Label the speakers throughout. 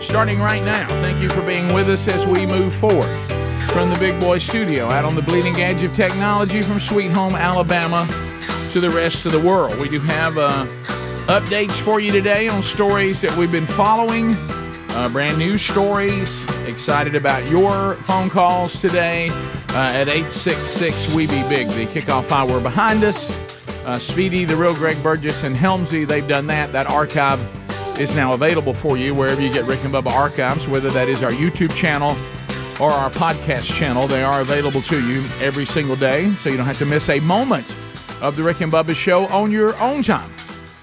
Speaker 1: starting right now. Thank you for being with us as we move forward from the Big Boy Studio out on the bleeding edge of technology from Sweet Home, Alabama to the rest of the world. We do have uh, updates for you today on stories that we've been following, uh, brand new stories. Excited about your phone calls today uh, at 866 We Be Big. The kickoff hour behind us. Uh, Speedy, the real Greg Burgess, and Helmsy, they've done that. That archive is now available for you wherever you get Rick and Bubba archives, whether that is our YouTube channel or our podcast channel. They are available to you every single day, so you don't have to miss a moment of the Rick and Bubba show on your own time.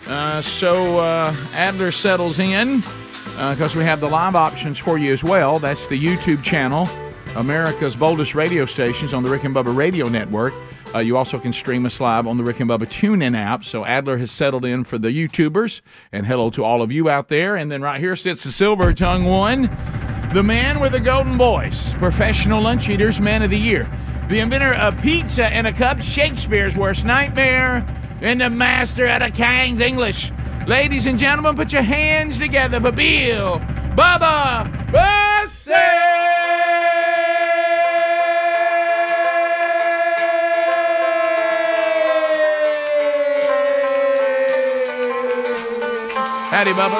Speaker 1: Uh, so uh, Adler settles in because we have the live options for you as well. That's the YouTube channel, America's boldest radio stations on the Rick and Bubba Radio Network. Uh, you also can stream us live on the Rick and Bubba TuneIn app. So Adler has settled in for the YouTubers, and hello to all of you out there. And then right here sits the silver tongue one, the man with the golden voice, professional lunch eaters, man of the year, the inventor of pizza and a cup, Shakespeare's worst nightmare, and the master at a Kang's English. Ladies and gentlemen, put your hands together for Bill Bubba Bussey! Howdy, Bubba.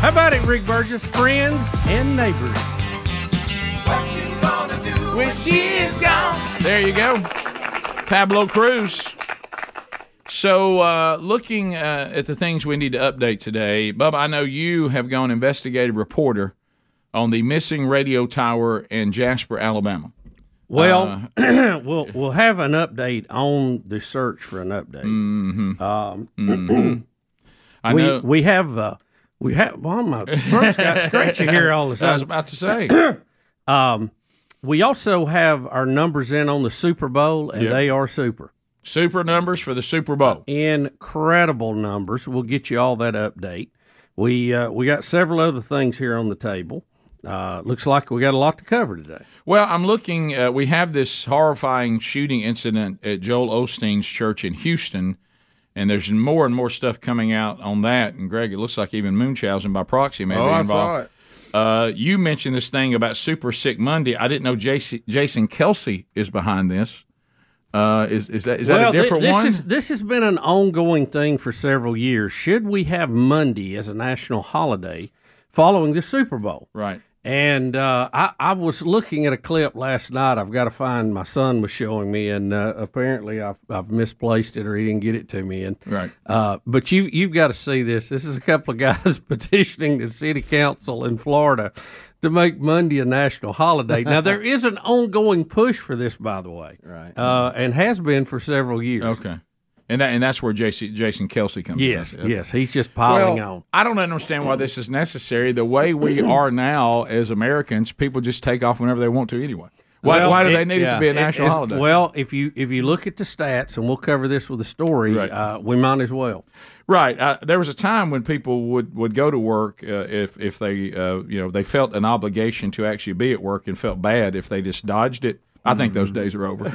Speaker 2: How about it, Rick Burgess? Friends and neighbors.
Speaker 1: when she is gone. There you go, Pablo Cruz. So, uh, looking uh, at the things we need to update today, Bubba, I know you have gone investigative reporter on the missing radio tower in Jasper, Alabama. Uh,
Speaker 2: Well, we'll we'll have an update on the search for an update. Um,
Speaker 1: Mm-hmm. I
Speaker 2: we
Speaker 1: know.
Speaker 2: we have uh, we have. Well, my throat's got scratchy here all of a
Speaker 1: I
Speaker 2: sudden.
Speaker 1: was about to say.
Speaker 2: Um, we also have our numbers in on the Super Bowl, and
Speaker 1: Yep.
Speaker 2: they are super.
Speaker 1: Super numbers for the Super Bowl.
Speaker 2: incredible numbers. We'll get you all that update. We uh, we got several other things here on the table. Uh, looks like we got a lot to cover today.
Speaker 1: Well, I'm looking. Uh, we have this horrifying shooting incident at Joel Osteen's church in Houston, and there's more and more stuff coming out on that. And Greg, it looks like even Munchausen by proxy may be
Speaker 3: Oh, I
Speaker 1: involved.
Speaker 3: saw it.
Speaker 1: Uh, you mentioned this thing about Super Sick Monday. I didn't know Jason, Jason Kelsey is behind this. Uh, is is that is that a
Speaker 2: thi-
Speaker 1: different
Speaker 2: this
Speaker 1: one?
Speaker 2: Is, this has been an ongoing thing for several years. Should we have Monday as a national holiday following the Super Bowl?
Speaker 1: right.
Speaker 2: And uh, I, I was looking at a clip last night. I've got to find my son was showing me, and uh, apparently I've, I've misplaced it or he didn't get it to me. And
Speaker 1: Right.
Speaker 2: Uh, but you you've got to see this. This is a couple of guys petitioning the city council in Florida to make Monday a national holiday. Now there is an ongoing push for this, by the way,
Speaker 3: Right.
Speaker 2: uh, and has been for several years.
Speaker 1: Okay. And that and that's where JC, Jason Kelsey comes. in.
Speaker 2: Yes, yes, he's just piling
Speaker 1: Well,
Speaker 2: on.
Speaker 1: I don't understand why this is necessary. The way we are now as Americans, people just take off whenever they want to anyway. Why,
Speaker 2: Well,
Speaker 1: why do
Speaker 2: it-
Speaker 1: they need it
Speaker 3: yeah.
Speaker 1: to be a
Speaker 2: It-
Speaker 1: national
Speaker 2: it's-
Speaker 1: holiday?
Speaker 2: Well, if you if you look at the stats, and we'll cover this with a story,
Speaker 1: Right.
Speaker 2: uh, we might as well.
Speaker 1: right. Uh, there was a time when people would, would go to work uh, if if they uh, you know they felt an obligation to actually be at work and felt bad if they just dodged it. I think those
Speaker 3: Mm-hmm.
Speaker 1: days are over.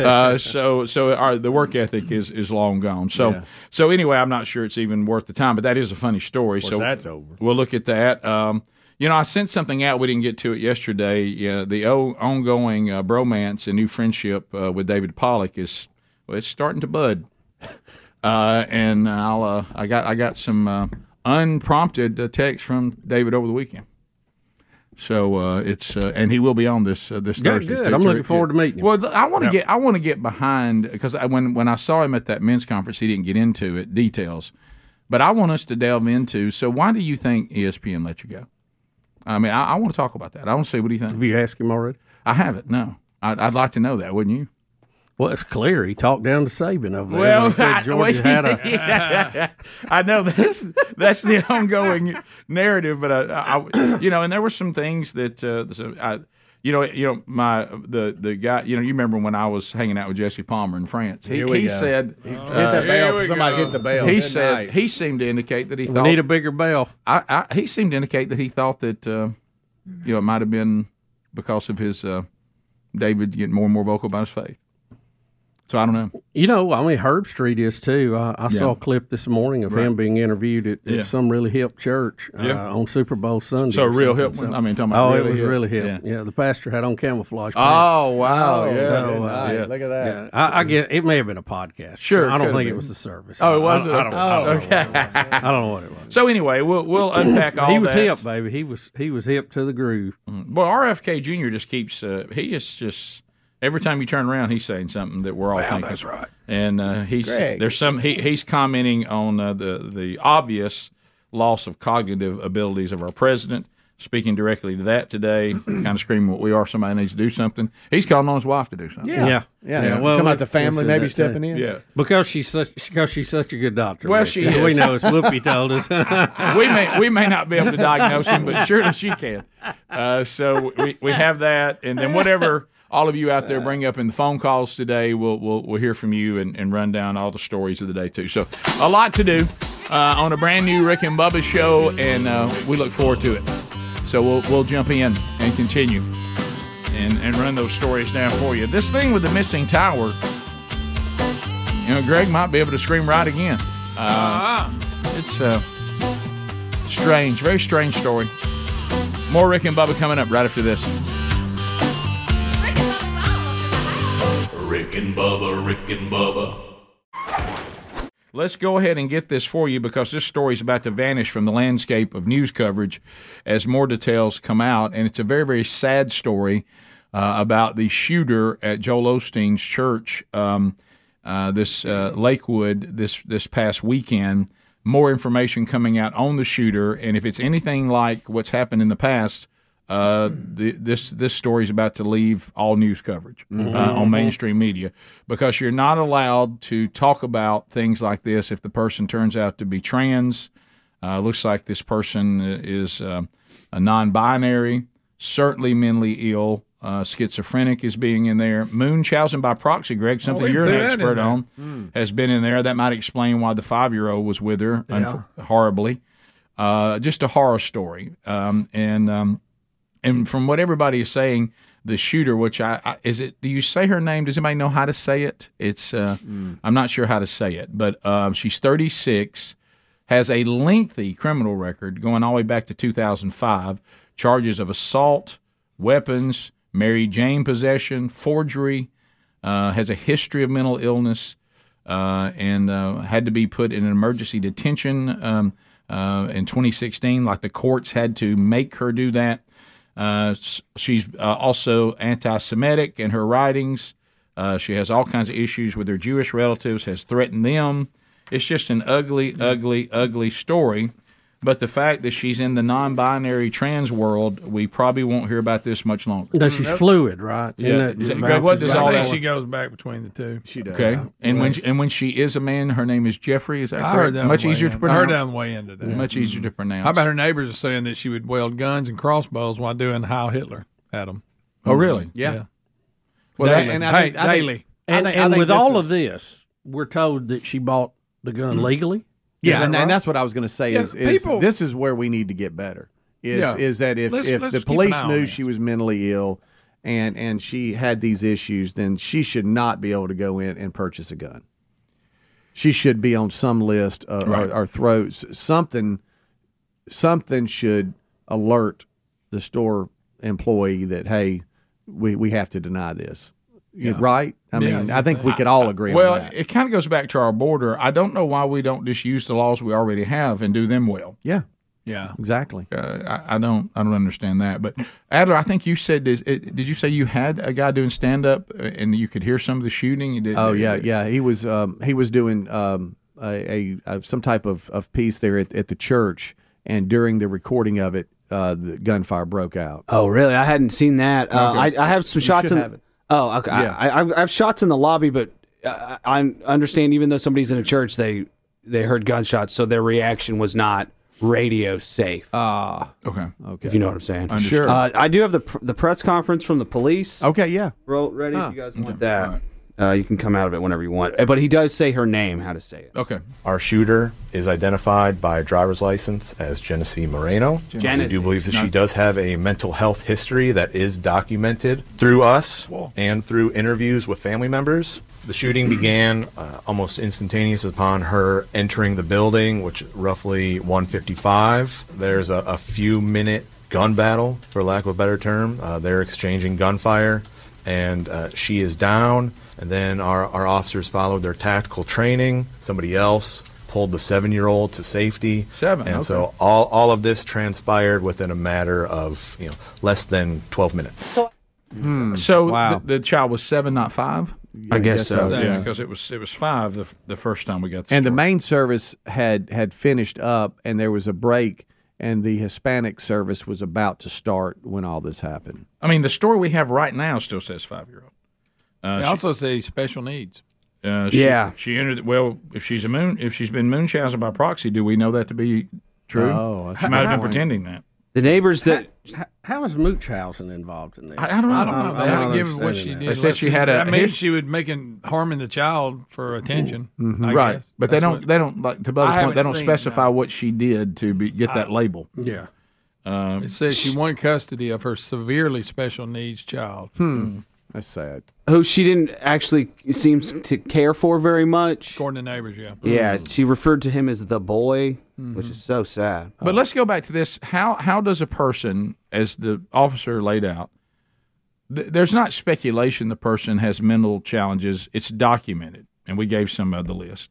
Speaker 1: uh, so so our, the work ethic is, is long gone. So so anyway, I'm not sure it's even worth the time, but that is a funny story. so
Speaker 3: that's over.
Speaker 1: We'll look at that. Um, you know, I sent something out. We didn't get to it yesterday. Yeah, the o- ongoing uh, bromance and new friendship uh, with David Pollock is well, it's starting to bud. Uh, and I'll uh, I got I got some uh, unprompted uh, text from David over the weekend. So uh, it's uh, and he will be on this uh, this
Speaker 2: Good,
Speaker 1: Thursday.
Speaker 2: good.
Speaker 1: too.
Speaker 2: I'm looking
Speaker 1: Terrific.
Speaker 2: forward to meeting him.
Speaker 1: Well, th- I want to get I want to get behind because I, when when I saw him at that men's conference, he didn't get into it details. But I want us to delve into. So why do you think E ESPN let you go? I mean, I, I want to talk about that. I want to see what do you think.
Speaker 2: Have you asked him already?
Speaker 1: I haven't. No, I'd, I'd like to know that, wouldn't you?
Speaker 2: Well, it's clear he talked down to Saban over there. when
Speaker 1: Well,
Speaker 2: he said
Speaker 1: I-
Speaker 2: Georgia had a-
Speaker 1: I know that's that's the ongoing narrative, but I, I, I- you know, and there were some things that uh, so I, You know, you know my the the guy. You know, you remember when I was hanging out with Jesse Palmer in France? He,
Speaker 3: Here we
Speaker 1: he
Speaker 3: go.
Speaker 1: said uh,
Speaker 3: hit the
Speaker 1: here
Speaker 3: bell.
Speaker 1: we
Speaker 3: Somebody
Speaker 1: go.
Speaker 3: hit the bell.
Speaker 1: he
Speaker 3: Good
Speaker 1: said
Speaker 3: night.
Speaker 1: he seemed to indicate that he
Speaker 2: We
Speaker 1: thought
Speaker 2: need a bigger bell.
Speaker 1: I, I, he seemed to indicate that he thought that uh, you know it might have been because of his uh, David getting more and more vocal about his faith. So I don't know.
Speaker 2: You know, I mean, Herb Street is too. I, I saw a clip this morning of him being interviewed at, at
Speaker 1: Yeah.
Speaker 2: some really hip church uh,
Speaker 1: Yeah.
Speaker 2: on Super Bowl Sunday.
Speaker 1: So a
Speaker 2: or
Speaker 1: real
Speaker 2: something.
Speaker 1: hip one. I mean, talking about
Speaker 2: Oh,
Speaker 1: really
Speaker 2: it was
Speaker 1: hip.
Speaker 2: really hip. Yeah. the pastor had on camouflage. pants.
Speaker 1: Oh wow! yeah.
Speaker 3: Good
Speaker 2: so, uh,
Speaker 3: night. Look at that.
Speaker 2: Yeah, I, I get it. May have been a podcast.
Speaker 1: Sure,
Speaker 2: I
Speaker 1: could've
Speaker 2: don't think
Speaker 1: been.
Speaker 2: it was the service.
Speaker 1: Oh, it wasn't?
Speaker 2: I, I don't, I don't know what it
Speaker 1: Okay.
Speaker 2: was. I don't know what it was.
Speaker 1: So anyway, we'll we'll unpack all
Speaker 2: he was
Speaker 1: that. Mm.
Speaker 2: hip, baby. He was he was hip to the groove.
Speaker 1: Well, RFK Jr. just keeps. Uh, he is just every time you turn around, he's saying something that we're all thinking. That's right. And uh, he's
Speaker 3: Greg.
Speaker 1: there's some he, he's commenting on uh, the the obvious loss of cognitive abilities of our president. Speaking directly to that today, kind of screaming what we are. Somebody needs to do something. He's calling on his wife to do something.
Speaker 3: Yeah.
Speaker 2: Yeah.
Speaker 3: Yeah.
Speaker 2: Yeah, well,
Speaker 3: Talking
Speaker 2: we-
Speaker 3: about the
Speaker 2: we
Speaker 3: family
Speaker 2: said
Speaker 3: maybe
Speaker 2: that,
Speaker 3: stepping
Speaker 2: too.
Speaker 3: in.
Speaker 1: Yeah.
Speaker 2: Because she's such because she's such a good doctor.
Speaker 1: Well,
Speaker 2: Rick.
Speaker 1: she
Speaker 2: We
Speaker 1: is.
Speaker 2: know it's Whoopi told us. I
Speaker 1: we may we may not be able to diagnose him, but surely she can. Uh, so we, we have that, and then whatever all of you out there bring up in the phone calls today, we'll we'll, we'll hear from you and, and run down all the stories of the day too. So a lot to do uh, on a brand new Rick and Bubba show, and uh, we look forward to it. So we'll we'll jump in and continue and and run those stories down for you. This thing with the missing tower. You know, Greg might be able to scream right again. Uh, it's uh, Strange, very strange story. More Rick and Bubba coming up right after this.
Speaker 4: Rick and Bubba, Rick and Bubba.
Speaker 1: Let's go ahead and get this for you because this story is about to vanish from the landscape of news coverage as more details come out. And it's a very, very sad story uh, about the shooter at Joel Osteen's church, um, uh, this uh, Lakewood, this, this past weekend. More information coming out on the shooter. And if it's anything like what's happened in the past, uh, th- this this story is about to leave all news coverage uh, on mainstream media because you're not allowed to talk about things like this if the person turns out to be trans. Uh, looks like this person is uh, a non-binary, certainly mentally ill, uh, schizophrenic is being in there. Munchausen by proxy, Greg, something
Speaker 3: we
Speaker 1: you're an
Speaker 3: threw Oh, that in
Speaker 1: expert
Speaker 3: there. Hmm.
Speaker 1: on,
Speaker 5: Mm.
Speaker 1: has been in there. That might explain why the five-year-old was with her unf- horribly. Uh, just a horror story, um, and um, and from what everybody is saying, the shooter, which I, I is it? Do you say her name? Does anybody know how to say it? It's uh, I'm not sure how to say it, but um, she's 36, has a lengthy criminal record going all the way back to 2005, charges of assault, weapons, Mary Jane possession, forgery, uh, has a history of mental illness, uh, and uh, had to be put in an emergency detention um, uh, in 2016. Like the courts had to make her do that. Uh, s- she's uh, also anti-Semitic in her writings. Uh, she has all kinds of issues with her Jewish relatives. Has threatened them. It's just an ugly, ugly, ugly story. But the fact that she's in the non-binary trans world, we probably won't hear about this much longer.
Speaker 2: No, she's fluid, right?
Speaker 1: Yeah.
Speaker 2: And that-
Speaker 1: Is that- Greg, what does
Speaker 2: bounces
Speaker 1: all
Speaker 5: Mm-hmm. I
Speaker 2: back
Speaker 5: think
Speaker 1: that
Speaker 5: she goes back between the two.
Speaker 3: She does.
Speaker 1: Okay, and when she, and when she is a man, her name is Jeffrey. Is that
Speaker 5: I
Speaker 1: correct?
Speaker 5: heard that. on
Speaker 1: Much
Speaker 5: the way
Speaker 1: easier
Speaker 5: in.
Speaker 1: to
Speaker 5: I
Speaker 1: pronounce.
Speaker 5: heard that on the way into that.
Speaker 1: Much easier to pronounce.
Speaker 5: How about her neighbors are saying that she would wield guns and crossbows while doing Heil Hitler at them?
Speaker 1: Oh, really?
Speaker 3: Yeah.
Speaker 5: Yeah.
Speaker 1: Well,
Speaker 5: daily.
Speaker 1: that-
Speaker 3: and I think-
Speaker 5: hey,
Speaker 3: I think-
Speaker 5: daily.
Speaker 2: And,
Speaker 3: I think- I
Speaker 2: and
Speaker 3: think
Speaker 2: with
Speaker 3: this
Speaker 2: all
Speaker 3: is-
Speaker 2: of this, we're told that she bought the gun legally.
Speaker 3: Yeah, and, and that's what I was going to say.
Speaker 5: Yeah,
Speaker 3: is, is
Speaker 5: people-
Speaker 3: this is where we need to get better? Is
Speaker 5: Yeah.
Speaker 3: is that if,
Speaker 5: Let's-
Speaker 3: if
Speaker 5: let's
Speaker 3: the
Speaker 5: keep an eye
Speaker 3: police
Speaker 5: on
Speaker 3: knew
Speaker 5: that.
Speaker 3: she was mentally ill, and and she had these issues, then she should not be able to go in and purchase a gun. She should be on some list uh,
Speaker 1: Right.
Speaker 3: or, or throws something. Something should alert the store employee that hey, we, we have to deny this, You- right? I
Speaker 5: Yeah,
Speaker 3: mean,
Speaker 5: you
Speaker 3: I think we could all agree.
Speaker 1: Well,
Speaker 3: on that.
Speaker 1: it kind of goes back to our border. I don't know why we don't just use the laws we already have and do them well.
Speaker 3: yeah,
Speaker 5: Yeah.
Speaker 3: exactly.
Speaker 1: Uh, I, I don't. I don't understand that. But Adler, I think you said. This, it, did you say you had a guy doing stand up and you could hear some of the shooting? You did,
Speaker 3: Oh yeah, yeah. He was um, he was doing um, a, a, a some type of, of piece there at, at the church, and during the recording of it, uh, the gunfire broke out.
Speaker 6: Oh, really? I hadn't seen that. Uh, I, I have some shots
Speaker 3: should
Speaker 6: in.
Speaker 3: have it.
Speaker 6: Oh, okay.
Speaker 3: Yeah.
Speaker 6: I, I, I have shots in the lobby, but uh, I I understand even though somebody's in a church, they they heard gunshots, so their reaction was not radio safe.
Speaker 3: Ah.
Speaker 1: Okay.
Speaker 6: if you know what I'm saying.
Speaker 1: Understood.
Speaker 6: Uh, I do have the pr- the press conference from the police.
Speaker 3: Okay, yeah.
Speaker 6: Roll ready if you guys want that. Uh, you can come out of it whenever you want. Uh, But he does say her name, how to say it.
Speaker 1: Okay.
Speaker 7: Our shooter is identified by driver's license as Genesee Moreno.
Speaker 6: Genesee.
Speaker 7: I do believe that she does have a mental health history that is documented through us and through interviews with family members. The shooting began uh, almost instantaneous upon her entering the building, which is roughly 155. There's a, a few minute gun battle, for lack of a better term. Uh, they're exchanging gunfire and uh, she is down. And then our, our officers followed their tactical training. Somebody else pulled the seven year old to safety.
Speaker 1: Seven,
Speaker 7: And
Speaker 1: okay.
Speaker 7: so all, all of this transpired within a matter of you know less than 12 minutes.
Speaker 5: Hmm.
Speaker 1: So
Speaker 3: Wow.
Speaker 1: th- the child was seven, not five.
Speaker 6: I guess so.
Speaker 1: Yeah, because it was it was five the, the first time we got. The
Speaker 3: And the
Speaker 1: story.
Speaker 3: main service had had finished up, and there was a break, and the Hispanic service was about to start when all this happened.
Speaker 1: I mean, the story we have right now still says five year old.
Speaker 5: They also say special needs.
Speaker 1: Uh, she-
Speaker 6: Yeah.
Speaker 1: she entered. Well, if she's a moon, if she's been moonshazed by proxy, do we know that to be true?
Speaker 3: Oh, that's
Speaker 1: she
Speaker 3: a
Speaker 1: might
Speaker 3: good
Speaker 1: have been
Speaker 3: point.
Speaker 1: pretending that.
Speaker 6: The neighbors that
Speaker 2: H- How is Moochhausen involved in this?
Speaker 1: Um, I, I don't know.
Speaker 5: I don't know. They
Speaker 2: I
Speaker 5: haven't
Speaker 2: don't
Speaker 5: given what she
Speaker 2: understand
Speaker 5: did.
Speaker 2: that.
Speaker 1: They said
Speaker 5: unless
Speaker 1: she had a
Speaker 5: That means
Speaker 1: his-
Speaker 5: she was making harming the child for attention. Mm-hmm. I
Speaker 1: Mm-hmm. right,
Speaker 5: guess.
Speaker 1: but they
Speaker 5: That's
Speaker 1: don't.
Speaker 5: what-
Speaker 1: they don't like to Bubba's
Speaker 5: I
Speaker 1: point. They
Speaker 5: haven't
Speaker 1: don't
Speaker 5: seen,
Speaker 1: specify
Speaker 5: no.
Speaker 1: what she did to be, get that label.
Speaker 2: Yeah.
Speaker 1: Uh,
Speaker 5: It says she won custody of her severely special needs child.
Speaker 1: Hmm.
Speaker 3: That's sad.
Speaker 6: who she didn't actually seems to care for very much.
Speaker 5: According to neighbors, yeah.
Speaker 6: Yeah, she referred to him as the boy,
Speaker 3: Hmm.
Speaker 6: which is so sad.
Speaker 1: But let's go back to this. How how does a person, as the officer laid out, th- there's not speculation the person has mental challenges. It's documented, and we gave some of the list.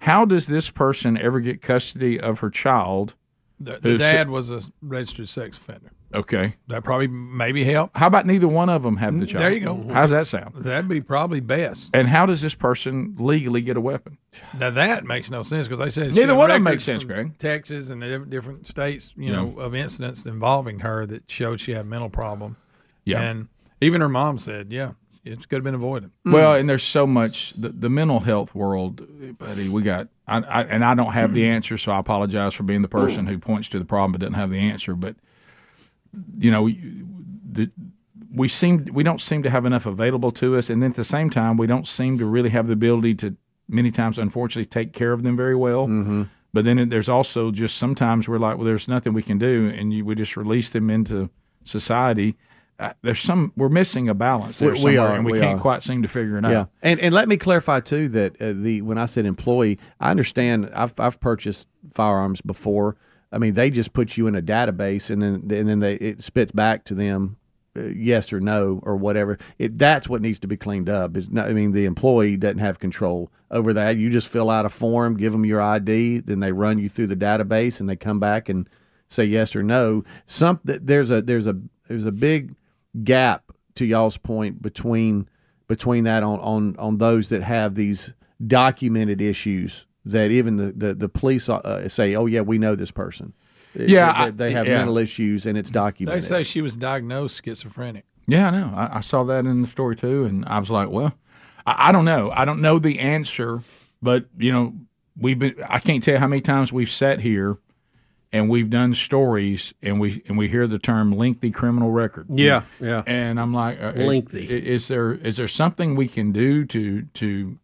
Speaker 1: How does this person ever get custody of her child?
Speaker 5: The, the
Speaker 1: Who said-
Speaker 5: dad was a registered sex offender.
Speaker 1: Okay.
Speaker 5: That probably maybe helped.
Speaker 1: How about neither one of them have the child?
Speaker 5: There you go.
Speaker 1: How's that sound?
Speaker 5: That'd be probably best.
Speaker 1: And how does this person legally get a weapon?
Speaker 5: Now that makes no sense because they said she
Speaker 1: Neither
Speaker 5: had
Speaker 1: one of 'em
Speaker 5: records
Speaker 1: makes sense,
Speaker 5: from
Speaker 1: Greg.
Speaker 5: Texas and the diff- different states, you know, of incidents involving her that showed she had mental problems.
Speaker 1: Yeah.
Speaker 5: and even her mom said, yeah, it could have been avoided.
Speaker 3: Mm.
Speaker 1: Mm. Well, and there's so much the, the mental health world, buddy. We got, I, I, and I don't have
Speaker 3: Mm.
Speaker 1: the answer, so I apologize for being the person who points to the problem but doesn't have the answer. But you know, you- the, we seem we don't seem to have enough available to us, and then at the same time, we don't seem to really have the ability to many times, unfortunately, take care of them very well.
Speaker 3: Mm-hmm.
Speaker 1: But then there's also just sometimes we're like, well, there's nothing we can do, and you, we just release them into society. Uh, there's some we're missing a balance there
Speaker 3: We- we
Speaker 1: somewhere,
Speaker 3: are,
Speaker 1: and we,
Speaker 3: we
Speaker 1: can't
Speaker 3: are.
Speaker 1: quite seem to figure it
Speaker 3: Yeah,
Speaker 1: out.
Speaker 3: and and let me clarify too that uh, the when I said employee, I understand. I've I've purchased firearms before. I mean, they just put you in a database, and then and then they it spits back to them, uh, yes or no or whatever. It that's what needs to be cleaned up. It's not, I mean, the employee doesn't have control over that. You just fill out a form, give them your ID, then they run you through the database, and they come back and say yes or no. Some there's a there's a there's a big gap to y'all's point between between that on on on those that have these documented issues that even the the, the police uh, say, oh yeah, we know this person.
Speaker 1: Yeah,
Speaker 3: They-
Speaker 1: I-
Speaker 3: they, they have
Speaker 1: yeah.
Speaker 3: mental issues and it's
Speaker 5: They
Speaker 3: documented.
Speaker 5: say she was diagnosed schizophrenic.
Speaker 1: Yeah, I know. I, I saw that in the story too, and I was like, well, I, I don't know. I don't know the answer, but you know, we've been. I can't tell you how many times we've sat here and we've done stories, and we and we hear the term lengthy criminal record.
Speaker 2: Yeah. Yeah.
Speaker 1: and I'm like, uh,
Speaker 2: Lengthy.
Speaker 1: i- Is there is there something we can do to to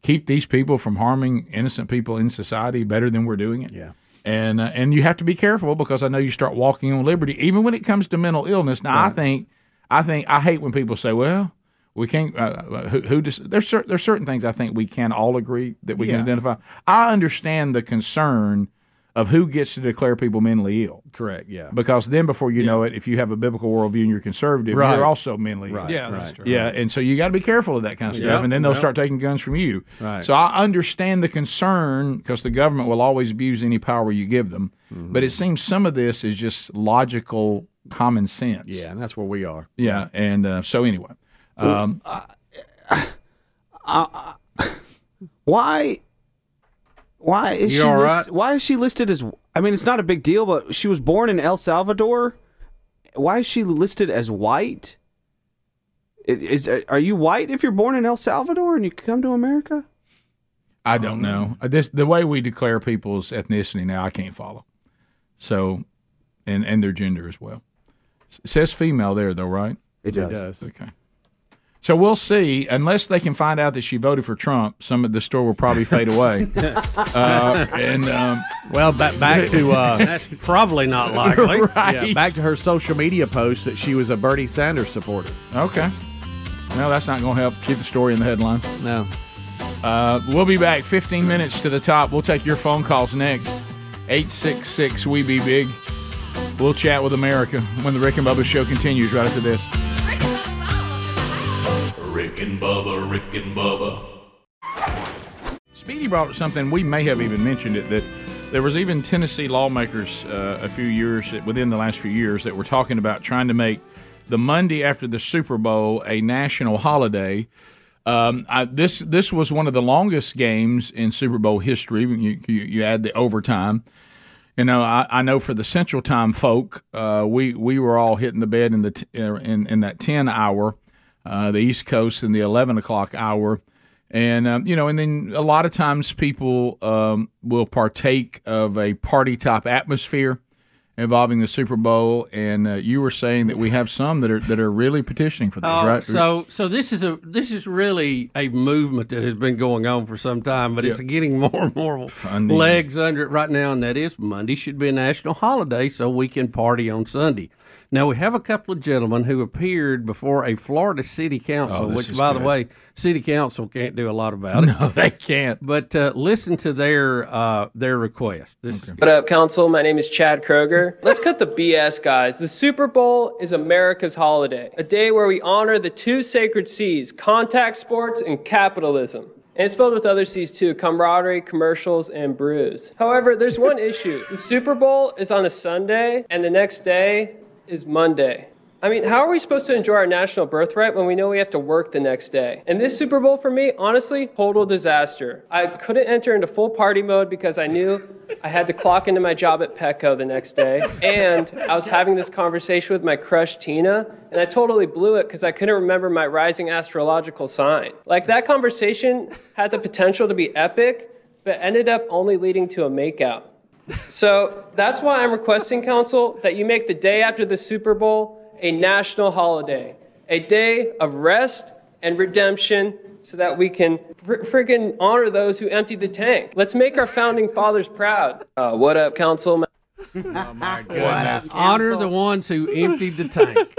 Speaker 1: keep these people from harming innocent people in society better than we're doing it? Yeah. And uh, and you have to be careful because I know you start walking on liberty, even when it comes to mental illness. Now I think I think I hate when people say, well. We can't. Uh, uh, who, who dis- there's cer- there's certain things I think we can all agree that we can identify. I understand the concern of who gets to declare people mentally ill
Speaker 3: correct, yeah.
Speaker 1: because then before you know it, if you have a biblical worldview and you're conservative, you're also mentally right.
Speaker 5: Yeah, that's true.
Speaker 1: Yeah, and so you got to be careful of that kind of stuff, and then they'll start taking guns from you. Right. So I understand the concern because the government will always abuse any power you give them, but
Speaker 3: Mm-hmm.
Speaker 1: it seems some of this is just logical common sense.
Speaker 3: Yeah, and that's where we are.
Speaker 1: yeah, and uh, so anyway, um,
Speaker 6: Uh, Why? Why is
Speaker 2: You
Speaker 6: she?
Speaker 2: all
Speaker 6: list-
Speaker 2: right?
Speaker 6: Why is she listed as? I mean, it's not a big deal, but she was born in El Salvador. Why is she listed as white? It- Is uh, are you white if you're born in El Salvador and you come to America?
Speaker 3: Oh,
Speaker 1: I don't know Uh, this the way we declare people's ethnicity now. I can't follow. So, and and their gender as well. S- says female there though, right?
Speaker 6: It
Speaker 3: It
Speaker 6: does.
Speaker 3: does.
Speaker 1: Okay. So we'll see. Unless they can find out that she voted for Trump, some of the store will probably fade away. uh, and um,
Speaker 3: Well, back back to uh,
Speaker 2: That's probably not likely.
Speaker 3: yeah, back to her social media post that she was a Bernie Sanders supporter.
Speaker 1: okay, well that's not going to help keep the story in the headline.
Speaker 3: No,
Speaker 1: Uh, we'll be back 15 minutes to the top. We'll take your phone calls next. 866 We Be Big. We'll chat with America when the Rick and Bubba show continues right after this.
Speaker 4: Rick and Bubba, Rick and Bubba.
Speaker 1: Speedy brought up something we may have even mentioned it that there was even Tennessee lawmakers uh, a few years within the last few years that were talking about trying to make the Monday after the Super Bowl a national holiday. Um, I, this this was one of the longest games in Super Bowl history. You, you, you add the overtime. You know, I, I know for the Central Time folk, uh, we we were all hitting the bed in the t- uh, in in that ten hour, uh, the East Coast in the eleven o'clock hour, and um, you know, and then a lot of times people um, will partake of a party type atmosphere involving the Super Bowl, and uh, you were saying that we have some that are that are really petitioning for this,
Speaker 2: Oh,
Speaker 1: right?
Speaker 2: So, so this is a this is really a movement that has been going on for some time, but it's getting more and more
Speaker 1: Funding.
Speaker 2: legs under it right now, and that is Monday should be a national holiday so we can party on Sunday. Now we have a couple of gentlemen who appeared before a Florida City Council,
Speaker 1: Oh, this
Speaker 2: which,
Speaker 1: is
Speaker 2: by the
Speaker 1: good.
Speaker 2: way, City Council can't do a lot about it.
Speaker 1: no, they can't.
Speaker 2: But uh, listen to their uh, their request. This is
Speaker 8: What up, Council? My name is Chad Kroger. Let's cut the BS, guys. The Super Bowl is America's holiday, a day where we honor the two sacred C's contact sports and capitalism. And it's filled with other C's too camaraderie, commercials, and brews. However, there's one issue the Super Bowl is on a Sunday, and the next day is Monday. I mean, how are we supposed to enjoy our national birthright when we know we have to work the next day? And this Super Bowl for me, honestly, total disaster. I couldn't enter into full party mode because I knew I had to clock into my job at Petco the next day. And I was having this conversation with my crush Tina, and I totally blew it because I couldn't remember my rising astrological sign. Like that conversation had the potential to be epic, but ended up only leading to a makeout. So that's why I'm requesting, Council, that you make the day after the Super Bowl a national holiday, a day of rest and redemption so that we can fr- friggin' honor those who emptied the tank. Let's make our founding fathers proud. Uh, what up, Council?
Speaker 2: honor the ones who emptied the tank.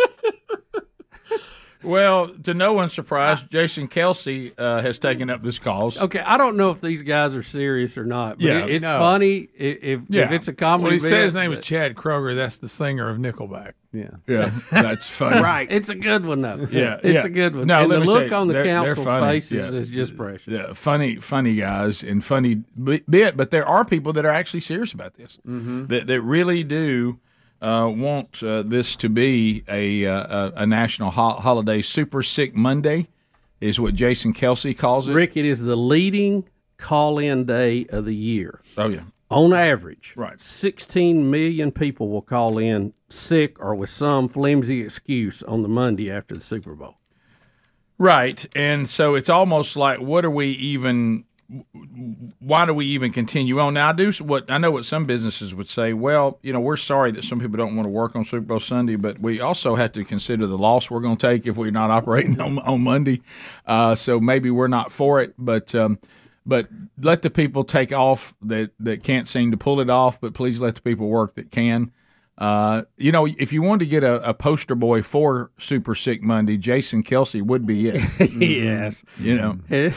Speaker 1: Well, to no one's surprise, Jason Kelsey uh, has taken up this cause.
Speaker 2: Okay, I don't know if these guys are serious or not, but
Speaker 1: Yeah,
Speaker 2: it, it's
Speaker 3: no.
Speaker 2: funny i- if, if
Speaker 1: Yeah.
Speaker 2: it's a comedy.
Speaker 5: Well, he
Speaker 2: bit,
Speaker 5: said his name was Chad Kroger. That's the singer of Nickelback.
Speaker 3: yeah.
Speaker 1: Yeah, that's funny. right.
Speaker 2: It's a good one though.
Speaker 1: Yeah,
Speaker 2: it's
Speaker 1: yeah.
Speaker 2: a good one.
Speaker 1: No,
Speaker 2: and
Speaker 1: let
Speaker 2: the
Speaker 1: me
Speaker 2: look
Speaker 1: tell you,
Speaker 2: on the
Speaker 1: they're- they're
Speaker 2: council
Speaker 1: funny.
Speaker 2: faces
Speaker 1: Yeah.
Speaker 2: is just precious.
Speaker 1: Yeah, funny, funny guys and funny bi- bit, but there are people that are actually serious about this. Mm-hmm. That that really do uh, want uh, this to be a uh, a, a national ho- holiday. Super Sick Monday is what Jason Kelsey calls it.
Speaker 2: Rick, it is the leading call-in day of the year.
Speaker 1: Oh yeah,
Speaker 2: On average,
Speaker 1: Right.
Speaker 2: 16 million people will call in sick or with some flimsy excuse on the Monday after the Super Bowl.
Speaker 1: right. And so it's almost like, what are we even? Why do we even continue on? Now I do s- what I know what some businesses would say. Well, you know, we're sorry that some people don't want to work on Super Bowl Sunday, but we also have to consider the loss we're going to take if we're not operating on, on Monday. Uh, so maybe we're not for it, but um, but let the people take off that that can't seem to pull it off. But please let the people work that can. Uh, you know, if you wanted to get a, a poster boy for Super Sick Monday, Jason Kelsey would be it.
Speaker 2: yes.
Speaker 1: You know,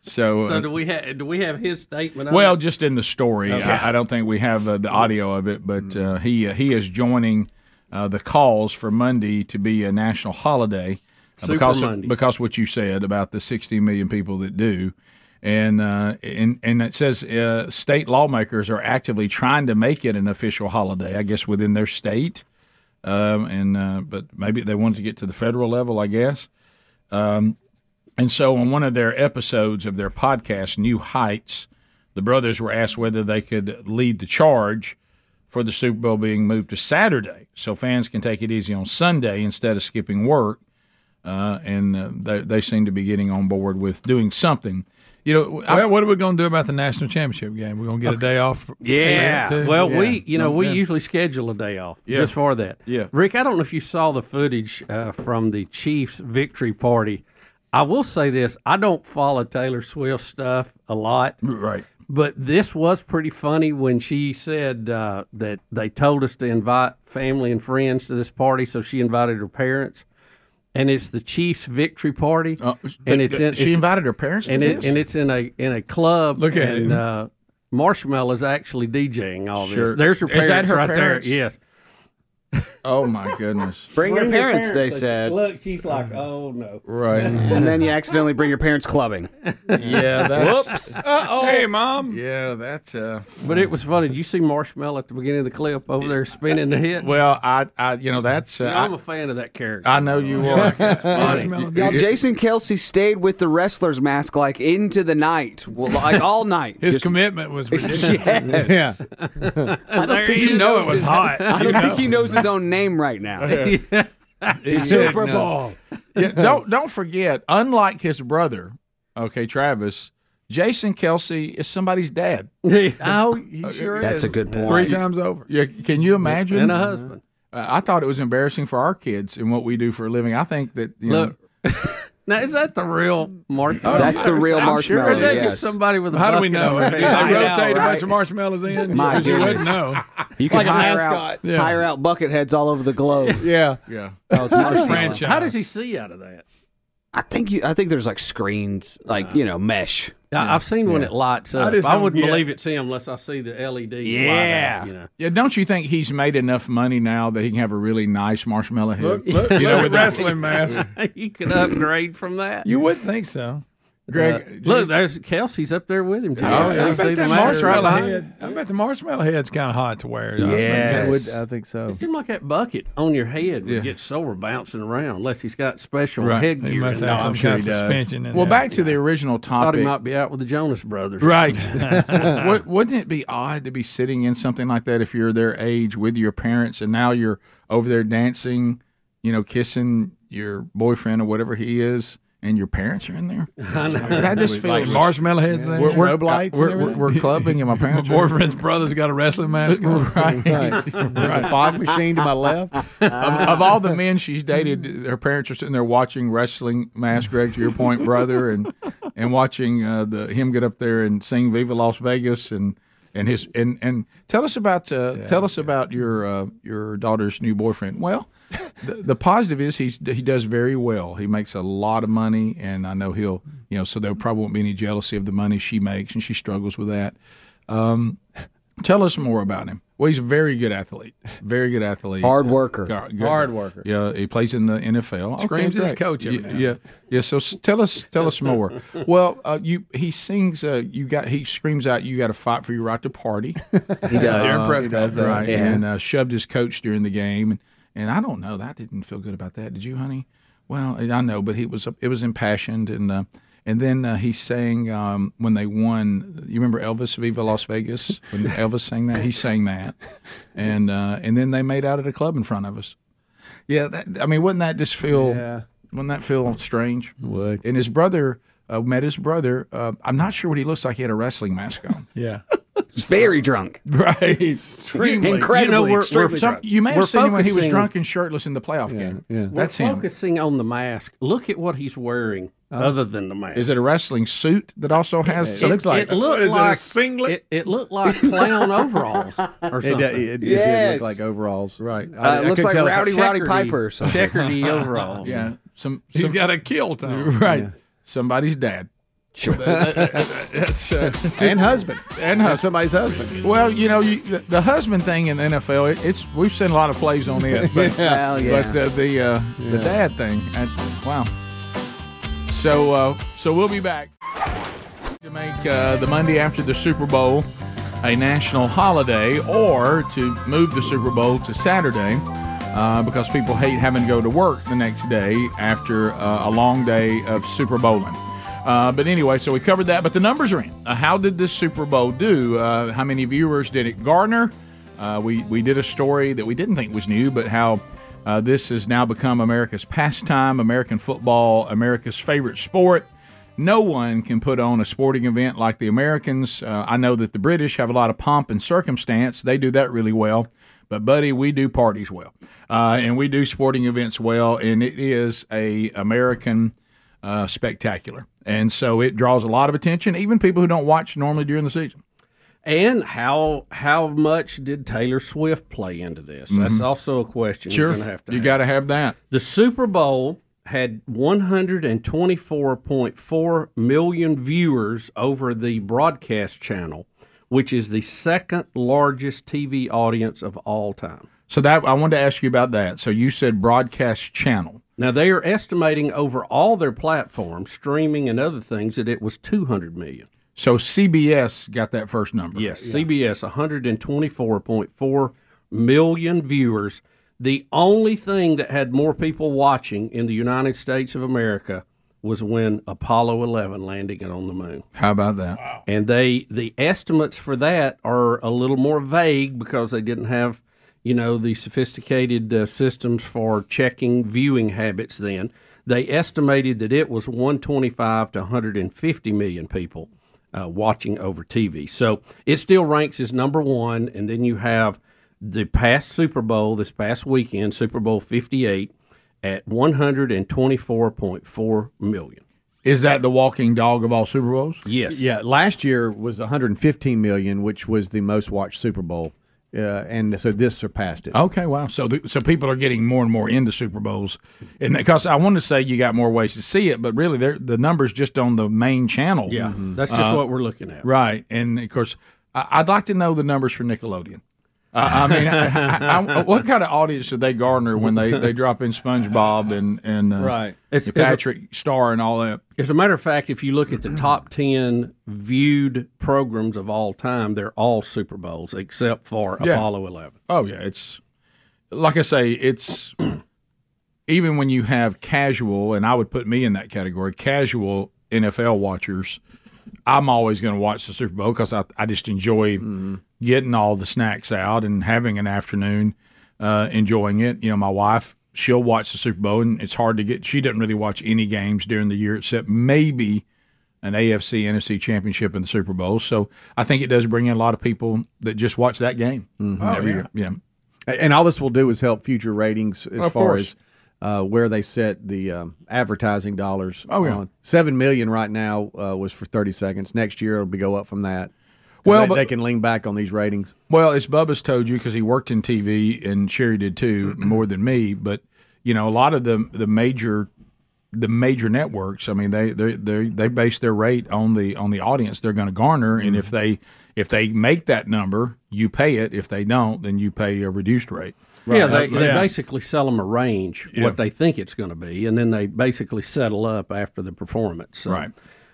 Speaker 1: so, uh,
Speaker 2: so do we have do we have his statement? on
Speaker 1: well,
Speaker 2: it?
Speaker 1: just in the story, I, I don't think we have uh, the audio of it, but uh, he uh, he is joining uh, the calls for Monday to be a national holiday uh,
Speaker 2: Super
Speaker 1: because of-
Speaker 2: Monday.
Speaker 1: because what you said about the 60 million people that do. And, uh, and and it says uh, state lawmakers are actively trying to make it an official holiday, I guess, within their state. Um, and uh, but maybe they wanted to get to the federal level, I guess. Um, And so, on one of their episodes of their podcast, New Heights, the brothers were asked whether they could lead the charge for the Super Bowl being moved to Saturday so fans can take it easy on Sunday instead of skipping work. Uh, and uh, they, they seem to be getting on board with doing something.
Speaker 9: You know, I-
Speaker 5: Well, what are we going to do about the national championship game? We're going to get a day off. for that, too?
Speaker 2: Well, we you know
Speaker 1: I'm
Speaker 2: we
Speaker 1: good.
Speaker 2: usually schedule a day off
Speaker 1: Yeah.
Speaker 2: just for that.
Speaker 1: Yeah.
Speaker 2: Rick, I don't know if you saw the footage uh, from the Chiefs victory party. I will say this: I don't follow Taylor Swift stuff a lot,
Speaker 1: Right.
Speaker 2: but this was pretty funny when she said uh, that they told us to invite family and friends to this party, so she invited her parents, and it's the Chiefs victory party,
Speaker 1: Uh,
Speaker 2: and it's in,
Speaker 1: she
Speaker 2: it's-
Speaker 1: invited her parents to
Speaker 2: and
Speaker 1: this.
Speaker 2: it, and it's in a in a club.
Speaker 5: Look at
Speaker 2: and,
Speaker 5: him.
Speaker 2: Uh, Marshmallow is actually DJing all
Speaker 1: Sure.
Speaker 2: this. There's her
Speaker 1: Is
Speaker 2: parents
Speaker 1: that her
Speaker 2: right
Speaker 1: parents?
Speaker 2: there. Yes.
Speaker 1: oh my goodness.
Speaker 10: Bring, your parents, they said.
Speaker 2: Look, she's
Speaker 5: Mm.
Speaker 2: like, oh no.
Speaker 1: Right.
Speaker 10: And then you accidentally bring your parents clubbing.
Speaker 1: Yeah. That's,
Speaker 10: Whoops.
Speaker 5: Hey, mom.
Speaker 1: Yeah. That's. Uh,
Speaker 2: But it was funny. Did you see Marshmallow at the beginning of the clip over there spinning the hit?
Speaker 1: well, I. I. You know. That's. Uh,
Speaker 2: I'm a fan of that character.
Speaker 1: I, I know you are.
Speaker 10: Y'all, Jason Kelsey stayed with the wrestler's mask like into the night, well, like all night.
Speaker 5: His commitment was ridiculous.
Speaker 10: yes.
Speaker 2: I don't think
Speaker 5: You know it was hot.
Speaker 10: I
Speaker 5: You
Speaker 10: don't
Speaker 5: know.
Speaker 10: think he knows his own name right now. Super Bowl.
Speaker 1: Yeah, don't don't forget. Unlike his brother, okay, Travis. Jason Kelsey is somebody's dad.
Speaker 3: Oh, you sure
Speaker 10: That's a good point.
Speaker 5: Three times over.
Speaker 1: Yeah, can you imagine?
Speaker 2: and a husband.
Speaker 1: Uh, I thought it was embarrassing for our kids and what we do for a living. I think that you know,
Speaker 2: Look. now is that the real Marshmallow?
Speaker 10: That's the real
Speaker 1: Oh, I'm sure
Speaker 2: Or is
Speaker 10: marshmallow.
Speaker 2: that
Speaker 10: yes.
Speaker 2: just somebody with a
Speaker 5: How do we
Speaker 2: bucket
Speaker 5: know?
Speaker 2: on
Speaker 5: They
Speaker 2: their
Speaker 5: rotate
Speaker 2: head?
Speaker 10: I know,
Speaker 5: a bunch
Speaker 10: right?
Speaker 5: of marshmallows in.
Speaker 10: My
Speaker 5: because you wouldn't
Speaker 10: goodness.
Speaker 5: know.
Speaker 10: You can hire, out,
Speaker 5: Yeah.
Speaker 10: hire out bucket heads all over the globe.
Speaker 3: Yeah.
Speaker 1: yeah,
Speaker 10: That was marshmallow.
Speaker 5: Franchise.
Speaker 2: How does he see out of that?
Speaker 10: I think you. I think there's like screens, like you know, mesh.
Speaker 2: I I've seen when it lights up. I,
Speaker 5: just don't
Speaker 2: wouldn't
Speaker 5: get-
Speaker 2: believe it's him unless I see the LED.
Speaker 10: Yeah.
Speaker 2: light up, you know.
Speaker 1: yeah. Don't you think he's made enough money now that he can have a really nice marshmallow head?
Speaker 5: Look, look,
Speaker 1: You
Speaker 5: look
Speaker 1: know,
Speaker 5: at
Speaker 1: with the-
Speaker 5: wrestling mask.
Speaker 2: you could upgrade from that.
Speaker 5: You would think so.
Speaker 1: Greg,
Speaker 2: Uh,
Speaker 1: did you-
Speaker 2: look, there's Kelsey's up there with him. Too.
Speaker 1: Oh, yeah.
Speaker 2: You
Speaker 5: I
Speaker 2: see
Speaker 5: bet
Speaker 2: the
Speaker 5: that
Speaker 2: mask right
Speaker 5: marshmallow
Speaker 2: behind him?
Speaker 5: head. I bet the marshmallow head's kind of hot to wear. though.
Speaker 3: I,
Speaker 10: Yes.
Speaker 3: would, I think so.
Speaker 2: It seemed like that bucket on your head would
Speaker 1: Yeah.
Speaker 2: get sore bouncing around unless he's got special
Speaker 1: Right.
Speaker 2: headgear.
Speaker 5: He must
Speaker 2: in
Speaker 5: have
Speaker 2: there.
Speaker 5: some
Speaker 3: sure
Speaker 5: kind of
Speaker 3: he does.
Speaker 5: suspension. in
Speaker 1: well,
Speaker 5: there.
Speaker 1: back to the original
Speaker 2: uh, thought he
Speaker 1: topic.
Speaker 2: might be out with the Jonas brothers.
Speaker 1: Right. Wou- Wouldn't it be odd to be sitting in something like that if you're their age with your parents and now you're over there dancing, you know, kissing your boyfriend or whatever he is, and your parents are in there? That just
Speaker 5: Like
Speaker 1: feels
Speaker 5: marshmallow heads in
Speaker 1: We're,
Speaker 5: there.
Speaker 1: we're,
Speaker 3: Strobe lights and
Speaker 1: we're- we're,
Speaker 3: everything?
Speaker 1: we're clubbing and my
Speaker 5: My
Speaker 1: parents are
Speaker 5: boyfriend's brother's got a wrestling mask on.
Speaker 1: right.
Speaker 3: There's a fog machine to my left.
Speaker 1: of, of all the men she's dated, her parents are sitting there watching wrestling match. Greg, to your point, brother, and and watching uh, the him get up there and sing "Viva Las Vegas" and and his and and tell us about uh, tell us about your uh, your daughter's new boyfriend. Well, the, the positive is he's he does very well. He makes a lot of money, and I know he'll you know so there probably won't be any jealousy of the money she makes, and she struggles with that. Um, tell us more about him. Well, he's a very good athlete. Very good athlete.
Speaker 10: Hard worker.
Speaker 1: Gar- good. Hard worker. Yeah, he plays in the NFL.
Speaker 5: Screams
Speaker 1: okay,
Speaker 5: his
Speaker 1: great.
Speaker 5: coach every
Speaker 1: Yeah,
Speaker 5: now.
Speaker 1: yeah, yeah. So s- tell us, tell us more. Well, uh, you he sings. Uh, you got he screams out. You got to fight for your right to party.
Speaker 10: He does.
Speaker 1: Oh,
Speaker 5: Darren Prescott.
Speaker 1: right.
Speaker 10: Yeah.
Speaker 1: And uh, shoved his coach during the game. And, and I don't know. That didn't feel good about that. Did you, honey? Well, I know, but he was it was impassioned and. Uh, and then uh, he sang um, when they won. You remember Elvis Viva Las Vegas when Elvis sang that. He sang that, and uh, and then they made out at a club in front of us. Yeah, that, I mean, wouldn't that just feel? Wouldn't that feel strange?
Speaker 3: Would.
Speaker 1: And his brother uh, met his brother. Uh, I'm not sure what he looks like. He had a wrestling mask on.
Speaker 5: Yeah.
Speaker 10: He's very drunk.
Speaker 1: right.
Speaker 10: Incredibly,
Speaker 2: You know, we're-
Speaker 10: extremely
Speaker 2: we're-
Speaker 1: Some-
Speaker 10: drunk.
Speaker 1: you may have
Speaker 2: We're
Speaker 1: seen him when he was
Speaker 2: focusing-
Speaker 1: drunk and shirtless in the playoff game.
Speaker 3: yeah.
Speaker 2: We're
Speaker 1: That's him.
Speaker 2: focusing on the mask. Look at what he's wearing
Speaker 5: Uh-huh.
Speaker 2: other than the mask.
Speaker 1: Is it a wrestling suit that also has?
Speaker 3: It looks like
Speaker 2: it looked
Speaker 5: What is it, a
Speaker 2: like
Speaker 5: singlet?
Speaker 2: It, it looked like clown overalls or
Speaker 3: It,
Speaker 2: something.
Speaker 3: do- it, it did
Speaker 10: Yes.
Speaker 3: look like overalls.
Speaker 1: right.
Speaker 3: I- I
Speaker 10: Uh, it looks
Speaker 3: couldn't
Speaker 10: like
Speaker 3: tell if-
Speaker 10: Rowdy Rowdy
Speaker 2: Checkered-y-
Speaker 10: Piper or something.
Speaker 2: checkered-y overalls.
Speaker 1: Yeah. Some.
Speaker 5: He's
Speaker 1: some
Speaker 5: got a kilt on.
Speaker 1: right. Somebody's dad.
Speaker 10: Sure.
Speaker 1: That's, uh,
Speaker 3: and husband
Speaker 1: and hus-
Speaker 3: somebody's husband.
Speaker 1: Well, you know, you, the, the husband thing in the NFL, it, it's we've seen a lot of plays on it, but,
Speaker 10: Hell yeah.
Speaker 1: but uh, the uh, the dad thing, I, wow. So uh, so we'll be back to make uh, the Monday after the Super Bowl a national holiday, or to move the Super Bowl to Saturday. Uh, because people hate having to go to work the next day after uh, a long day of Super Bowling. Uh, but anyway, so we covered that. But the numbers are in. Uh, how did this Super Bowl do? Uh, how many viewers did it garner? Uh, we we did a story that we didn't think was new, but how uh, this has now become America's pastime, American football, America's favorite sport. No one can put on a sporting event like the Americans. Uh, I know that the British have a lot of pomp and circumstance. They do that really well. But, buddy, we do parties well. Uh, and we do sporting events well. And it is a American uh, spectacular. And so it draws a lot of attention, even people who don't watch normally during the season.
Speaker 2: And how how much did Taylor Swift play into this? That's
Speaker 1: Mhm.
Speaker 2: also a question.
Speaker 1: Sure.
Speaker 2: You're gonna have to
Speaker 1: You gotta have that.
Speaker 2: The Super Bowl had 124.4 million viewers over the broadcast channel, which is the second largest TV audience of all time.
Speaker 1: So that I wanted to ask you about that. So you said broadcast channel.
Speaker 2: Now they are estimating over all their platforms, streaming and other things, that it was 200 million.
Speaker 1: So CBS got that first number.
Speaker 2: Yes,
Speaker 1: Yeah.
Speaker 2: CBS 124.4 million viewers. The only thing that had more people watching in the United States of America was when Apollo 11 landed it on the moon.
Speaker 1: How about that?
Speaker 2: And they the estimates for that are a little more vague because they didn't have, you know, the sophisticated uh, systems for checking viewing habits then. They estimated that it was 125 to 150 million people uh, watching over TV. So it still ranks as number one. And then you have the past Super Bowl, this past weekend, Super Bowl 58, at 124.4 million.
Speaker 1: Is that the walking dog of all Super Bowls?
Speaker 2: Yes.
Speaker 3: Yeah. Last year was 115 million, which was the most watched Super Bowl, uh, and so this surpassed it.
Speaker 1: Okay, wow. So the, so people are getting more and more into Super Bowls, and because I want to say you got more ways to see it, but really they're, the numbers just on the main channel. Uh,
Speaker 2: Yeah, that's just what we're looking at.
Speaker 1: right? And of course, I, I'd like to know the numbers for Nickelodeon. Uh, I mean, I, I, I, what kind of audience should they garner when they, they drop in SpongeBob and and uh,
Speaker 2: Right. It's- it's a-
Speaker 1: Patrick Star and all that?
Speaker 2: As a matter of fact, if you look at the top 10 viewed programs of all time, they're all Super Bowls except for
Speaker 1: Yeah.
Speaker 2: Apollo 11.
Speaker 1: Oh yeah, it's like I say, it's even when you have casual, and I would put me in that category, casual NFL watchers. I'm always going to watch the Super Bowl because I, I just enjoy getting all the snacks out and having an afternoon uh, enjoying it. You know, my wife she'll watch the Super Bowl, and it's hard to get. She doesn't really watch any games during the year except maybe an AFC NFC championship and the Super Bowl. So I think it does bring in a lot of people that just watch that game
Speaker 3: Mm-hmm. Oh,
Speaker 1: every year. Oh, Yeah.
Speaker 3: A- And all this will do is help future ratings as
Speaker 1: Of
Speaker 3: far
Speaker 1: course.
Speaker 3: as uh, where they set the um, advertising dollars.
Speaker 1: Oh, yeah.
Speaker 3: seven million right now uh, was for thirty seconds. Next year it'll be go up from that. 'Cause
Speaker 1: Well,
Speaker 3: they,
Speaker 1: but-
Speaker 3: they can lean back on these ratings.
Speaker 1: Well, as Bubba's told you, because he worked in TV and Sherry did too, more than me. But you know, a lot of the the major the major networks, I mean, they they they, they base their rate on the on the audience they're going to garner, and if they if they make that number, you pay it. If they don't, then you pay a reduced rate.
Speaker 2: Yeah, they, they
Speaker 1: Yeah.
Speaker 2: basically sell them a range,
Speaker 1: Yeah.
Speaker 2: what they think it's going to be, and then they basically settle up after the performance. So,
Speaker 1: Right.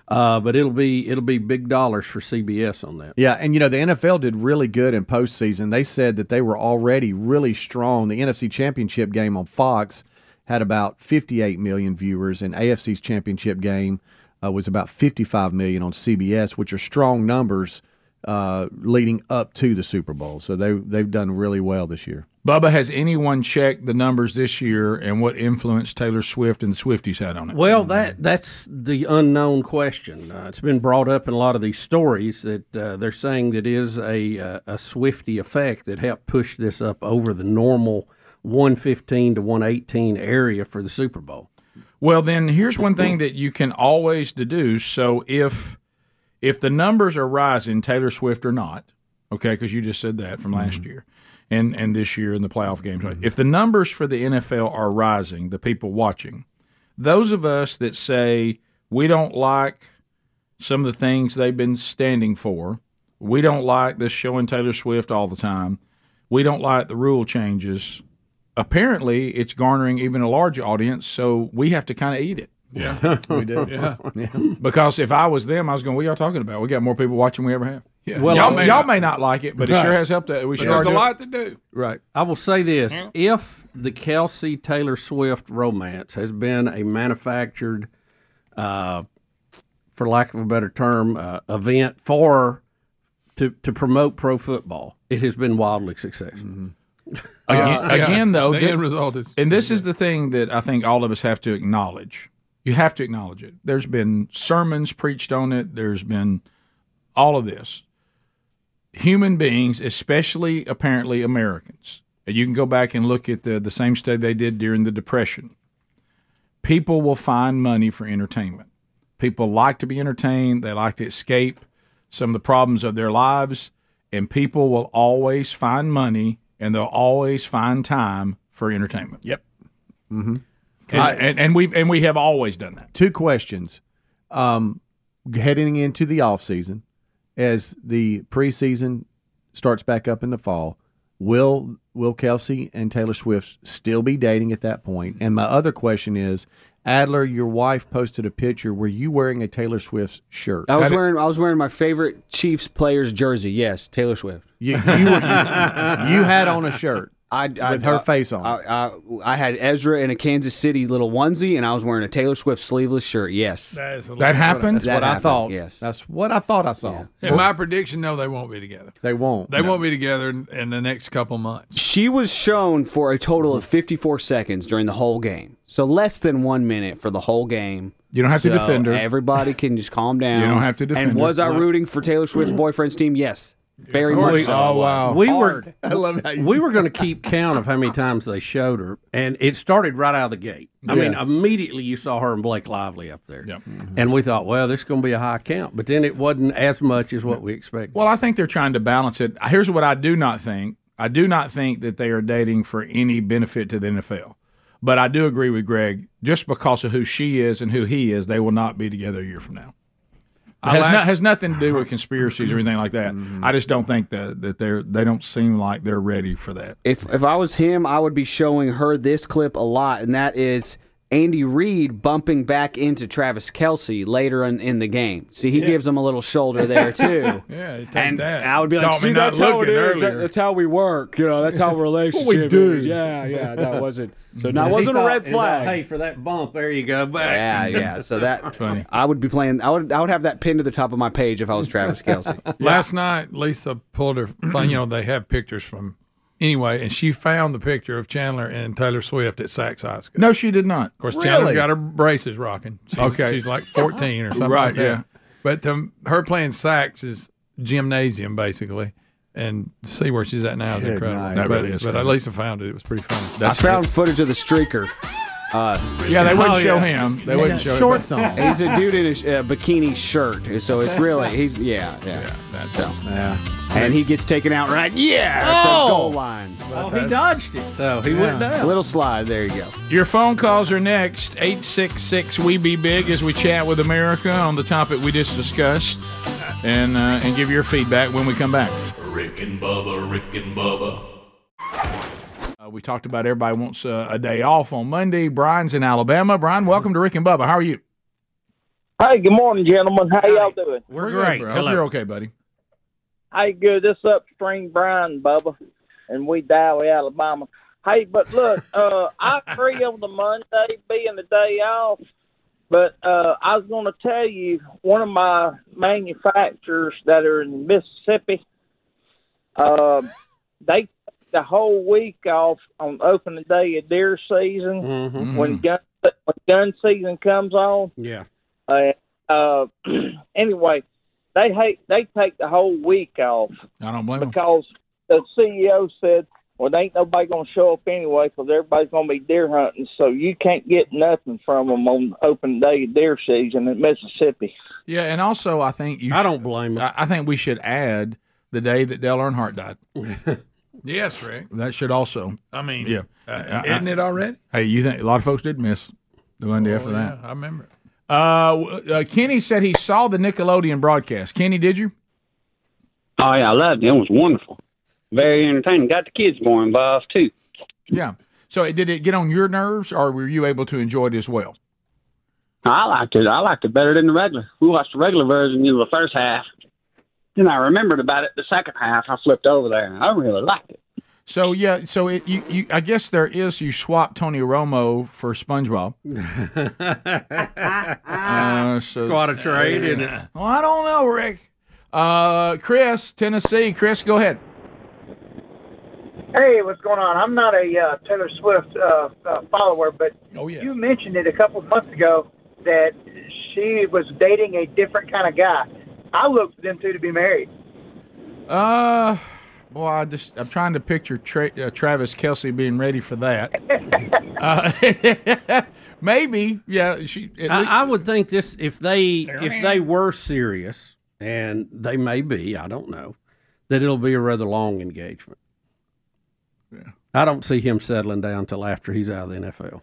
Speaker 2: Uh, but it'll be it'll be big dollars for CBS on that.
Speaker 3: Yeah, and you know the NFL did really good in postseason. They said that they were already really strong. The NFC Championship game on Fox had about 58 million viewers, and AFC's Championship game uh, was about 55 million on CBS, which are strong numbers uh, leading up to the Super Bowl. So they they've done really well this year.
Speaker 1: Bubba, has anyone checked the numbers this year and what influence Taylor Swift and the Swifties had on it? Mm-hmm.
Speaker 2: Well, that that's the unknown question. Uh, it's been brought up in a lot of these stories that uh, they're saying that is a uh, a Swifty effect that helped push this up over the normal 115 to 118 area for the Super Bowl.
Speaker 1: Well, then here's one thing that you can always deduce. So if if the numbers are rising, Taylor Swift or not, okay, because you just said that from last year and and this year in the playoff games.
Speaker 5: Mm-hmm.
Speaker 1: If the numbers for the NFL are rising, the people watching, those of us that say we don't like some of the things they've been standing for, we don't like this showing Taylor Swift all the time, we don't like the rule changes apparently it's garnering even a large audience, so we have to kind of eat it.
Speaker 3: Yeah, we do.
Speaker 5: Yeah.
Speaker 1: Because if I was them, I was going, "What y'all talking about? We got more people watching than we ever have."
Speaker 5: yeah.
Speaker 2: Well,
Speaker 1: y'all,
Speaker 2: I-
Speaker 1: may, uh, y'all may not like it, but it sure has helped. That we
Speaker 5: But
Speaker 1: sure are
Speaker 5: there's a
Speaker 1: doing-
Speaker 5: lot to do.
Speaker 1: right.
Speaker 2: I will say this: if the Kelsey Taylor Swift romance has been a manufactured, uh, for lack of a better term, uh, event for to to promote pro football, it has been wildly successful.
Speaker 1: Again,
Speaker 5: Yeah.
Speaker 1: again though,
Speaker 5: the
Speaker 1: thi-
Speaker 5: end result is
Speaker 1: and this is the thing that I think all of us have to acknowledge. You have to acknowledge it. There's been sermons preached on it, there's been all of this. Human beings, especially apparently Americans, and you can go back and look at the, the same study they did during the Depression. People will find money for entertainment. People like to be entertained, they like to escape some of the problems of their lives, and people will always find money and they'll always find time for entertainment.
Speaker 3: Yep. Mm-hmm.
Speaker 1: And,
Speaker 3: I-
Speaker 1: and, and we and we have always done that.
Speaker 3: Two questions. Um, heading into the off season, as the preseason starts back up in the fall, will will Kelsey and Taylor Swift still be dating at that point? And my other question is, Adler, your wife posted a picture. Were you wearing a Taylor Swift shirt?
Speaker 10: I was wearing I was wearing my favorite Chiefs player's jersey. Yes, Taylor Swift.
Speaker 3: You, you, were- you had on a shirt
Speaker 10: I, I,
Speaker 3: with her
Speaker 10: I-
Speaker 3: face on. it.
Speaker 10: I, I, I had Ezra in a Kansas City little onesie, and I was wearing a Taylor Swift sleeveless shirt. Yes,
Speaker 5: That is
Speaker 1: That happened.
Speaker 3: That's what I
Speaker 10: happened,
Speaker 3: thought.
Speaker 10: yes.
Speaker 3: That's what I thought I saw.
Speaker 5: In my prediction, no, they won't be together.
Speaker 3: They won't.
Speaker 5: They won't be together in, in the next couple months.
Speaker 10: she was shown for a total of 54 seconds during the whole game, so less than one minute for the whole game.
Speaker 1: You don't have to
Speaker 10: So
Speaker 1: defend her.
Speaker 10: Everybody can just calm down.
Speaker 1: You don't have to defend
Speaker 10: And
Speaker 1: her.
Speaker 10: was I rooting for Taylor Swift's boyfriend's team? Yes, very much. So.
Speaker 1: Oh, wow.
Speaker 2: We were
Speaker 3: I love how you.
Speaker 2: we were going to keep count of how many times they showed her, and it started right out of the gate. I mean,
Speaker 3: Yeah.
Speaker 2: immediately you saw her and Blake Lively up there, Mm-hmm.
Speaker 1: Yep.
Speaker 2: and we thought, well, this is going to be a high count. But then it wasn't as much as what we expected.
Speaker 1: Well, I think they're trying to balance it. Here's what I do not think. I do not think that they are dating for any benefit to the NFL. But I do agree with Greg. Just because of who she is and who he is, they will not be together a year from now.
Speaker 5: I
Speaker 1: Has, no-
Speaker 5: last- Uh-huh. Mm-hmm.
Speaker 1: has nothing to do with conspiracies or anything like that. I just don't think that that they're they don't seem like they're ready for that.
Speaker 10: if if I was him, I would be showing her this clip a lot, and that is Andy Reid bumping back into Travis Kelsey later in, in the game. See, he gives him a little shoulder there too.
Speaker 5: Yeah, you take
Speaker 10: And
Speaker 5: that.
Speaker 10: I would be like,
Speaker 5: Taught me
Speaker 10: see,
Speaker 5: not
Speaker 10: that's how it
Speaker 5: looking
Speaker 10: is. That-
Speaker 5: earlier."
Speaker 10: that's how we work. You know, that's how relationship what we do. is. Yeah, yeah, that wasn't. So that wasn't a
Speaker 2: He
Speaker 10: red
Speaker 2: thought, uh, Hey,
Speaker 10: flag.
Speaker 2: for that bump, there you go. Back.
Speaker 10: Yeah, yeah. So that
Speaker 1: Funny.
Speaker 10: I would be playing. I would I would have that pinned to the top of my page if I was Travis Kelsey.
Speaker 5: Last night, Lisa pulled her. phone. You know, they have pictures from anyway, and she found the picture of Chandler and Taylor Swift at Saks High School.
Speaker 1: No, she did not.
Speaker 5: Of course, Chandler's got her braces rocking. She's,
Speaker 1: Okay.
Speaker 5: she's like fourteen or something.
Speaker 1: Right,
Speaker 5: like that.
Speaker 1: yeah.
Speaker 5: But to, her playing sax is gymnasium basically, and to see where she's at now is incredible.
Speaker 3: night.
Speaker 1: That
Speaker 5: but
Speaker 1: really is
Speaker 5: but
Speaker 1: crazy.
Speaker 5: Lisa found it. It was pretty funny.
Speaker 10: I found footage of the streaker. Uh,
Speaker 1: Yeah, they wouldn't
Speaker 2: Oh,
Speaker 1: show
Speaker 2: yeah.
Speaker 1: him. They wouldn't show him.
Speaker 3: Shorts on.
Speaker 10: He's a dude in a sh- uh, bikini shirt, so it's really he's yeah yeah.
Speaker 5: that's
Speaker 10: So.
Speaker 3: Yeah.
Speaker 10: And he gets taken out right. Yeah, at the goal line.
Speaker 2: Oh, he dodged it, though. He went
Speaker 10: A
Speaker 2: down.
Speaker 10: little slide. There you go.
Speaker 1: Your phone calls are next. 866 We Be Big as we chat with America on the topic we just discussed and, uh, and give your feedback when we come back.
Speaker 4: Rick and Bubba, Rick and Bubba.
Speaker 1: Uh, we talked about everybody wants uh, a day off on Monday. Brian's in Alabama. Brian, welcome to Rick and Bubba. How are you?
Speaker 11: Hey, good morning, gentlemen. How y'all doing?
Speaker 1: We're,
Speaker 2: great.
Speaker 1: bro.
Speaker 2: Hello.
Speaker 1: Hope you're okay, buddy.
Speaker 11: Hey, good. This is upstream Brian Bubba, and we Dowley, Alabama. Hey, but look, uh, I agree on the Monday being the day off, but uh, I was going to tell you one of my manufacturers that are in Mississippi, uh, they take the whole week off on opening day of deer season
Speaker 2: Mm-hmm.
Speaker 11: when gun when gun season comes on.
Speaker 2: Yeah.
Speaker 11: Uh, uh, anyway, they hate they take the whole week off
Speaker 1: I don't blame him.
Speaker 11: because the CEO said, "Well, there ain't nobody gonna show up anyway because everybody's gonna be deer hunting, so you can't get nothing from them on open day of deer season in Mississippi."
Speaker 1: Yeah, and also, I think you
Speaker 2: I
Speaker 1: should-
Speaker 2: don't blame him.
Speaker 1: I, I think we should add the day that Dale Earnhardt died.
Speaker 5: Yes, Rick.
Speaker 1: That should also.
Speaker 5: I mean,
Speaker 1: Yeah.
Speaker 5: uh, isn't it already?
Speaker 1: Hey, you think a lot of folks did miss the Monday
Speaker 5: Oh,
Speaker 1: after that.
Speaker 5: I remember. it.
Speaker 1: Uh, w- uh, Kenny said he saw the Nickelodeon broadcast. Kenny, did you?
Speaker 12: Oh yeah, I loved it. It was wonderful. Very entertaining. Got the kids more involved too.
Speaker 1: Yeah. So it- did it get on your nerves, or were you able to enjoy it as well?
Speaker 12: I liked it. I liked it better than the regular. We watched the regular version of the first half. Then I remembered about it the second half. I flipped over there and I really liked it.
Speaker 1: So yeah, so it, you, you I guess there is you swap Tony Romo for SpongeBob. Uh, so,
Speaker 2: Quite a trade, isn't it?
Speaker 1: well, I don't know, Rick. Uh, Chris, Tennessee. Chris, go ahead.
Speaker 11: Hey, what's going on? I'm not a uh, Taylor Swift uh, uh, follower, but
Speaker 5: Oh yeah.
Speaker 11: mentioned it a couple months ago.
Speaker 13: that she was dating a different kind of guy. I looked for them two to be married.
Speaker 1: Uh, boy, I just I'm trying to picture Tra- uh, Travis Kelsey being ready for that. Uh, maybe, yeah. She. at lea-
Speaker 2: I, I would think this if they if they were serious, and they may be, I don't know, that it'll be a rather long engagement.
Speaker 1: Yeah.
Speaker 2: I don't see him settling down till after he's out of the NFL.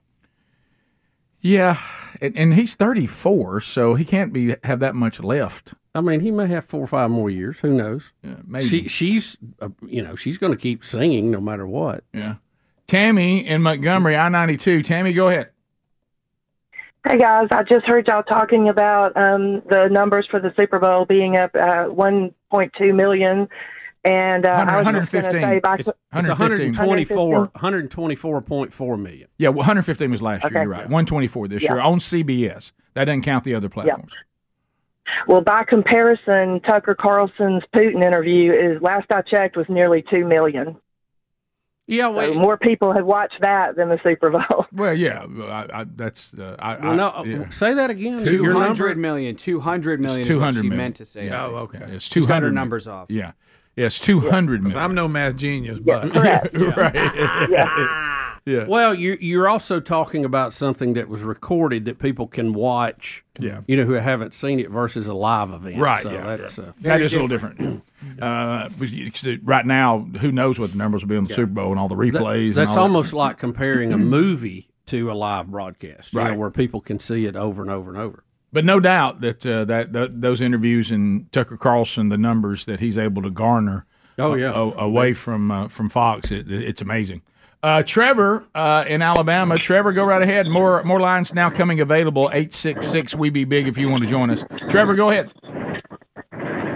Speaker 1: yeah, and, and he's 34, so he can't be have that much left.
Speaker 2: I mean, he may have four or five more years. Who knows?
Speaker 1: Yeah, maybe.
Speaker 2: She, she's, uh, you know, she's going to keep singing no matter what.
Speaker 1: Yeah. Tammy in Montgomery, I 92. Tammy, go ahead.
Speaker 14: Hey guys, I just heard y'all talking about um, the numbers for the Super Bowl being up uh, 1.2 million, and uh, I was just going to say by
Speaker 2: It's, it's 124, 124.4 million.
Speaker 1: Yeah, well, 115 was last
Speaker 14: Okay.
Speaker 1: year. You're right. 124 this
Speaker 14: Yeah.
Speaker 1: year on CBS. That doesn't count the other platforms.
Speaker 14: Well, by comparison, Tucker Carlson's Putin interview is last I checked was nearly two million.
Speaker 2: Yeah,
Speaker 14: so more people have watched that than the Super Bowl.
Speaker 1: Well, yeah, I, I, that's uh, I,
Speaker 2: Well, no, uh,
Speaker 1: I, yeah.
Speaker 2: say that again.
Speaker 1: Your number?
Speaker 10: 200 million. 200
Speaker 1: It's
Speaker 10: million is
Speaker 1: 200
Speaker 10: what she
Speaker 1: million.
Speaker 10: meant to say.
Speaker 1: Oh, okay. It's
Speaker 10: She's
Speaker 1: 200
Speaker 10: got her
Speaker 1: million.
Speaker 10: numbers off.
Speaker 1: Yeah. Yes, 200 million.
Speaker 5: I'm no math genius, but
Speaker 1: right. Yeah.
Speaker 2: Well, you, you're also talking about something that was recorded that people can watch.
Speaker 1: Yeah.
Speaker 2: You know, who haven't seen it versus a live event.
Speaker 1: Right,
Speaker 2: So
Speaker 1: yeah,
Speaker 2: that's
Speaker 1: yeah.
Speaker 2: uh,
Speaker 1: that is a little different. Uh, but you- 'cause it- right now, who knows what the numbers will be on the Super Bowl and all the
Speaker 2: That-
Speaker 1: replays?
Speaker 2: that's
Speaker 1: and all
Speaker 2: almost like comparing a movie to a live broadcast, you know,
Speaker 1: Right.
Speaker 2: where people can see it over and over and over.
Speaker 1: But no doubt that uh, that th- those interviews and Tucker Carlson, the numbers that he's able to garner,
Speaker 2: Oh, yeah.
Speaker 1: a- a- away from uh, from Fox, it, it's amazing. Uh, Trevor uh, in Alabama, Trevor, go right ahead. More more lines now coming available. Eight six six, we be big if you want to join us. Trevor, go ahead.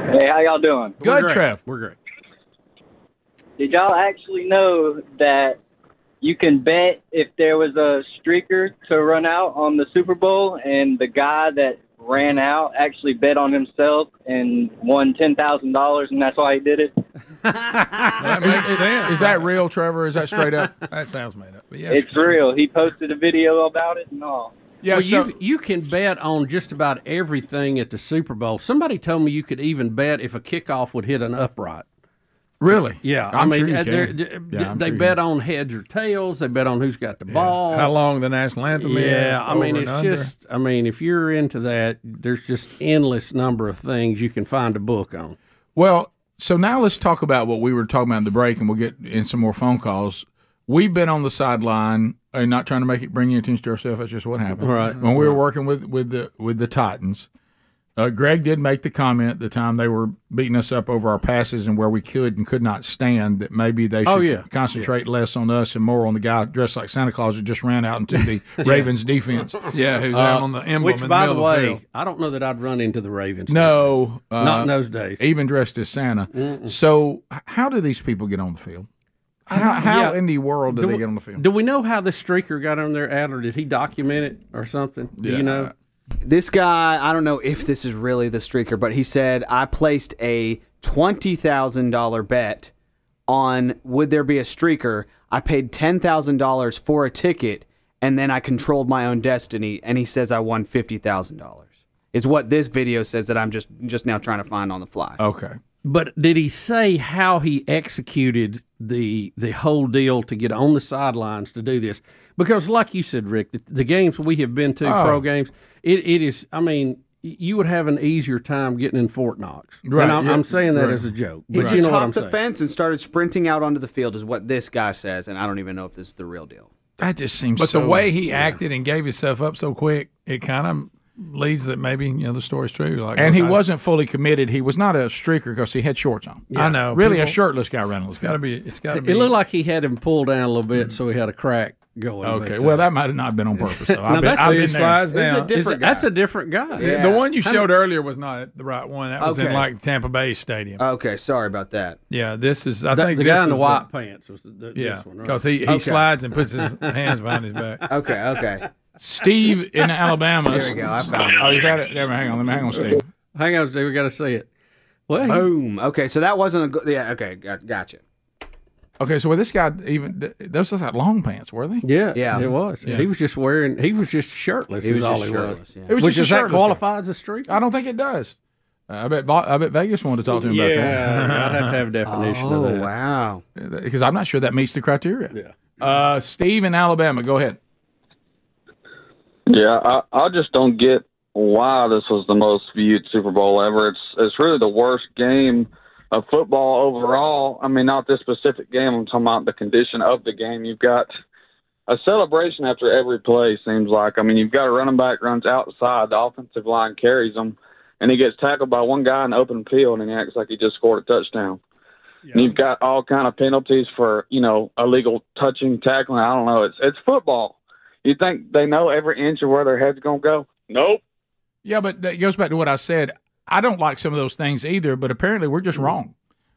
Speaker 15: Hey, how y'all doing?
Speaker 1: Good, Trev. We're great.
Speaker 15: Did y'all actually know that you can bet if there was a streaker to run out on the Super Bowl, and the guy that ran out actually bet on himself and won ten thousand dollars, and that's why he did it.
Speaker 5: that makes sense.
Speaker 1: Is that real, Trevor? Is that straight up?
Speaker 5: that sounds made up. But yeah,
Speaker 15: It's real. He posted a video about it and all.
Speaker 2: well, you you can bet on just about everything at the Super Bowl. Somebody told me you could even bet if a kickoff would hit an upright.
Speaker 1: Really?
Speaker 2: Yeah,
Speaker 1: I'm
Speaker 2: mean,
Speaker 1: sure you
Speaker 2: uh,
Speaker 1: can.
Speaker 2: they're- they're-
Speaker 1: Yeah, I'm
Speaker 2: they
Speaker 1: sure you
Speaker 2: bet on heads or tails. They bet on who's got the ball.
Speaker 5: how long the national anthem is?
Speaker 2: Yeah, I mean,
Speaker 5: over
Speaker 2: it's
Speaker 5: and under.
Speaker 2: just. I mean, if you're into that, there's just endless number of things you can find a book on.
Speaker 1: Well, so now let's talk about what we were talking about in the break, and we'll get in some more phone calls. We've been on the sideline, and not trying to make it bring your attention to ourselves. That's just what happened.
Speaker 2: Right.
Speaker 1: When we were working with with the with the Titans, uh, Greg did make the comment at the time they were beating us up over our passes and where we could and could not stand that maybe they should
Speaker 2: Oh, yeah.
Speaker 1: concentrate less on us and more on the guy dressed like Santa Claus who just ran out into the Ravens defense. Uh,
Speaker 2: Which, by the way, I don't know that I'd run into the Ravens.
Speaker 1: No, uh,
Speaker 2: Not in those days.
Speaker 1: Even dressed as Santa. So, h- how do these people get on the field? How, how
Speaker 2: Yeah.
Speaker 1: in the world do,
Speaker 2: Do
Speaker 1: they
Speaker 2: we-
Speaker 1: get on the field?
Speaker 2: Do we know how the streaker got on there at, or did he document it or something? Do
Speaker 10: Yeah.
Speaker 2: you know?
Speaker 10: This guy, I don't know if this is really the streaker, but he said I placed a twenty thousand dollar bet on would there be a streaker. I paid ten thousand dollars for a ticket, and then I controlled my own destiny. And he says I won fifty thousand dollars. Is what this video says that I'm just just now trying to find on the fly.
Speaker 1: Okay.
Speaker 2: But did he say how he executed the the whole deal to get on the sidelines to do this? Because, like you said, Rick, the, the games we have been to,
Speaker 1: Oh.
Speaker 2: pro games, it, it is. I mean, y- you would have an easier time getting in Fort Knox.
Speaker 10: Right,
Speaker 2: And I'm,
Speaker 10: yeah.
Speaker 2: I'm saying that
Speaker 10: Right.
Speaker 2: as a joke,
Speaker 10: He
Speaker 2: but
Speaker 10: just
Speaker 2: you know what I'm
Speaker 10: hopped the
Speaker 2: saying.
Speaker 10: fence and started sprinting out onto the field, is what this guy says, and I don't even know if this is the real deal.
Speaker 1: That just seems.
Speaker 5: But
Speaker 1: so-
Speaker 5: the way he
Speaker 1: yeah.
Speaker 5: acted and gave himself up so quick, it kind of leads that maybe you know the story's true. Like,
Speaker 1: and he
Speaker 5: look, I-
Speaker 1: wasn't fully committed. He was not a streaker because he had shorts on.
Speaker 5: I know.
Speaker 1: Really, a
Speaker 5: people-
Speaker 1: shirtless guy running. It's
Speaker 5: got to be. It's got to
Speaker 2: It
Speaker 5: be.
Speaker 2: looked like he had him pulled down a little bit, so he had a crack going.
Speaker 1: Okay, well, that might have not been on purpose. Though.
Speaker 2: Now,
Speaker 1: I've been,
Speaker 2: that's-
Speaker 1: I've
Speaker 2: See,
Speaker 1: been
Speaker 2: it
Speaker 1: there.
Speaker 2: slides
Speaker 5: It's a
Speaker 2: down.
Speaker 5: different
Speaker 2: Is it-
Speaker 5: guy.
Speaker 2: that's a different guy.
Speaker 5: The- The one you showed earlier was not the right one. That was in
Speaker 10: Okay.
Speaker 5: like Tampa Bay Stadium.
Speaker 10: Okay, sorry about that.
Speaker 5: Yeah, this is. I
Speaker 10: The-
Speaker 5: think
Speaker 10: the
Speaker 5: this
Speaker 10: guy in the
Speaker 5: is
Speaker 10: white pants was the- the-
Speaker 5: yeah,
Speaker 10: this one, right?
Speaker 5: because he, he
Speaker 10: Okay.
Speaker 5: slides and puts his hands behind his back.
Speaker 10: Okay, okay.
Speaker 1: Steve in Alabama.
Speaker 10: There we go, I found it.
Speaker 1: Oh, is that it? There, hang on. Let me hang on, Steve.
Speaker 2: Hang on, Steve. We got to see it. What?
Speaker 10: Boom. Okay, so that wasn't a good. Yeah. Okay, got, gotcha.
Speaker 1: Okay, so well, this guy even th- those was like long pants, were they?
Speaker 2: Yeah, it was.
Speaker 1: Yeah.
Speaker 2: He was just wearing. He was just shirtless.
Speaker 1: He was
Speaker 2: is
Speaker 1: just
Speaker 2: all he
Speaker 1: shirtless,
Speaker 2: was.
Speaker 1: yeah. It was
Speaker 2: Which
Speaker 1: just a
Speaker 2: does that
Speaker 1: shirtless guy.
Speaker 2: qualify as a streaker?
Speaker 1: I don't think it does. Uh, I bet Bo- I bet Vegas wanted to talk to him about that.
Speaker 2: Yeah, I'd have to have a definition of Oh, that.
Speaker 1: wow! Because I'm not sure that meets the criteria. Yeah. Uh, Steve in Alabama, go ahead.
Speaker 16: Yeah, I, I just don't get why this was the most viewed Super Bowl ever. It's it's really the worst game of football overall. I mean, not this specific game. I'm talking about the condition of the game. You've got a celebration after every play. Seems like. I mean, you've got a running back runs outside. The offensive line carries him, and he gets tackled by one guy in the open field, and he acts like he just scored a touchdown. And you've got all kind of penalties for you know illegal touching, tackling. I don't know. It's it's football. You think they know every inch of where their head's gonna go? Nope.
Speaker 1: Yeah, but that goes back to what I said. I don't like some of those things either, but apparently we're just wrong.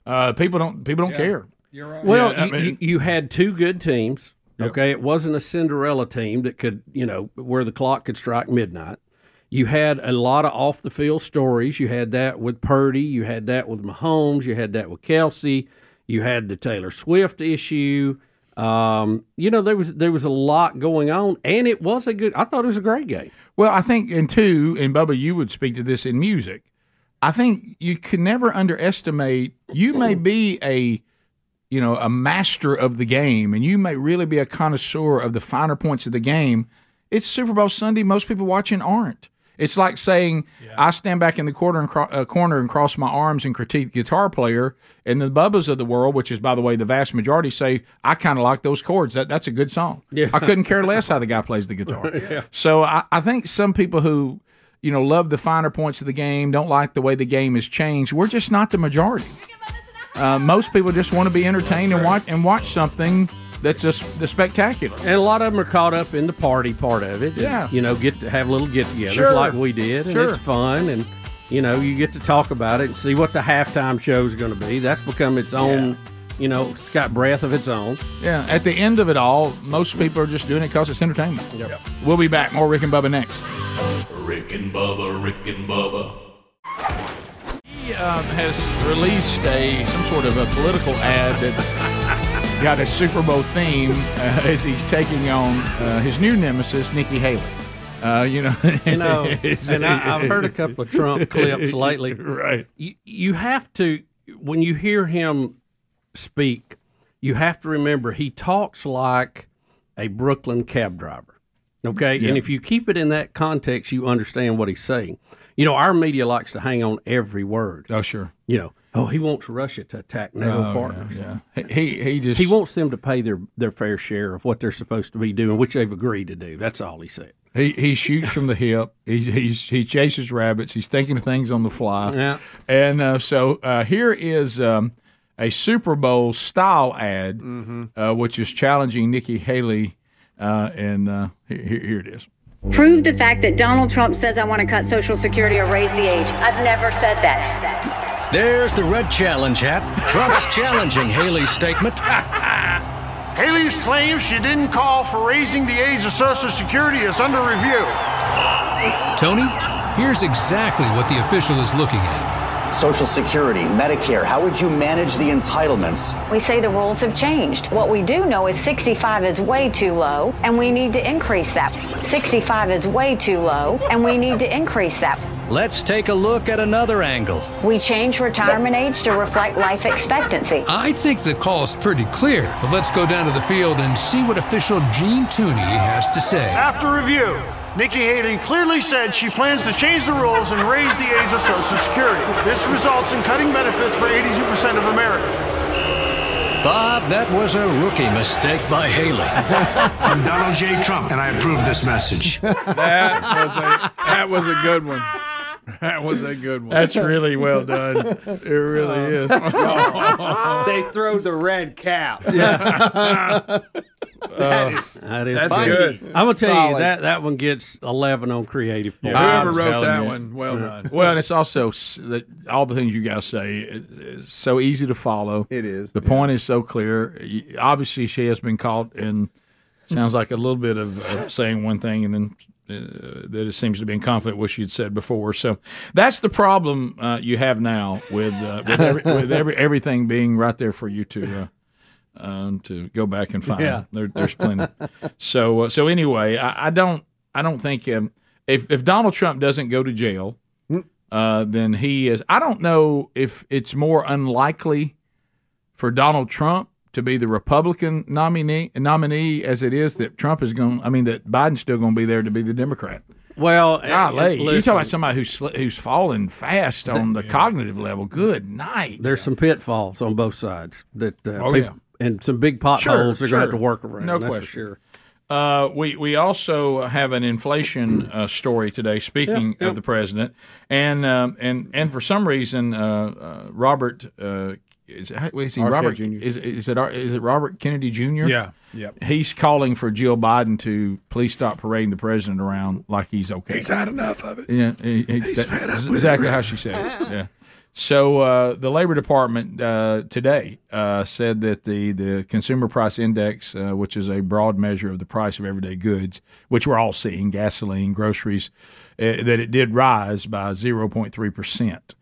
Speaker 1: Uh, people don't people don't care.
Speaker 5: You're
Speaker 2: Well,
Speaker 1: Yeah, I
Speaker 2: you,
Speaker 1: mean-
Speaker 2: you, you had two good teams. Okay, it wasn't a Cinderella team that could, you know, where the clock could strike midnight. You had a lot of off the field stories. You had that with Purdy. You had that with Mahomes. You had that with Kelsey. You had the Taylor Swift issue. Um, you know, there was there was a lot going on, and it was a good. I thought it was a great game.
Speaker 1: Well, I think, and two, and Bubba, you would speak to this in music. I think you can never underestimate. You may be a, you know, a master of the game, and you may really be a connoisseur of the finer points of the game. It's Super Bowl Sunday. Most people watching aren't. It's like saying I stand back in the corner and cro- uh, corner and cross my arms and critique guitar player, and the Bubbas of the world, which is by the way the vast majority, say I kind of like those chords. That that's a good song.
Speaker 2: Yeah.
Speaker 1: I couldn't care less how the guy plays the guitar. So I, I think some people who, you know, love the finer points of the game, don't like the way the game has changed. We're just not the majority. Uh, most people just want to be entertained and watch and watch something that's just the spectacular.
Speaker 2: And a lot of them are caught up in the party part of it. and,
Speaker 1: Yeah.
Speaker 2: you know, get to have little get-togethers
Speaker 1: Sure.
Speaker 2: like we did, and
Speaker 1: Sure.
Speaker 2: it's fun, and you know, you get to talk about it and see what the halftime show is going to be. That's become its own. You know, it's got breath of its own.
Speaker 1: Yeah. At the end of it all, most people are just doing it because it's entertainment.
Speaker 2: Yep.
Speaker 1: We'll be back. More Rick and Bubba next.
Speaker 4: Rick and Bubba, Rick and Bubba.
Speaker 1: He um, has released a some sort of a political ad that's got a Super Bowl theme uh, as he's taking on uh, his new nemesis, Nikki Haley. Uh, you know,
Speaker 2: You know, and I, I've heard a couple of Trump clips lately.
Speaker 1: Right.
Speaker 2: You, you have to, when you hear him speak, you have to remember he talks like a Brooklyn cab driver. Okay.
Speaker 1: Yeah.
Speaker 2: And if you keep it in that context, you understand what he's saying. You know, our media likes to hang on every word.
Speaker 1: Oh, sure.
Speaker 2: You know, oh, he wants Russia to attack NATO
Speaker 1: Oh,
Speaker 2: partners.
Speaker 1: yeah, He, he just
Speaker 2: he wants them to pay their, their fair share of what they're supposed to be doing, which they've agreed to do. That's all he said.
Speaker 1: He he shoots from the hip. He he's, he chases rabbits. He's thinking of things on the fly.
Speaker 2: Yeah.
Speaker 1: And uh, so uh, here is um, a Super Bowl style ad, uh, which is challenging Nikki Haley. Uh, and uh, here, here here it is.
Speaker 17: Prove the fact that Donald Trump says I want to cut Social Security or raise the age. I've never said that.
Speaker 18: There's the red challenge hat. Trump's challenging Haley's statement.
Speaker 19: Haley's claim she didn't call for raising the age of Social Security is under review.
Speaker 18: Tony, here's exactly what the official is looking at.
Speaker 20: Social Security, Medicare, how would you manage the entitlements?
Speaker 17: We say the rules have changed. What we do know is 65 is way too low, and we need to increase that. 65 is way too low, and we need to increase that.
Speaker 18: Let's take a look at another angle.
Speaker 17: We change retirement age to reflect life expectancy.
Speaker 18: I think the call's pretty clear, but let's go down to the field and see what official Gene Tooney has to say.
Speaker 19: After review, Nikki Haley clearly said she plans to change the rules and raise the age of Social Security. This results in cutting benefits for 82% of America.
Speaker 18: Bob, that was a rookie mistake by Haley. I'm Donald J. Trump, and I approve this message.
Speaker 5: That was a that was a good one. That was a good one. Oh.
Speaker 1: That's really well done. It really is.
Speaker 10: Oh. they throw the red cap.
Speaker 2: Yeah.
Speaker 10: That
Speaker 1: Uh,
Speaker 10: is-
Speaker 2: that is
Speaker 10: that's
Speaker 2: funny.
Speaker 10: good.
Speaker 2: I'm gonna tell you
Speaker 10: Solid.
Speaker 2: that that one gets 11 on creative. Points.
Speaker 1: I'm telling you. Mm, Well, and it's also s- that all the things you guys say is, is so easy to follow. It is. The point is so clear. Y- Obviously, she has been caught in. Sounds like a little bit of uh, saying one thing and then uh, that it seems to be in conflict with what she had said before. So that's the problem uh, you have now with uh, with, every, with every, everything being right there for you to. Uh, um, to go back and find.
Speaker 5: Yeah.
Speaker 1: There, there's plenty. so uh, so anyway, I, I don't I don't think um, if if Donald Trump doesn't go to jail, uh, then he is. I don't know if it's more unlikely for Donald Trump to be the Republican nominee nominee as it is that Trump is going. I mean that Biden's still going to be there to be the Democrat.
Speaker 2: Well,
Speaker 1: Golly,
Speaker 2: and-
Speaker 1: you
Speaker 2: and
Speaker 1: talking about
Speaker 2: listen,
Speaker 1: somebody who's sl- who's fallen fast on the cognitive level. Good night.
Speaker 2: There's some pitfalls on both sides that uh,
Speaker 1: Oh,
Speaker 2: peop-
Speaker 1: yeah.
Speaker 2: and some big potholes they're going to have
Speaker 1: sure.
Speaker 2: to work around.
Speaker 1: No
Speaker 2: that's for
Speaker 1: question.
Speaker 2: sure.
Speaker 1: Uh, we we also have an inflation uh, story today. Speaking
Speaker 2: Yeah, yeah.
Speaker 1: of the president, and um, and and for some reason, uh, uh, Robert uh, is, how- is he
Speaker 5: RFK
Speaker 1: Robert
Speaker 5: Jr..
Speaker 1: Is, is it is it Robert Kennedy Jr.
Speaker 5: Yeah, yeah.
Speaker 1: He's calling for Jill Biden to please stop parading the president around like he's okay.
Speaker 5: He's had enough of it.
Speaker 1: Yeah, he- he-
Speaker 5: He's
Speaker 1: that-
Speaker 5: fed up
Speaker 1: that's
Speaker 5: with
Speaker 1: exactly
Speaker 5: it.
Speaker 1: how she said it. Yeah. So uh, the Labor Department uh, today uh, said that the the Consumer Price Index, uh, which is a broad measure of the price of everyday goods, which we're all seeing, gasoline, groceries, uh, that it did rise by zero point three percent.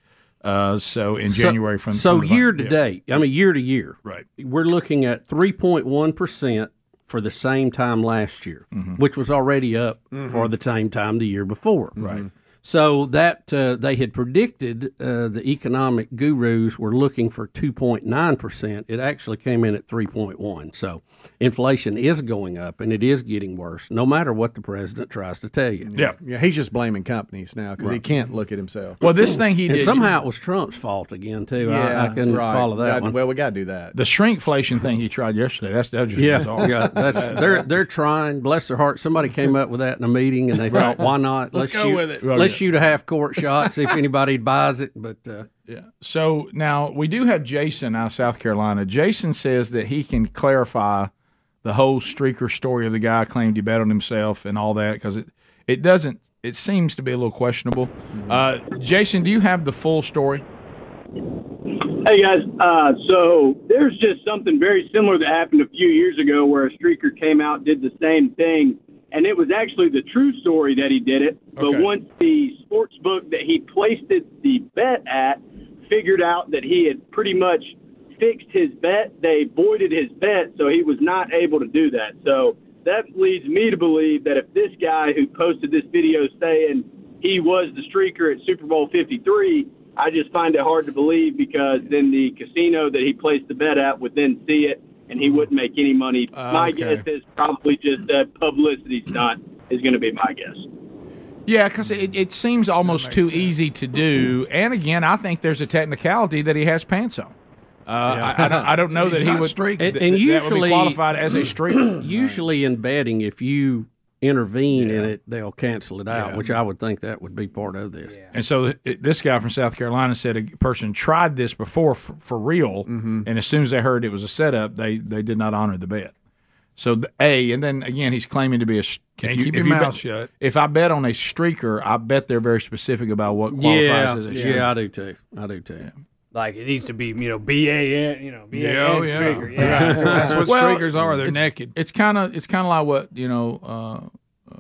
Speaker 1: uh, So in
Speaker 2: So-
Speaker 1: January from
Speaker 2: so
Speaker 1: from the-
Speaker 2: year to
Speaker 1: yeah.
Speaker 2: date. I mean, year to year.
Speaker 1: Right.
Speaker 2: We're looking at 3.1 percent for the same time last year,
Speaker 1: Mm-hmm.
Speaker 2: which was already up
Speaker 3: Mm-hmm.
Speaker 1: Mhm.
Speaker 2: for the same time the year before.
Speaker 1: Right.
Speaker 2: So that uh, they had predicted, uh, the economic gurus were looking for 2.9 percent. It actually came in at 3.1. So inflation is going up, and it is getting worse, no matter what the president tries to tell you.
Speaker 1: Yeah.
Speaker 3: Yeah, he's just blaming companies now because he
Speaker 2: Right.
Speaker 3: can't look at himself.
Speaker 2: Well, this thing he
Speaker 3: And
Speaker 2: did-
Speaker 3: somehow
Speaker 2: it was Trump's fault again too.
Speaker 3: Yeah,
Speaker 2: I, I couldn't
Speaker 3: right.
Speaker 2: follow that
Speaker 3: Yeah,
Speaker 2: one.
Speaker 3: Well, we got to do that.
Speaker 1: The shrinkflation thing he tried yesterday. That's that was just
Speaker 2: yeah,
Speaker 1: bizarre.
Speaker 2: yeah, that's they're they're trying. Bless their heart. Somebody came up with that in a meeting, and they
Speaker 1: Right.
Speaker 2: thought, why not?
Speaker 1: Let's go
Speaker 2: shoot,
Speaker 1: with it.
Speaker 2: Let's shoot a half court shot, see if anybody buys it. But uh,
Speaker 1: yeah, So now we do have Jason out of South Carolina. Jason says that he can clarify the whole streaker story of the guy claimed he bet on himself and all that because it it doesn't it seems to be a little questionable. Uh, Jason, do you have the full story?
Speaker 12: Hey guys, uh, so there's just something very similar that happened a few years ago where a streaker came out, did the same thing, and it was actually the true story that he did it. But
Speaker 21: Okay.
Speaker 12: once the sports book that he placed it, the bet at figured out that he had pretty much fixed his bet, they voided his bet, so he was not able to do that. So that leads me to believe that if this guy who posted this video saying he was the streaker at Super Bowl 53, I just find it hard to believe because then the casino that he placed the bet at would then see it and he wouldn't make any money. My
Speaker 1: okay.
Speaker 12: guess is probably just that publicity stunt is going to be my guess.
Speaker 1: Yeah, because it, it seems almost too easy to do. And again, I think there's a technicality that he has pants on. Uh, I, I don't, I don't know that he would.
Speaker 2: And, and
Speaker 1: that- that would be
Speaker 2: usually
Speaker 1: qualified as a streaker.
Speaker 2: usually in betting, if you intervene in it, they'll cancel it out, which I would think that would be part of this.
Speaker 1: And so th- this guy from South Carolina said a person tried this before for, for real,
Speaker 2: Mm-hmm.
Speaker 1: and as soon as they heard it was a setup, they they did not honor the bet. So th- a and then again he's claiming to be a s-
Speaker 5: Can't
Speaker 1: if you-
Speaker 5: keep
Speaker 1: if
Speaker 5: your
Speaker 1: you bet-
Speaker 5: mouth shut.
Speaker 1: If I bet on a streaker, I bet they're very specific about what qualifies as a
Speaker 2: yeah,
Speaker 1: streaker.
Speaker 2: yeah, I do too. I do too.
Speaker 10: Like it needs to be, you know, B A N, you know, B A N
Speaker 5: Yeah, oh, yeah.
Speaker 10: streaker. Yeah,
Speaker 5: Right. That's what
Speaker 1: Well,
Speaker 5: streakers are. They're
Speaker 1: it's-
Speaker 5: naked.
Speaker 1: It's kind of it's kind of like what you know, uh, uh,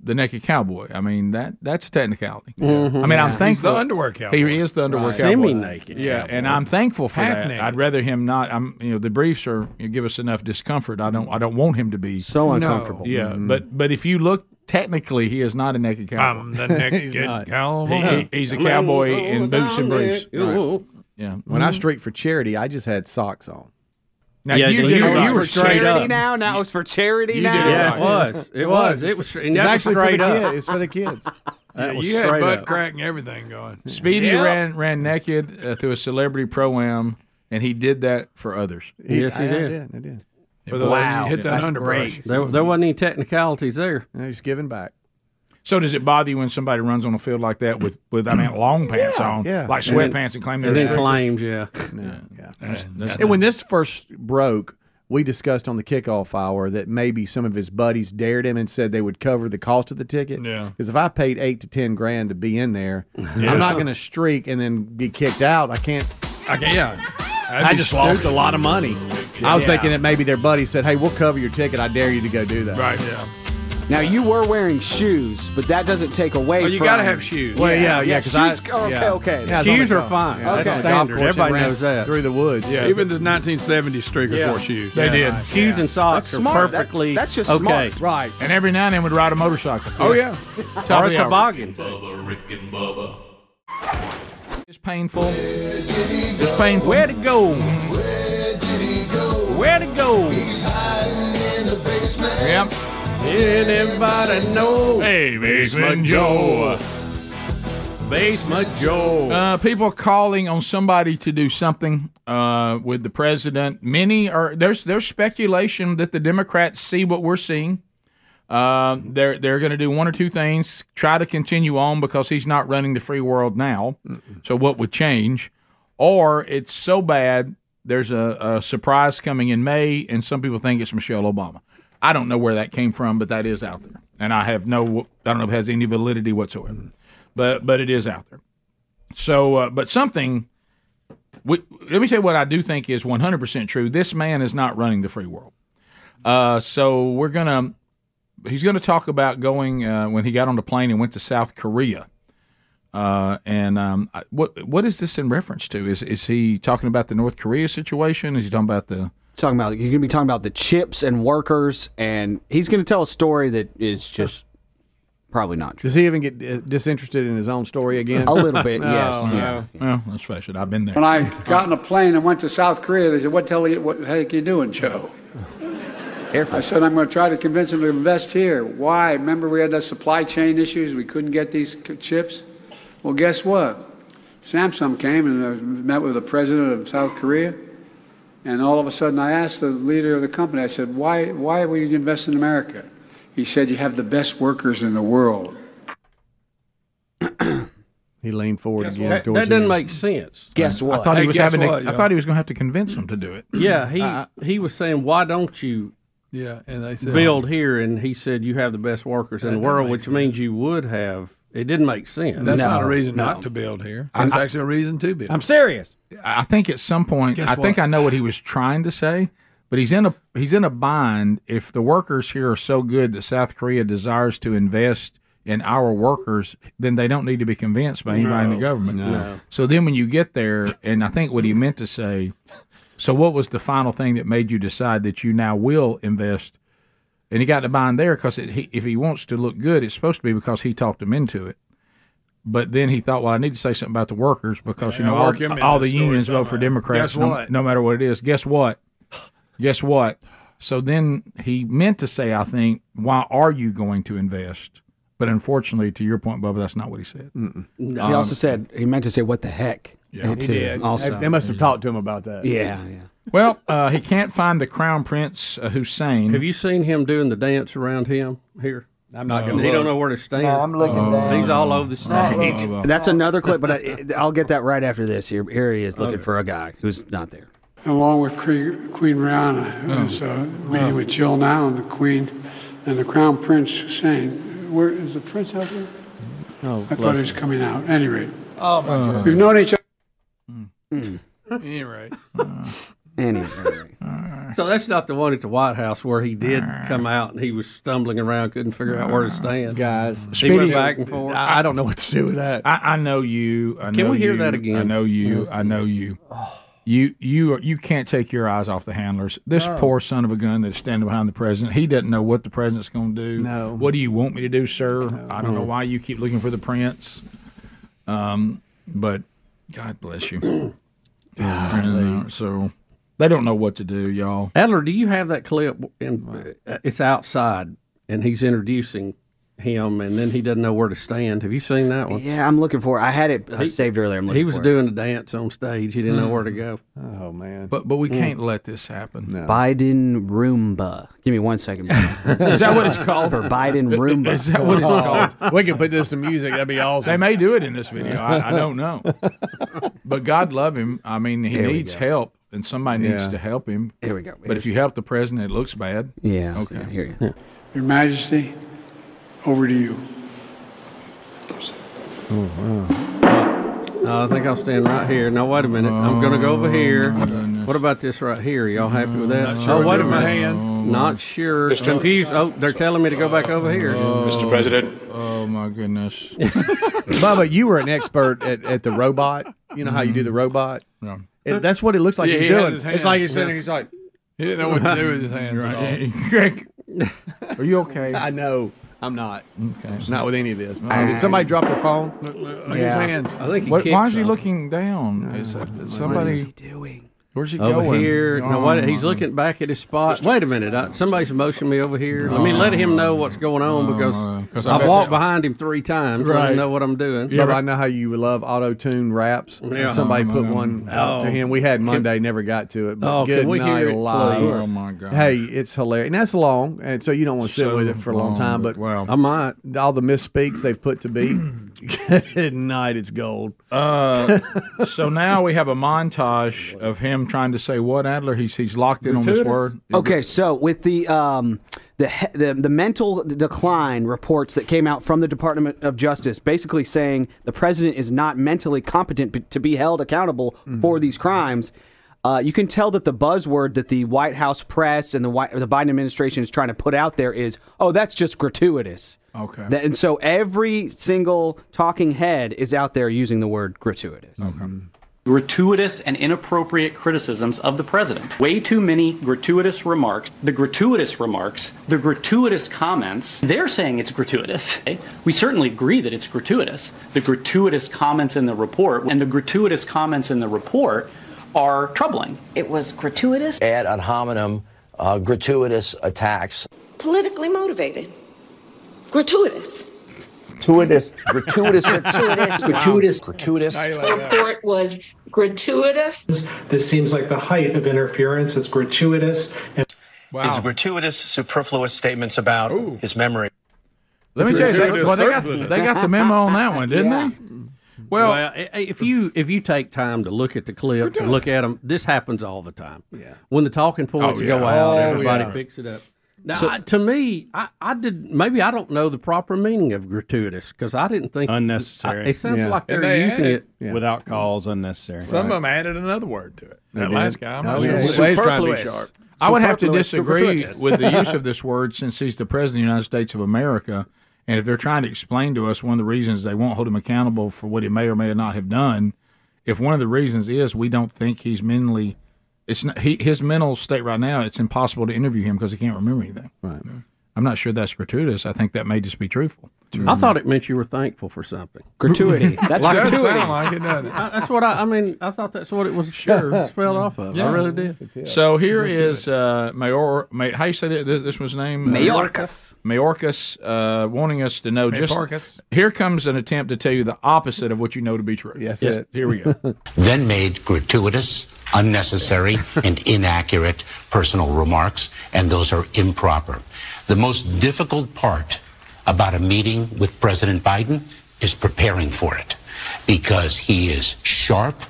Speaker 1: the naked cowboy. I mean that that's a technicality.
Speaker 5: Mhm.
Speaker 1: I mean I'm
Speaker 5: He's
Speaker 1: thankful
Speaker 5: the underwear cowboy.
Speaker 1: He is the underwear
Speaker 5: Right.
Speaker 1: cowboy.
Speaker 5: Semi-naked
Speaker 1: Yeah,
Speaker 5: cowboy.
Speaker 1: and I'm thankful for
Speaker 5: Half
Speaker 1: that.
Speaker 5: naked.
Speaker 1: I'd rather him not. I'm you know the briefs are you give us enough discomfort. I don't I don't want him to be so
Speaker 5: No. uncomfortable.
Speaker 1: Yeah,
Speaker 5: Mhm.
Speaker 1: but but if you look. Technically, he is not a naked cowboy.
Speaker 5: I'm the naked He's not. cowboy.
Speaker 1: He- he- he's a
Speaker 5: I'm
Speaker 1: cowboy
Speaker 5: the
Speaker 1: in boots and briefs.
Speaker 3: Right.
Speaker 1: Yeah.
Speaker 3: When I streak for charity, I just had socks on.
Speaker 1: Now, Yeah, you- you- you
Speaker 3: right.
Speaker 1: were
Speaker 3: For
Speaker 1: straight
Speaker 3: charity
Speaker 1: up.
Speaker 3: now?
Speaker 10: Now, now it's for charity.
Speaker 3: You
Speaker 10: Now,
Speaker 3: did
Speaker 2: Yeah,
Speaker 3: right.
Speaker 2: it was. It was. It was. and
Speaker 3: It's
Speaker 2: that was
Speaker 3: actually for the
Speaker 2: straight up.
Speaker 3: kids. It's for the kids.
Speaker 2: That
Speaker 5: Yeah,
Speaker 2: was
Speaker 5: you had
Speaker 2: straight
Speaker 5: butt
Speaker 2: up.
Speaker 5: crack and everything going.
Speaker 1: Speedy ran ran naked uh, through a celebrity pro am, and he did that for others.
Speaker 3: He- Yes, he I- I did. did. I did.
Speaker 1: For the
Speaker 3: Wow.
Speaker 1: you
Speaker 3: Hit that
Speaker 1: That's
Speaker 3: underbrush.
Speaker 1: great.
Speaker 2: There, there wasn't any technicalities there.
Speaker 3: he's giving back.
Speaker 1: So does it bother you when somebody runs on a field like that with, with I mean, long pants
Speaker 3: Yeah,
Speaker 1: on,
Speaker 3: yeah.
Speaker 1: like
Speaker 3: And then-
Speaker 1: sweatpants, and claim
Speaker 3: and
Speaker 1: they're
Speaker 3: then
Speaker 1: strippers?
Speaker 3: claims,
Speaker 2: yeah.
Speaker 3: No,
Speaker 1: That's- that's-
Speaker 3: and when this first broke, we discussed on the kickoff hour that maybe some of his buddies dared him and said they would cover the cost of the ticket.
Speaker 5: Yeah.
Speaker 3: Because if I paid eight to ten grand to be in there,
Speaker 5: Yeah.
Speaker 3: I'm not going to streak and then be kicked out. I can't.
Speaker 5: I can't. Yeah. That'd
Speaker 3: I
Speaker 5: be
Speaker 3: just
Speaker 5: stupid.
Speaker 3: lost a lot of money. I was
Speaker 5: Yeah.
Speaker 3: thinking that maybe their buddy said, "Hey, we'll cover your ticket. I dare you to go do that."
Speaker 5: Right. Yeah.
Speaker 10: Now you were wearing shoes, but that doesn't take away.
Speaker 5: Oh, you
Speaker 10: from-
Speaker 5: gotta have shoes.
Speaker 3: Well, yeah, yeah, 'cause I-
Speaker 10: shoes. okay,
Speaker 3: yeah.
Speaker 10: okay.
Speaker 3: Yeah, I was on the golf- yeah,
Speaker 10: okay.
Speaker 3: that's on the golf course. Everybody knows that. Through the woods.
Speaker 5: Yeah, even the 1970s streakers
Speaker 3: Yeah.
Speaker 5: wore shoes.
Speaker 3: They did.
Speaker 2: Shoes and socks
Speaker 5: That's
Speaker 2: are
Speaker 5: smart. That-
Speaker 2: perfectly
Speaker 5: that's just
Speaker 2: okay.
Speaker 5: smart.
Speaker 3: Right.
Speaker 1: And every now and then would ride a motorcycle.
Speaker 5: Oh, yeah.
Speaker 1: Top
Speaker 2: or
Speaker 1: of
Speaker 2: a
Speaker 1: the hour.
Speaker 2: toboggan.
Speaker 4: Bubba, Rick and Bubba.
Speaker 1: It's painful. It's painful. Where to go? Where to go? Yep.
Speaker 2: Anybody know?
Speaker 1: Hey, Basement Joe.
Speaker 2: Basement Joe.
Speaker 1: Uh, people calling on somebody to do something uh, with the president. Many are there's there's speculation that the Democrats see what we're seeing. Uh, they're they're going to do one or two things. Try to continue on because he's not running the free world now. So what would change? Or it's so bad. There's a, a surprise coming in May, and some people think it's Michelle Obama. I don't know where that came from, but that is out there, and I have no I don't know if it has any validity whatsoever. But but it is out there. So, uh, but something. We, let me tell you what I do think is 100% true. This man is not running the free world. Uh, so we're gonna. He's gonna talk about going uh, when he got on the plane and went to South Korea. Uh, and um, I- what what is this in reference to? Is is he talking about the North Korea situation? Is he talking about the?
Speaker 10: Talking about he's gonna be talking about the chips and workers, and he's gonna tell a story that is just probably not true.
Speaker 3: Does he even get uh, disinterested in his own story again?
Speaker 10: A little bit, yes.
Speaker 3: yeah.
Speaker 10: Yeah.
Speaker 1: Well, let's face it. I've been there.
Speaker 7: When I got in a plane and went to South Korea, they said, "What the hell, you- what the heck you doing, Joe?" I said, "I'm going to try to convince them to invest here." Why? Remember, we had the supply chain issues. We couldn't get these c- chips. Well, guess what? Samsung came and uh, met with the president of South Korea, and all of a sudden, I asked the leader of the company. I said, "Why? Why would you invest in America?" He said, "You have the best workers in the world."
Speaker 3: He leaned forward again.
Speaker 2: That, that
Speaker 3: towards the
Speaker 2: doesn't
Speaker 3: end.
Speaker 2: make sense.
Speaker 1: I thought he was having. to, I thought he was gonna have to convince them to do it.
Speaker 2: Yeah, he
Speaker 1: I-
Speaker 2: he was saying, why don't you?
Speaker 5: Yeah, and they said-
Speaker 2: build here, and he said you have the best workers in
Speaker 5: That
Speaker 2: the
Speaker 5: don't
Speaker 2: world,
Speaker 5: make
Speaker 2: which means you would have. It didn't make sense.
Speaker 5: That's not a reason not to build here.
Speaker 1: I-
Speaker 5: It's
Speaker 1: I-
Speaker 5: actually a reason to build.
Speaker 1: serious. I think at some point,
Speaker 5: Guess
Speaker 1: I think
Speaker 5: what?
Speaker 1: I know what he was trying to say, but he's in a he's in a bind. If the workers here are so good that South Korea desires to invest in our workers, then they don't need to be convinced by anybody in the
Speaker 2: No.
Speaker 1: government.
Speaker 2: No.
Speaker 1: So then, when you get there, and I think what he meant to say, so what was the final thing that made you decide that you now will invest? And he got to bind there because if he wants to look good, it's supposed to be because he talked him into it. But then he thought, well, I need to say something about the workers because you
Speaker 5: Yeah,
Speaker 1: know
Speaker 5: work him
Speaker 1: all,
Speaker 5: in
Speaker 1: all
Speaker 5: the
Speaker 1: the
Speaker 5: story
Speaker 1: unions vote
Speaker 5: somehow.
Speaker 1: for Democrats.
Speaker 5: Guess
Speaker 1: no-
Speaker 5: what?
Speaker 1: No, matter what it is, guess what? Guess what? So then he meant to say, I think, why are you going to invest? But unfortunately, to your point, Bubba, that's not what he said.
Speaker 10: He
Speaker 1: Um,
Speaker 10: also said he meant to say what the heck.
Speaker 1: Yeah, he
Speaker 10: too,
Speaker 1: did.
Speaker 10: Also,
Speaker 1: They must
Speaker 3: have talked to him about that.
Speaker 10: Yeah, yeah.
Speaker 1: Well, uh, he can't find the crown prince uh, Hussein.
Speaker 2: Have you seen him doing the dance around him here? Uh,
Speaker 3: I'm
Speaker 10: not gonna
Speaker 2: He
Speaker 10: look.
Speaker 2: don't know where to stand.
Speaker 10: No, I'm looking Oh. down.
Speaker 2: He's all over the stage.
Speaker 10: That's another clip, but I, I'll get that right after this. Here, here he is looking for a guy who's not there.
Speaker 7: along with Queen Queen Rihanna, who
Speaker 10: Oh.
Speaker 7: was uh, meeting with Jill now and the Queen and the Crown Prince Hussein. Where is the Prince out there?
Speaker 3: Oh,
Speaker 7: I thought he was coming out. At any rate,
Speaker 5: Um,
Speaker 3: Oh, my
Speaker 7: Uh,
Speaker 3: God.
Speaker 7: we've known each other.
Speaker 5: Anyway.
Speaker 2: So that's not the one at the White House where he did come out and he was stumbling around, couldn't figure out where to stand.
Speaker 3: Guys,
Speaker 2: he went back and forth.
Speaker 3: I, I don't know what to do with that.
Speaker 1: I, I know you. I
Speaker 2: Can
Speaker 1: know
Speaker 2: we hear
Speaker 1: you,
Speaker 2: that again?
Speaker 1: I know you. I know you. You you are, you can't take your eyes off the handlers. This
Speaker 2: No.
Speaker 1: poor son of a gun that's standing behind the president. He doesn't know what the president's going to do. No. What do you want me to do, sir? I don't know why you keep looking for the prince. Um, but God bless you. And, uh, so they don't know what to do, y'all.
Speaker 2: Adler, do you have that clip? And uh, it's outside, and he's introducing him, and then he doesn't know where to stand. Have you seen that one?
Speaker 10: Yeah, I'm looking for. it. I had it uh,
Speaker 2: He-
Speaker 10: saved earlier. I'm looking
Speaker 2: He was
Speaker 10: for it.
Speaker 2: doing a dance on stage. He didn't know where to go. Mm.
Speaker 3: Oh man!
Speaker 1: But but we can't let this happen.
Speaker 10: Biden Roomba. Give me one second. is
Speaker 1: that what it's called?
Speaker 10: For Biden Roomba. Oh.
Speaker 1: Is that what it's called?
Speaker 3: we could put this to music. That'd be awesome.
Speaker 1: They may do it in this video. I, I don't know. But God love him. I mean, he
Speaker 10: Here we
Speaker 1: needs
Speaker 10: go.
Speaker 1: help, and somebody needs
Speaker 7: Yeah.
Speaker 1: to help him.
Speaker 10: Here we go.
Speaker 1: But if you help the president, it looks bad.
Speaker 10: Yeah.
Speaker 1: Okay.
Speaker 10: here
Speaker 7: Your Majesty, over to you.
Speaker 3: Oh, wow.
Speaker 2: Uh, I think I'll stand right here. No, wait a minute. I'm going to go over
Speaker 1: Oh,
Speaker 2: here. What about this right here? Y'all happy with that?
Speaker 5: Not sure
Speaker 2: oh, wait a
Speaker 5: with my
Speaker 2: minute.
Speaker 5: hands.
Speaker 2: Not sure.
Speaker 5: Just-
Speaker 2: Confused. Oh, they're telling me to go back over here.
Speaker 5: Mr. President.
Speaker 1: Oh my goodness.
Speaker 3: Bubba, you were an expert at, at the robot. You know how
Speaker 5: Mm-hmm.
Speaker 3: you do the robot.
Speaker 1: Yeah.
Speaker 3: It- that's what it looks like
Speaker 5: Yeah,
Speaker 3: he's
Speaker 5: he has
Speaker 3: doing.
Speaker 5: his
Speaker 3: it's like he's
Speaker 5: hands,
Speaker 3: sitting.
Speaker 5: yeah.
Speaker 3: He's like,
Speaker 5: He didn't know what to do with his hands at all.
Speaker 3: Greg,
Speaker 1: are you okay?
Speaker 3: I know I'm not.
Speaker 1: Okay,
Speaker 3: not with any of this.
Speaker 1: right.
Speaker 3: Did somebody drop their phone?
Speaker 5: Look, look, look at his hands.
Speaker 1: What- why is he looking down? Is that- somebody?
Speaker 2: is he
Speaker 1: doing? Where's he
Speaker 2: over
Speaker 1: going?
Speaker 2: here.
Speaker 1: Oh,
Speaker 2: Now, wait, he's
Speaker 1: my-
Speaker 2: looking back at his spot. Wait a minute. I, somebody's motioned me over here. Let me let him know what's going on
Speaker 1: Oh, 'cause
Speaker 2: because
Speaker 1: I
Speaker 2: I've
Speaker 1: bet
Speaker 2: walked
Speaker 1: that-
Speaker 2: behind him three times. Let him know what I'm doing.
Speaker 3: Bubba, I know how you love auto tune raps. And
Speaker 2: Yeah.
Speaker 3: Somebody
Speaker 2: Oh,
Speaker 3: put
Speaker 2: my
Speaker 3: one
Speaker 2: God.
Speaker 3: out to
Speaker 2: Oh.
Speaker 3: him. We had Monday, never got to it. But
Speaker 2: Oh, can
Speaker 3: good
Speaker 2: we
Speaker 3: night
Speaker 2: hear it,
Speaker 3: live.
Speaker 2: please? Oh, my God.
Speaker 3: Hey, it's hilarious. And that's long, and so you don't want to sit
Speaker 2: So
Speaker 3: with it for a long,
Speaker 2: long,
Speaker 3: time.
Speaker 2: but
Speaker 3: But
Speaker 2: wow. I might.
Speaker 3: All the misspeaks they've put to beat. good night, it's gold.
Speaker 1: Uh, so now we have a montage of him trying to say what Adler. He's he's locked in on this word.
Speaker 10: Okay, so with the um, the, he- the the mental decline reports that came out from the Department of Justice, basically saying the president is not mentally competent p- to be held accountable
Speaker 1: Mm-hmm.
Speaker 10: for these crimes. Uh, you can tell that the buzzword that the White House press and the White, the Biden administration is trying to put out there is, "Oh, that's just gratuitous."
Speaker 5: Okay.
Speaker 10: That- and so every single talking head is out there using the word gratuitous.
Speaker 22: gratuitous and inappropriate criticisms of the president. Way too many gratuitous remarks. The gratuitous remarks, the gratuitous comments, they're saying it's gratuitous. okay? We certainly agree that it's gratuitous. The gratuitous comments in the report and the gratuitous comments in the report are troubling.
Speaker 23: It was gratuitous. Ad ad hominem, uh, gratuitous attacks.
Speaker 24: politically motivated, gratuitous.
Speaker 23: Gratuitous. gratuitous.
Speaker 24: Gratuitous.
Speaker 23: Gratuitous. Gratuitous.
Speaker 24: The report was gratuitous.
Speaker 25: This seems like the height of interference. It's gratuitous. And-
Speaker 18: These gratuitous, superfluous statements about his memory.
Speaker 1: Let me tell you, they, well, they, got, they got the memo on that one, didn't they?
Speaker 2: Well, i- i- if you if you take time to look at the clips and look at them, this happens all the time. Yeah. When the talking points
Speaker 1: Oh,
Speaker 2: go
Speaker 1: yeah.
Speaker 2: out,
Speaker 1: Oh,
Speaker 2: everybody
Speaker 1: yeah.
Speaker 2: picks it up. Now,
Speaker 1: So-
Speaker 2: I, to me, I, I did maybe I don't know the proper meaning of gratuitous because I didn't think
Speaker 26: Unnecessary.
Speaker 2: I- it sounds like they're
Speaker 26: And they
Speaker 2: using
Speaker 26: added
Speaker 2: it
Speaker 26: without cause, unnecessary.
Speaker 5: Some of them added another word to it.
Speaker 26: They
Speaker 5: That
Speaker 26: did.
Speaker 5: last guy, I'm
Speaker 26: Oh,
Speaker 5: not
Speaker 26: yeah. They
Speaker 5: sure.
Speaker 26: was trying to be Superfluous. sharp.
Speaker 1: I would have to
Speaker 5: Superfluous.
Speaker 1: disagree
Speaker 5: Superfluous.
Speaker 1: with the use of this word since he's the president of the United States of America. And if they're trying to explain to us one of the reasons they won't hold him accountable for what he may or may not have done, if one of the reasons is we don't think he's mentally, it's not, he, his mental state right now. It's impossible to interview him because he can't remember anything.
Speaker 3: Right.
Speaker 1: I'm not sure that's gratuitous. I think that may just be truthful.
Speaker 2: I thought it meant you were thankful for something.
Speaker 1: Gratuity.
Speaker 2: That's
Speaker 1: Like- Does
Speaker 2: gratuity.
Speaker 1: sound like it, doesn't it?
Speaker 2: I- that's what I, I mean. I thought that's what it was. Sure, spelled off of. I really did.
Speaker 1: So here is uh, Mayor. May, how you say that, this, this was named?
Speaker 2: Mayorkas.
Speaker 1: Mayorkas, uh, wanting us to know
Speaker 5: Mayorkas.
Speaker 1: just. Here comes an attempt to tell you the opposite of what you know to be true. Yes,
Speaker 23: it.
Speaker 1: Here we go.
Speaker 23: then made gratuitous, unnecessary, and inaccurate personal remarks, and those are improper. The most difficult part about a meeting with President Biden is preparing for it because he is sharp,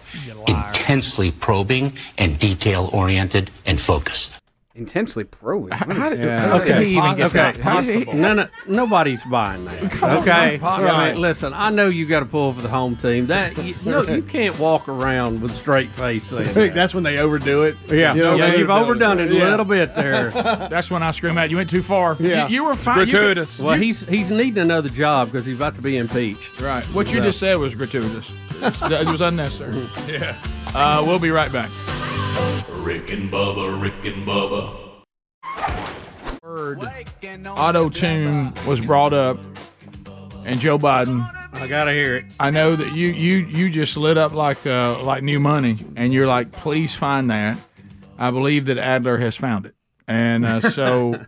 Speaker 23: intensely probing, and detail oriented and focused.
Speaker 10: Intensely pro.
Speaker 2: Okay. Okay. No, no, nobody's buying that.
Speaker 10: on,
Speaker 2: okay.
Speaker 10: it's not possible.
Speaker 2: I mean, listen, I know you got to pull for the home team. That you, no, you can't walk around with a straight face. Saying that.
Speaker 3: that's when they overdo it.
Speaker 2: Yeah,
Speaker 3: You know,
Speaker 2: yeah,
Speaker 3: they
Speaker 2: you've overdone it a little bit there.
Speaker 1: That's when I scream out, "You went too far."
Speaker 2: Yeah.
Speaker 1: You, you were fine. You could-
Speaker 2: well,
Speaker 1: you-
Speaker 2: he's he's needing another job because he's about to be impeached.
Speaker 1: Right. What you
Speaker 2: So-
Speaker 1: just said was gratuitous. it was unnecessary. yeah. Uh, we'll be right back.
Speaker 4: Rick and Bubba, Rick and Bubba.
Speaker 1: Auto tune was brought up, and Joe Biden.
Speaker 2: I gotta hear it.
Speaker 1: I know that you you you just lit up like uh, like new money, and you're like, please find that. I believe that Adler has found it, and uh, so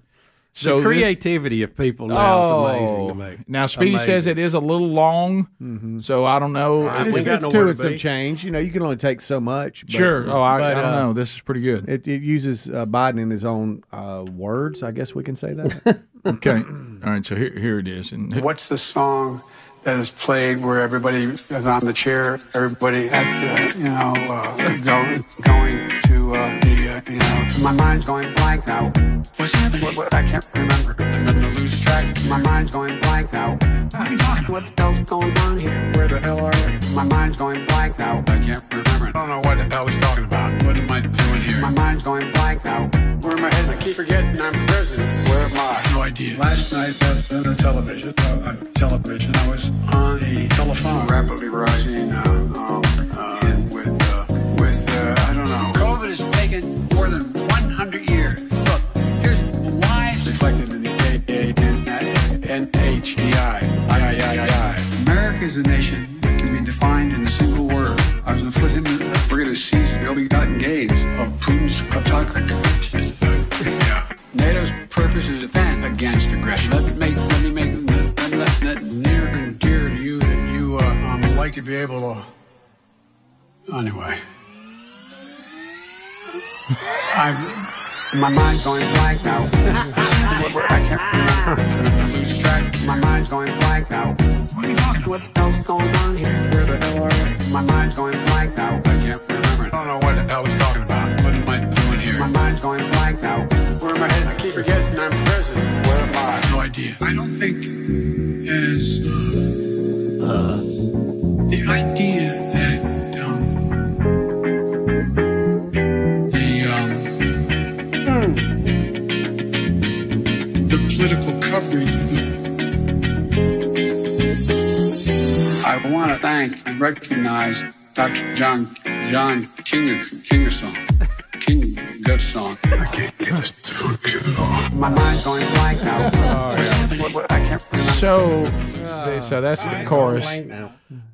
Speaker 2: the
Speaker 1: so thi-
Speaker 2: creativity of people now is amazing to Mm-hmm.
Speaker 1: Oh.
Speaker 2: me.
Speaker 1: Now Speedy says it is a little long, so I don't know.
Speaker 3: It's,
Speaker 1: We-
Speaker 3: it's, two and some change. You know, you can only take so much.
Speaker 1: Sure. Oh, I- I don't know.
Speaker 3: This
Speaker 1: is pretty good.
Speaker 3: It, it uses uh, Biden in his own uh, words. I guess we can say that.
Speaker 1: Okay. All right. So here, here it is. And
Speaker 6: What's the song that is played where everybody is on the chair, everybody at the, you know, uh, go, going to uh, the, uh, you know, my mind's going blank now. What's happening? What, what, I can't remember. I'm gonna lose track. My mind's going blank now. What the hell's going on here? Where the hell are we? My mind's going blank now. I can't remember. I don't know what the hell I was talking about. What am I doing here? My mind's going blank now. Where am I heading? I keep forgetting I'm president. Where am I? No idea. Last night on the television, uh, on television, I was on the telephone. Rapidly rising, uh, um, uh, and with, uh, with, uh, I don't know. COVID has taken more than 100 years. Look, here's lives reflected in the N-H-E-I. I-I-I-I. E America is a nation that can be defined in a single word. I was inflicted, we're going to seize the building gotten gains of Putin's kleptocracy. NATO's purpose is to defend against aggression. Let me make, let me make, let, let, let near and dear to you that you uh, um, like to be able to. Anyway, I'm. My mind's going blank now. What- what- I can't remember. I'm losing track. My mind's going blank now. What are you talking? What the hell's going on here? Where the hell are we? My mind's going blank now. I can't remember. I don't know what the hell I was talking about. What am I doing here? My mind's going blank now. Where am I headed? I keep forgetting I'm president. Where am I? No idea. I don't think is uh, the idea that um, the um, the political coverage. Of the- I want to thank and recognize Dr. John John King Kingersong. King Gutsong. I can't get this to function at all. My mind's going blank now. What- what- I can't
Speaker 1: So, so that's the chorus.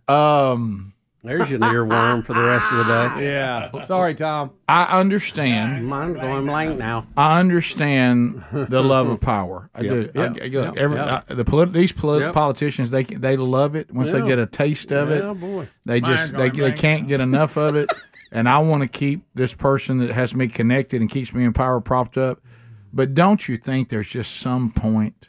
Speaker 1: Um,
Speaker 2: There's an earworm for the rest of the day.
Speaker 3: Yeah. Sorry, Tom.
Speaker 1: I understand.
Speaker 2: Mine's going blank now.
Speaker 1: I understand the love of power. I
Speaker 2: Yeah,
Speaker 1: do. I-
Speaker 2: yeah,
Speaker 1: I- look,
Speaker 2: yeah,
Speaker 1: every-
Speaker 2: yeah.
Speaker 1: I- the polit- these polit-
Speaker 2: Yeah.
Speaker 1: politicians they they love it once
Speaker 2: Yeah.
Speaker 1: they get a taste of it.
Speaker 2: Yeah, boy.
Speaker 1: They
Speaker 2: Mine's
Speaker 1: just they,
Speaker 2: going
Speaker 1: they
Speaker 2: blank
Speaker 1: can't get enough of it. And I want to keep this person that has me connected and keeps me in power propped up. But don't you think there's just some point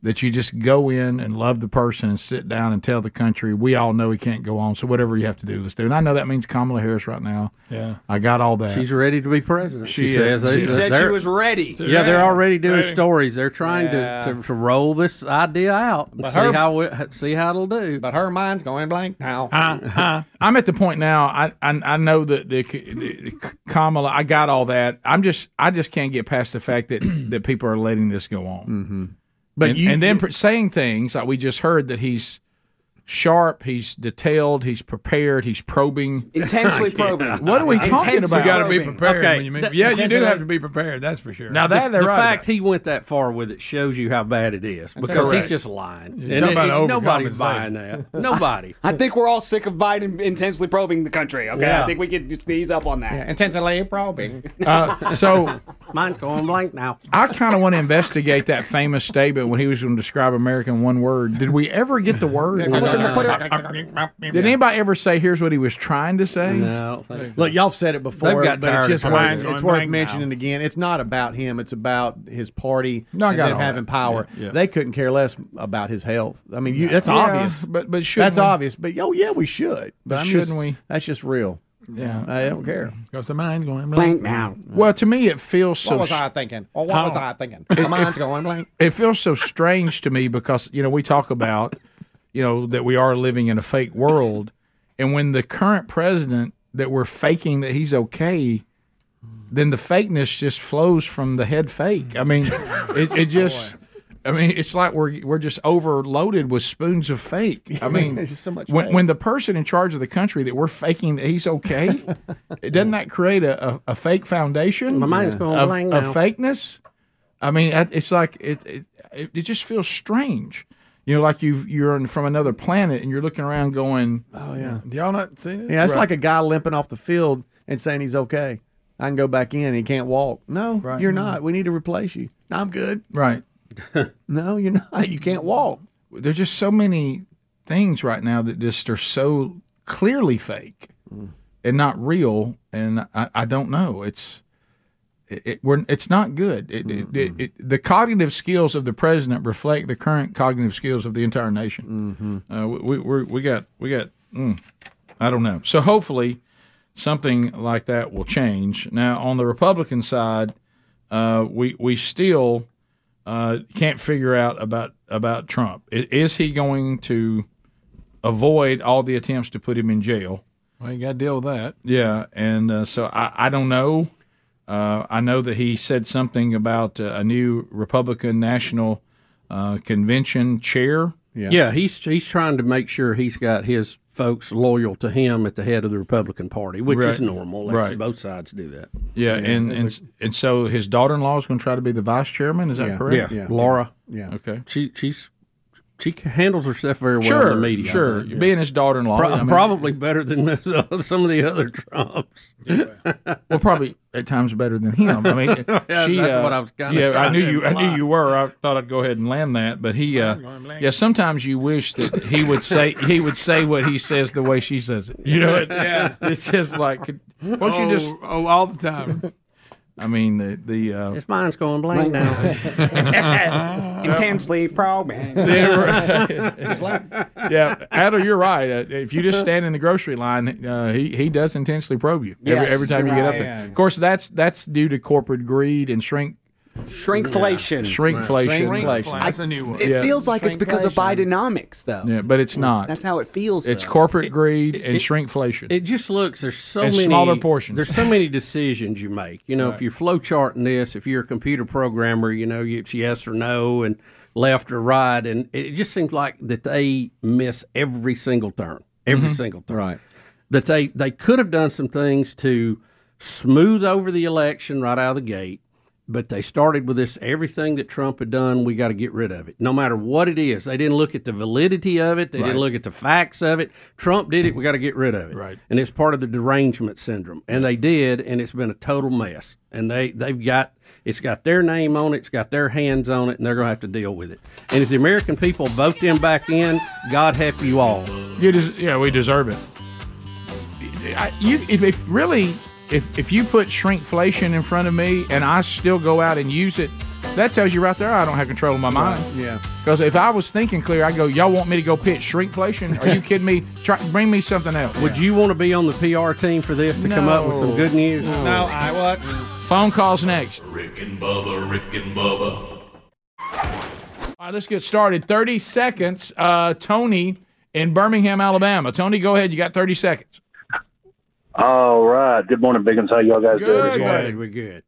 Speaker 1: that you just go in and love the person and sit down and tell the country we all know he can't go on. So whatever you have to do, let's do. And I know that means Kamala Harris right now.
Speaker 5: Yeah.
Speaker 1: I got all that.
Speaker 2: She's ready to be president. She,
Speaker 1: She
Speaker 2: says.
Speaker 1: is. She said she
Speaker 2: they're-
Speaker 1: was ready.
Speaker 2: Yeah, they're already doing
Speaker 1: Ready.
Speaker 2: stories. They're trying
Speaker 3: Yeah.
Speaker 2: to, to, to roll this idea out and
Speaker 3: But
Speaker 2: see
Speaker 3: her-
Speaker 2: how it, see how it'll do.
Speaker 3: But her mind's going blank now.
Speaker 1: I'm at the point now. I I, I know that the, the Kamala. I got all that. I'm just I just can't get past the fact that that people are letting this go on. Mm-hmm.
Speaker 3: But
Speaker 1: and,
Speaker 3: you-
Speaker 1: and then pr- saying things like we just heard that he's sharp, he's detailed, he's prepared, he's probing,
Speaker 5: Intensely probing.
Speaker 1: What are we talking
Speaker 5: Intensely
Speaker 1: about?
Speaker 5: You gotta be probing. prepared when you meet-
Speaker 2: th-
Speaker 5: yeah, you do
Speaker 2: intentionally-
Speaker 5: have to be prepared, that's for sure.
Speaker 2: Now
Speaker 5: The-
Speaker 2: that
Speaker 5: the
Speaker 2: the
Speaker 5: fact
Speaker 2: fact he went that far with it shows you how bad it is because he's just lying.
Speaker 5: And talking about it- it-
Speaker 2: nobody's buying that. Nobody.
Speaker 10: I think we're all sick of Biden intensely probing the country. Okay,
Speaker 2: Yeah.
Speaker 10: I think we could just ease up on that.
Speaker 2: Intensely probing.
Speaker 1: Uh, so-
Speaker 2: mine's going blank now.
Speaker 1: I kind of want to investigate that famous statement when he was going to describe America in one word. Did we ever get the word? Did anybody ever say here's what he was trying to say?
Speaker 3: No. Look, y'all said it before,
Speaker 1: They've got
Speaker 3: but it's
Speaker 1: tired
Speaker 3: just
Speaker 1: of
Speaker 3: worth,
Speaker 1: Biden
Speaker 3: it's
Speaker 1: going
Speaker 3: worth
Speaker 1: blank
Speaker 3: mentioning again. It's not about him; it's about his party
Speaker 1: No, I
Speaker 3: and
Speaker 1: got
Speaker 3: them
Speaker 1: all
Speaker 3: having
Speaker 1: that.
Speaker 3: power.
Speaker 1: Yeah, yeah.
Speaker 3: They couldn't care less about his health. I mean, you,
Speaker 1: No.
Speaker 3: that's
Speaker 1: Yeah,
Speaker 3: obvious.
Speaker 1: but- but shouldn't
Speaker 3: that's
Speaker 1: we-
Speaker 3: obvious. But oh yeah, we should. But,
Speaker 1: But
Speaker 3: I'm
Speaker 1: shouldn't
Speaker 3: just-
Speaker 1: we?
Speaker 3: That's just real.
Speaker 1: Yeah,
Speaker 3: I don't care.
Speaker 5: Goes to mind going
Speaker 3: Blank now.
Speaker 1: Well, to me, it feels so.
Speaker 3: thinking? Or
Speaker 1: what was
Speaker 3: Oh, I thinking?
Speaker 1: My mind's
Speaker 3: going blank.
Speaker 1: it feels so strange to me because you know we talk about you know that we are living in a fake world, and when the current president that we're faking that he's okay, then the fakeness just flows from the head fake. I mean, it,
Speaker 3: Oh,
Speaker 1: it just. I mean, it's like we're we're just overloaded with spoons of fake. I mean,
Speaker 3: There's just so much
Speaker 1: when,
Speaker 3: fake.
Speaker 1: when the person in charge of the country that we're faking that he's okay, it doesn't that create a, a, a fake foundation?
Speaker 2: My mind's going
Speaker 1: of,
Speaker 2: blank
Speaker 1: of
Speaker 2: now.
Speaker 1: fakeness. I mean, I- it's like it, it it it just feels strange. You know, like you you're in- from another planet and you're looking around going,
Speaker 3: Oh yeah.
Speaker 5: Do y'all not see it?
Speaker 3: Yeah, it's
Speaker 1: Right.
Speaker 3: like a guy limping off the field and saying he's okay. I can go back in. He can't walk. No, you're not. We need to replace you. I'm good.
Speaker 1: right.
Speaker 3: no, you're not. You can't walk.
Speaker 1: There's just so many things right now that just are so
Speaker 3: Mm.
Speaker 1: clearly fake and not real, and I, I don't know. It's it, it- we're, it's not good. It, it- it, it- the cognitive skills of the president reflect the current cognitive skills of the entire nation. Uh, we, we we're, we got we got. Mm, I don't know. So hopefully, something like that will change. Now on the Republican side, uh, we we still uh, can't figure out about about Trump. I- Is he going to avoid all the attempts to put him in jail?
Speaker 5: Well, you got to deal with that.
Speaker 1: Yeah, and uh, so I, I don't know. Uh, I know that he said something about uh, a new Republican National uh, Convention chair.
Speaker 2: Yeah. he's he's trying to make sure he's got his folks loyal to him at the head of the Republican Party, which
Speaker 1: Right.
Speaker 2: is normal. That's-
Speaker 1: Right.
Speaker 2: Both sides do that.
Speaker 1: Yeah,
Speaker 2: Yeah,
Speaker 1: and
Speaker 2: it's
Speaker 1: and, and so his daughter-in-law is going to try to be the vice chairman. Is that
Speaker 2: yeah.
Speaker 1: correct?
Speaker 2: Yeah. Laura.
Speaker 3: Yeah.
Speaker 1: Okay.
Speaker 2: She she's she handles herself very well
Speaker 1: Sure,
Speaker 2: in the media.
Speaker 1: sure. Being his daughter-in-law,
Speaker 2: Pro-
Speaker 1: I mean-
Speaker 2: probably better than some of the other Trumps.
Speaker 1: well, probably at times better than him. I mean,
Speaker 2: Yeah,
Speaker 1: she,
Speaker 2: that's
Speaker 1: uh,
Speaker 2: what I was kinda
Speaker 1: Yeah, I
Speaker 2: trying
Speaker 1: knew
Speaker 2: to
Speaker 1: you. I knew
Speaker 2: imply.
Speaker 1: you were. I thought I'd go ahead and land that, but he. Uh, yeah, sometimes you wish that he would say he would say what he says the way she says it. You know, it,
Speaker 5: Yeah.
Speaker 1: It's just like, could- why don't you just?
Speaker 5: Oh, oh, all the time.
Speaker 1: I mean, the the. Uh,
Speaker 2: His mind's going blank now.
Speaker 27: Intensely probing.
Speaker 1: Yeah, right. It's like- yeah, Adler, you're right. Uh, if you just stand in the grocery line, uh, he he does intensely probe you every,
Speaker 27: Yes,
Speaker 1: every time you get up
Speaker 27: right.
Speaker 1: there. Of course, that's that's due to corporate greed and shrink
Speaker 10: Shrinkflation.
Speaker 1: Shrinkflation.
Speaker 10: I-
Speaker 5: That's a new one.
Speaker 10: It
Speaker 1: Yeah.
Speaker 10: feels like it's because of Bidenomics, though.
Speaker 1: Yeah, but it's not.
Speaker 10: That's how it feels.
Speaker 1: It's
Speaker 10: though.
Speaker 1: corporate greed and shrinkflation.
Speaker 2: It just looks there's so
Speaker 1: And
Speaker 2: many
Speaker 1: smaller portions.
Speaker 2: There's so many decisions you make. You know, if
Speaker 1: Right.
Speaker 2: you're flow charting this, if you're a computer programmer, you know, it's yes or no and left or right, and it just seems like that they miss every single turn, every
Speaker 1: Mm-hmm.
Speaker 3: Mhm.
Speaker 2: single turn. Right. That they they could have done some things to smooth over the election right out of the gate. But they started with this everything that Trump had done, we got to get rid of it. No matter what it is, they didn't look at the validity of it. They
Speaker 1: Right.
Speaker 2: didn't look at the facts of it. Trump did it, we got to get rid of it. Right. And it's part of the derangement syndrome. And they did, and it's been a total mess. And they, they've got, it's got their name on it, it's got their hands on it, and they're going to have to deal with it. And if the American people vote them back in, God help you all.
Speaker 1: You des- yeah, we deserve it. I, you, if, if really, if, if you put shrinkflation in front of me and I still go out and use it, that tells you right there I don't have control of my mind.
Speaker 3: Yeah.
Speaker 1: Because if I was thinking clear, I go, y'all want me to go pitch shrinkflation? Are you kidding me? Try, bring me something else.
Speaker 2: Would you want to be on the PR team for this to come up with some good news?
Speaker 1: No, No,
Speaker 2: I what?
Speaker 1: Phone calls next.
Speaker 4: Rick and Bubba, Rick and Bubba.
Speaker 1: All right, let's get started. 30 seconds. Uh, Tony in Birmingham, Alabama. Tony, go ahead. You got 30 seconds.
Speaker 11: All right. Good morning, Biggins. How y'all guys doing?
Speaker 1: Good, buddy.
Speaker 2: We're good.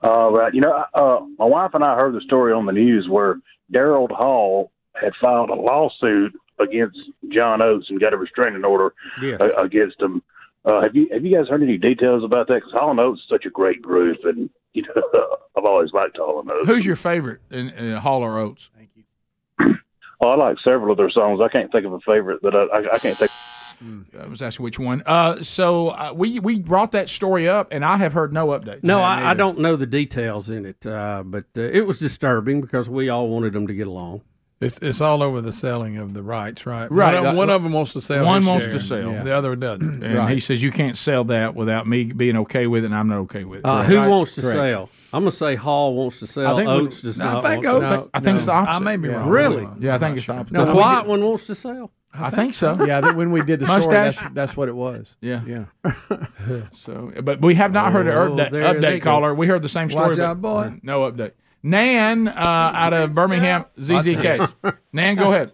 Speaker 11: All right. You know, uh, my wife and I heard the story on the news where Daryl Hall had filed a lawsuit against John Oates and got a restraining order
Speaker 2: Yeah.
Speaker 11: uh, against him. Uh, have you have you guys heard any details about that? Because Hall and Oates is such a great group, and you know, I've always liked Hall and Oates.
Speaker 1: Who's your favorite in, in Hall or Oates?
Speaker 11: Oh, I like several of their songs. I can't think of a favorite that I, I, I can't think.
Speaker 1: I was asked which one. Uh, so uh, we we brought that story up, and I have heard no updates.
Speaker 2: No, I, I don't know the details in it, uh, but uh, it was disturbing because we all wanted them to get along.
Speaker 5: It's it's all over the selling of the rights, right?
Speaker 1: Right.
Speaker 5: One, of- one
Speaker 1: Uh,
Speaker 5: of them wants to sell.
Speaker 1: one
Speaker 5: his
Speaker 1: wants
Speaker 5: share,
Speaker 1: to sell.
Speaker 5: The other doesn't.
Speaker 1: And he says you can't sell that without me being okay with it, and I'm not okay with it.
Speaker 2: Uh, who wants to sell? I'm gonna say Hall wants to sell.
Speaker 1: I think
Speaker 2: Oates
Speaker 1: when-
Speaker 2: does
Speaker 1: I
Speaker 2: not.
Speaker 1: think
Speaker 2: want to
Speaker 1: Oates-
Speaker 2: sell.
Speaker 1: I think it's the opposite. I may be wrong.
Speaker 2: Really?
Speaker 1: Yeah, I think it's the opposite.
Speaker 2: the quiet one wants to sell.
Speaker 1: I think so.
Speaker 3: yeah, that when we did the story,
Speaker 1: Mustache?
Speaker 3: that's, that's what it was.
Speaker 1: Yeah.
Speaker 3: Yeah.
Speaker 1: so, but we have not heard an
Speaker 3: Oh,
Speaker 1: update,
Speaker 3: there they
Speaker 1: update
Speaker 3: go.
Speaker 1: caller. We heard the same story.
Speaker 3: Watch
Speaker 1: but
Speaker 3: out, boy.
Speaker 1: No update. Nan uh, out of Birmingham, ZZK. Nan, go ahead.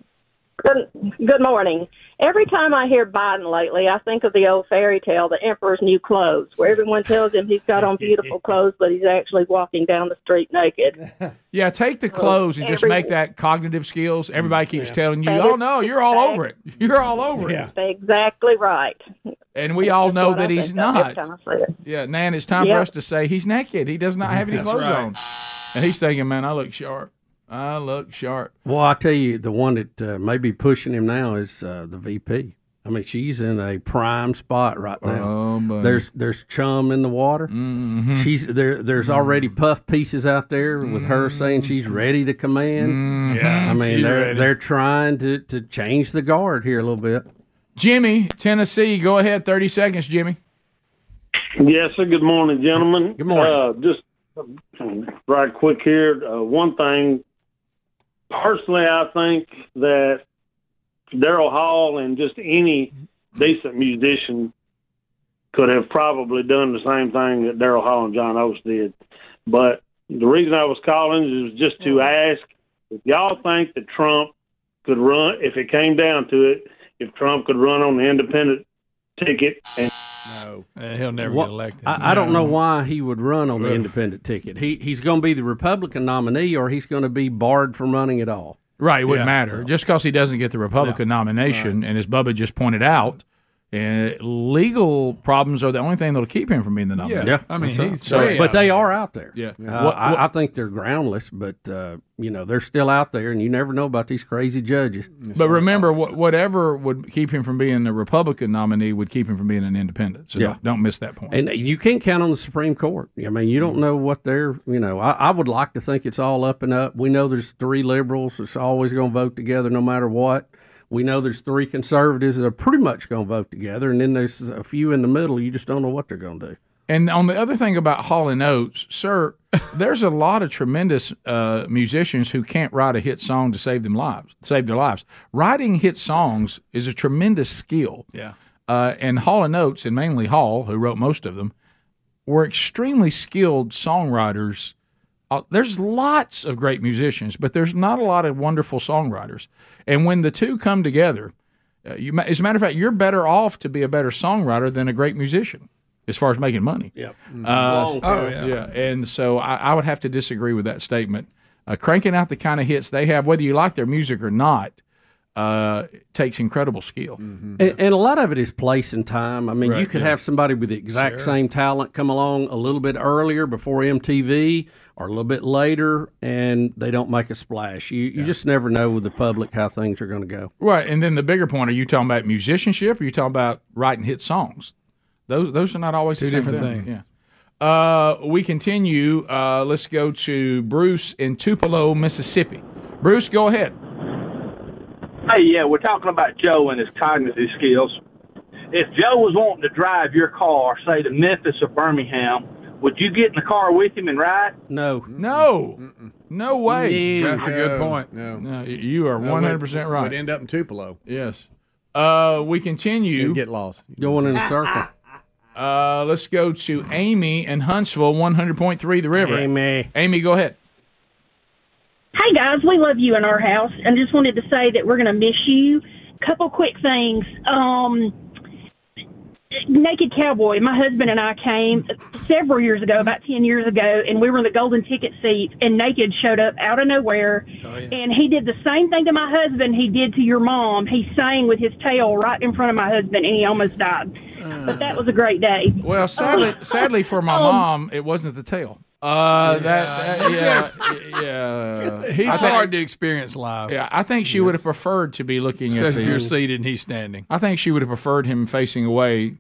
Speaker 24: Good, good morning. Every time I hear Biden lately, I think of the old fairy tale, The Emperor's New Clothes, where everyone tells him he's got on beautiful clothes, but he's actually walking down the street naked.
Speaker 1: Yeah, take
Speaker 24: Oh,
Speaker 1: the clothes and just
Speaker 24: Every-
Speaker 1: make that cognitive skills. Everybody keeps telling you,
Speaker 24: That
Speaker 1: oh
Speaker 24: is
Speaker 1: no, you're all over it. You're all over it.
Speaker 24: Exactly right.
Speaker 1: And we all know
Speaker 24: what I
Speaker 1: that he's
Speaker 24: think of every
Speaker 1: not.
Speaker 24: time I see it.
Speaker 1: Yeah, Nan, it's time
Speaker 24: Yep.
Speaker 1: for us to say he's naked. He does not have any
Speaker 2: That's
Speaker 1: clothes
Speaker 2: right.
Speaker 1: on. And he's thinking, man, I look sharp. I look sharp.
Speaker 2: Well, I tell you, the one that uh, may be pushing him now is uh, the VP. I mean, she's in a prime spot right now.
Speaker 1: Oh, buddy.
Speaker 2: there's there's chum in the water.
Speaker 5: Mm-hmm.
Speaker 2: She's there. There's
Speaker 5: Mm.
Speaker 2: already puff pieces out there with her saying she's ready to
Speaker 5: Mm.
Speaker 2: command.
Speaker 1: Mhm. Yeah,
Speaker 2: I mean
Speaker 1: she's
Speaker 2: they're
Speaker 1: ready.
Speaker 2: they're trying to to change the guard here a little bit.
Speaker 1: Jimmy, Tennessee, go ahead. 30 seconds, Jimmy.
Speaker 21: Yes, sir. Good morning, gentlemen. Good morning. Uh, just right quick here. Uh, one thing, personally, I think that Daryl Hall and just any decent musician could have probably done the same thing that Daryl Hall and John Oates did. But the reason I was calling is just to ask if y'all think that Trump could run, if it came down to it, if Trump could run on the independent ticket and
Speaker 5: No, he'll never
Speaker 2: Wha-
Speaker 5: get elected.
Speaker 2: I, I don't know why he would run on the independent ticket. He he's going to be the Republican nominee, or he's going to be barred from running at all.
Speaker 1: Right, it wouldn't
Speaker 2: Yeah,
Speaker 1: matter. Just because he doesn't get the Republican nomination, and as Bubba just pointed out, and legal problems are the only thing that'll keep him from being the nominee.
Speaker 2: Yeah. I mean, he's way out
Speaker 1: but they
Speaker 2: there.
Speaker 1: are out there.
Speaker 2: Yeah.
Speaker 1: Uh,
Speaker 2: I, I think they're groundless, but uh, you know they're still out there, and you never know about these crazy judges.
Speaker 1: But remember, wha- whatever would keep him from being a Republican nominee would keep him from being an independent. So
Speaker 2: Yeah.
Speaker 1: don't, don't miss that point.
Speaker 2: And you can't count on the Supreme Court. I mean, you don't know what they're, you know, I, I would like to think it's all up and up. We know there's three liberals that's always going to vote together no matter what. We know there's three conservatives that are pretty much going to vote together. And then there's a few in the middle. You just don't know what they're going to do.
Speaker 1: And on the other thing about Hall and Oates, sir, there's a lot of tremendous uh, musicians who can't write a hit song to save them lives, save their lives. Writing hit songs is a tremendous skill.
Speaker 5: Yeah.
Speaker 1: Uh, and Hall and Oates, and mainly Hall, who wrote most of them, were extremely skilled songwriters. Uh, there's lots of great musicians, but there's not a lot of wonderful songwriters. And when the two come together, uh, you, ma- as a matter of fact, you're better off to be a better songwriter than a great musician as far as making money.
Speaker 2: Yep.
Speaker 5: Mm-hmm.
Speaker 1: Uh,
Speaker 2: Long
Speaker 1: oh, yeah.
Speaker 2: term.
Speaker 1: And so I, I would have to disagree with that statement. Uh, cranking out the kind of hits they have, whether you like their music or not, uh, takes incredible skill.
Speaker 5: Mm-hmm.
Speaker 2: And, and a lot of it is place and time. I mean, you
Speaker 1: Right,
Speaker 2: could
Speaker 1: yeah.
Speaker 2: have somebody with the exact
Speaker 1: Sure.
Speaker 2: same talent come along a little bit earlier before MTV or a little bit later, and they don't make a splash. You, you just never know with the public how things are going to go.
Speaker 1: Right, and then the bigger point: Are you talking about musicianship? Or are you talking about writing hit songs? Those those are not always
Speaker 5: Two
Speaker 1: the same
Speaker 5: different
Speaker 1: thing.
Speaker 5: things.
Speaker 1: Yeah. Uh, we continue. Uh, let's go to Bruce in Tupelo, Mississippi. Bruce, go ahead.
Speaker 12: Hey, yeah, we're talking about Joe and his cognitive skills. If Joe was wanting to drive your car, say to Memphis or Birmingham, would you get in the car with him and ride?
Speaker 2: No.
Speaker 1: No. No way.
Speaker 12: No. That's a good
Speaker 5: No, point.
Speaker 1: No. you are
Speaker 5: No,
Speaker 1: one hundred percent
Speaker 5: would-
Speaker 1: right.
Speaker 5: would
Speaker 3: uh, end up in Tupelo.
Speaker 1: Yes. Uh, we continue.
Speaker 3: get lost.
Speaker 2: Going in a circle.
Speaker 1: Uh, let's go to Amy in Huntsville, one hundred point three, the river.
Speaker 2: Amy.
Speaker 1: Amy, go ahead.
Speaker 28: Hey guys, we love you in our house, and just wanted to say that we're gonna miss you. Couple quick things. Um, Naked Cowboy. My husband and I came several years ago, about ten years ago, and we were in the golden ticket seats, and Naked showed up out of nowhere, and he did the same thing to my husband he did to your mom. He sang with his tail right in front of my husband, and he almost died. But that was a great day.
Speaker 1: Well, sadly, sadly for my
Speaker 28: Um,
Speaker 1: mom, it wasn't the tail. Uh, that, that- yeah,
Speaker 5: Yes.
Speaker 1: yeah.
Speaker 5: He's
Speaker 1: I think-
Speaker 5: hard to experience live.
Speaker 1: Yeah, I think she would have preferred to be looking at
Speaker 5: Especially
Speaker 1: the.
Speaker 5: if you're seated and he's standing.
Speaker 1: I think she would have preferred him facing away,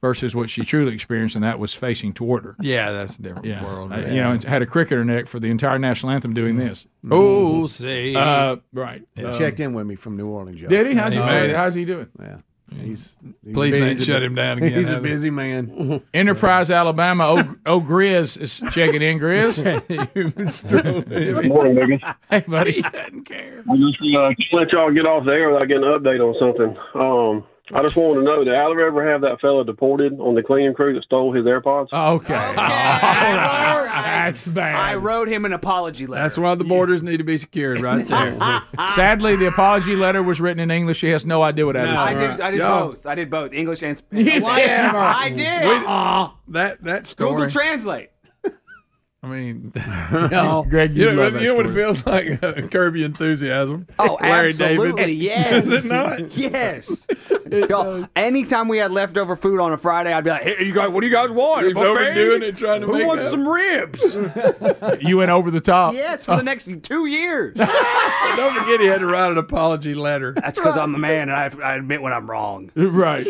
Speaker 1: versus what she truly experienced, and that was facing toward her.
Speaker 5: Yeah, that's a different
Speaker 3: Oh,
Speaker 5: world.
Speaker 1: Uh, you know, and had a cricketer neck for the entire national anthem doing this.
Speaker 5: Oh, see.
Speaker 1: Uh, right.
Speaker 3: Mm-hmm. He
Speaker 1: Um,
Speaker 3: checked in with me from New Orleans. Joe.
Speaker 1: Did he? How's he, made it? How's he doing?
Speaker 3: Yeah. He's, he's
Speaker 5: Please
Speaker 3: busy.
Speaker 5: ain't
Speaker 3: He's a-
Speaker 5: shut him down again,
Speaker 3: He's a
Speaker 5: have you?
Speaker 3: busy man.
Speaker 1: Enterprise, Alabama. O, o Grizz is checking in. Grizz.
Speaker 12: Good morning, baby.
Speaker 1: Hey, buddy.
Speaker 12: I'm just gonna let y'all get off the air without getting an update on something. Um, I just wanted to know did Aller ever have that fella deported on the cleaning crew that stole his AirPods?
Speaker 2: Ah,
Speaker 1: Okay.
Speaker 12: That's
Speaker 1: bad.
Speaker 10: I wrote him an apology letter.
Speaker 5: That's why the borders need to be secured right there.
Speaker 1: Sadly, the apology letter was written in English. She has no idea what that is.
Speaker 10: I did. I did
Speaker 1: Y'all-
Speaker 10: both. I did both English and
Speaker 1: You
Speaker 10: Spanish.
Speaker 1: did.
Speaker 10: I did.
Speaker 1: Wait,
Speaker 5: that that
Speaker 10: Google
Speaker 5: story-
Speaker 10: Translate.
Speaker 5: I mean,
Speaker 10: No.
Speaker 1: Greg,
Speaker 5: you,
Speaker 10: you
Speaker 5: know,
Speaker 10: love
Speaker 5: you
Speaker 10: that
Speaker 5: know what it
Speaker 10: story.
Speaker 5: feels like? Uh, curb your enthusiasm.
Speaker 10: Oh,
Speaker 5: Larry
Speaker 10: absolutely.
Speaker 5: David.
Speaker 10: Yes.
Speaker 5: Is it not?
Speaker 10: Yes. Y'all, anytime we had leftover food on a Friday, I'd be like, "Hey, you guys, what do you guys want?
Speaker 5: He's
Speaker 10: Buffet?
Speaker 5: overdoing it, trying to
Speaker 10: Who
Speaker 5: make
Speaker 10: wants
Speaker 5: up.
Speaker 10: some ribs?"
Speaker 1: You went over the top.
Speaker 10: yes, for the next two years.
Speaker 5: Don't forget he had to write an apology letter.
Speaker 10: That's because I'm a man and I, I admit when I'm wrong.
Speaker 1: Right.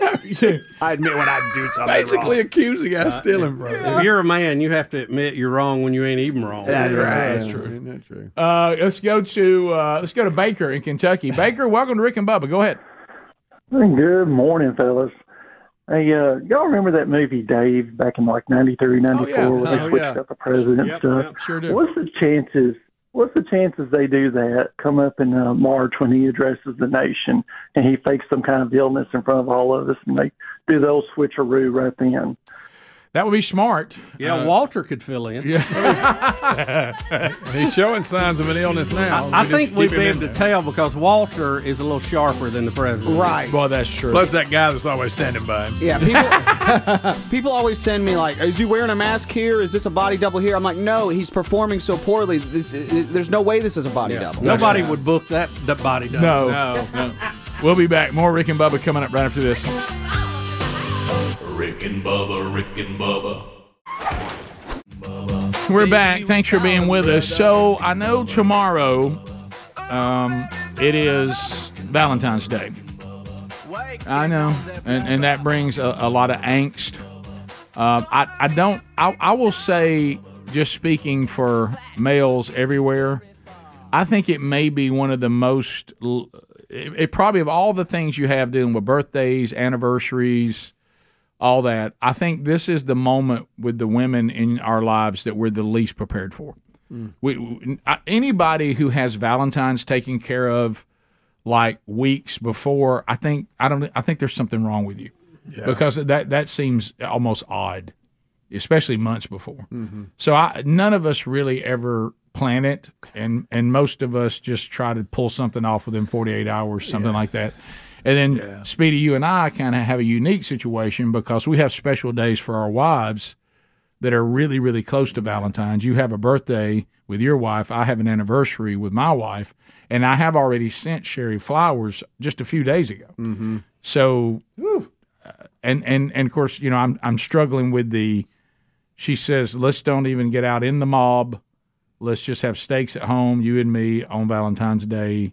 Speaker 10: I admit when I do something
Speaker 5: Basically
Speaker 10: wrong.
Speaker 5: accusing us
Speaker 10: Uh,
Speaker 5: stealing from him.
Speaker 2: If you're a man, you have to admit you're wrong when you ain't even wrong.
Speaker 1: That's right. That's
Speaker 3: true. Isn't that true?
Speaker 1: Uh, let's go to uh, let's go to Baker in Kentucky. Baker, welcome to Rick and Bubba. Go ahead.
Speaker 29: Good morning, fellas.
Speaker 7: Hey, uh, y'all remember that movie Dave back in like 93, 94 when they
Speaker 17: Oh,
Speaker 7: switched
Speaker 17: yeah.
Speaker 7: up the president
Speaker 17: Yep,
Speaker 7: stuff?
Speaker 17: yep, sure do.
Speaker 7: What's the chances? What's the chances they do that? Come up in uh, March when he addresses the nation and he fakes some kind of illness in front of all of us and they do the old switcheroo right then.
Speaker 1: That would be smart. Uh,
Speaker 2: Yeah, Walter could fill in.
Speaker 5: He's showing signs of an illness now.
Speaker 2: I, I
Speaker 5: We just
Speaker 2: think we'd
Speaker 5: keep
Speaker 2: be
Speaker 5: him
Speaker 2: able
Speaker 5: in
Speaker 2: to
Speaker 5: there.
Speaker 2: tell because Walter is a little sharper than the president.
Speaker 10: Right.
Speaker 2: Well, that's true.
Speaker 5: Plus that guy that's always standing by him.
Speaker 10: Yeah, people people always send me like, "Is he wearing a mask here? Is this a body double here?" I'm like, "No, he's performing so poorly. This, there's no way this is a body double."
Speaker 2: Nobody would book that the body double.
Speaker 1: No. no. We'll be back. More Rick and Bubba coming up right after this.
Speaker 4: Rick and Bubba, Rick and Bubba.
Speaker 1: We're back. Thanks for being with us. So I know tomorrow, um, it is Valentine's Day. I know, and, and that brings a, a lot of angst. Um, I I don't. I, I will say, just speaking for males everywhere, I think it may be one of the most. l- It, it probably of all the things you have dealing with birthdays, anniversaries, all that. I think this is the moment with the women in our lives that we're the least prepared for. We, we- I- anybody who has Valentine's taken care of like weeks before, I think I don't. I think there's something wrong with you because that that seems almost odd, especially months before. So I, none of us really ever plan it, and and most of us just try to pull something off within 48 hours, something like that. And then Speedy, you and I kind of have a unique situation because we have special days for our wives that are really really close to Valentine's. You have a birthday with your wife. I have an anniversary with my wife, and I have already sent Sherry flowers just a few days ago.
Speaker 3: Mm.
Speaker 17: Mm-hmm.
Speaker 1: So, uh, and and and of course, you know, I'm I'm struggling with the. She says, "Let's don't even get out in the mob. Let's just have steaks at home, you and me, on Valentine's Day.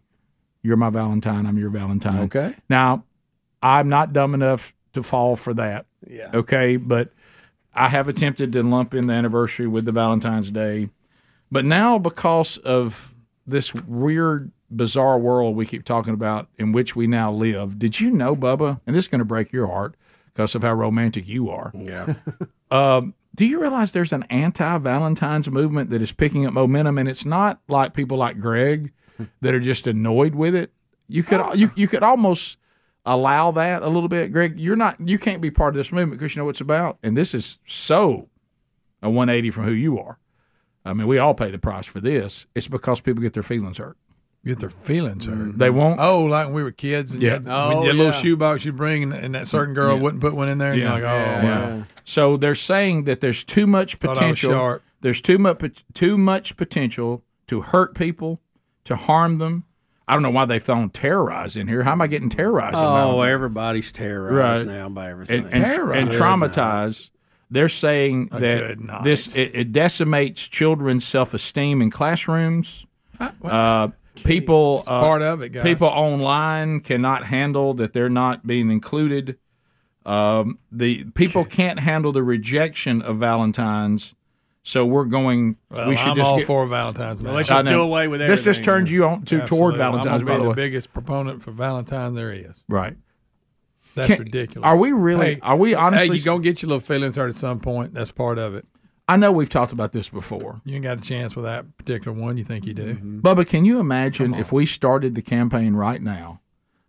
Speaker 1: You're my Valentine. I'm your Valentine.
Speaker 3: Okay.
Speaker 1: Now, I'm not dumb enough to fall for that.
Speaker 3: Yeah.
Speaker 1: Okay, but I have attempted to lump in the anniversary with the Valentine's Day, but now because of this weird, bizarre world we keep talking about in which we now live, did you know, Bubba? And this is going to break your heart because of how romantic you are. Yeah. um, do you realize there's an anti-Valentine's movement that is picking up momentum, and it's not like people like Greg that are just annoyed with it. You could you you could almost allow that a little bit, Greg. You're not you can't be part of this movement because you know what it's about, and this is so a 180 from who you are. I mean, we all pay the price for this. It's because people get their feelings hurt.
Speaker 5: Get their feelings hurt.
Speaker 1: They won't.
Speaker 5: Oh, like when we were kids and you
Speaker 1: Yeah.
Speaker 5: had,
Speaker 1: Oh,
Speaker 5: when you had a little
Speaker 1: yeah.
Speaker 5: shoebox you bring and, and that certain girl
Speaker 1: Yeah.
Speaker 5: wouldn't put one in there. And you're like, oh, wow.
Speaker 1: So they're saying that there's too much
Speaker 5: Thought I was
Speaker 1: potential.
Speaker 5: sharp.
Speaker 1: There's too much too much potential to hurt people, to harm them. I don't know why they've thrown terrorize in here. How am I getting terrorized? on
Speaker 2: Oh,
Speaker 1: Valentine's?
Speaker 2: everybody's terrorized now by everything.
Speaker 1: And, and, and traumatized. They're saying
Speaker 2: A good
Speaker 1: that
Speaker 2: night.
Speaker 1: this it, it decimates children's self esteem in classrooms. Uh, people uh,
Speaker 5: part of it, guys.
Speaker 1: People online cannot handle that they're not being included. Um, the people can't handle the rejection of Valentine's, so we're going.
Speaker 5: Well,
Speaker 1: we should
Speaker 5: I'm
Speaker 1: just
Speaker 5: all
Speaker 1: get-
Speaker 5: for Valentine's. Now.
Speaker 1: I know. This just turns you on to toward
Speaker 5: Absolutely.
Speaker 1: Valentine's.
Speaker 5: I'm gonna
Speaker 1: By
Speaker 5: be
Speaker 1: the
Speaker 5: the
Speaker 1: way,
Speaker 5: biggest proponent for Valentine there is.
Speaker 1: right?
Speaker 5: That's
Speaker 1: Can't-
Speaker 5: ridiculous.
Speaker 1: Are we really?
Speaker 5: Hey,
Speaker 1: are we honestly?
Speaker 5: Hey, you gonna get your little feelings hurt at some point. That's part of it.
Speaker 1: I know we've talked about this before.
Speaker 5: You ain't got a chance with that particular one. You think you do?
Speaker 1: Bubba, can you imagine if we started the campaign right now?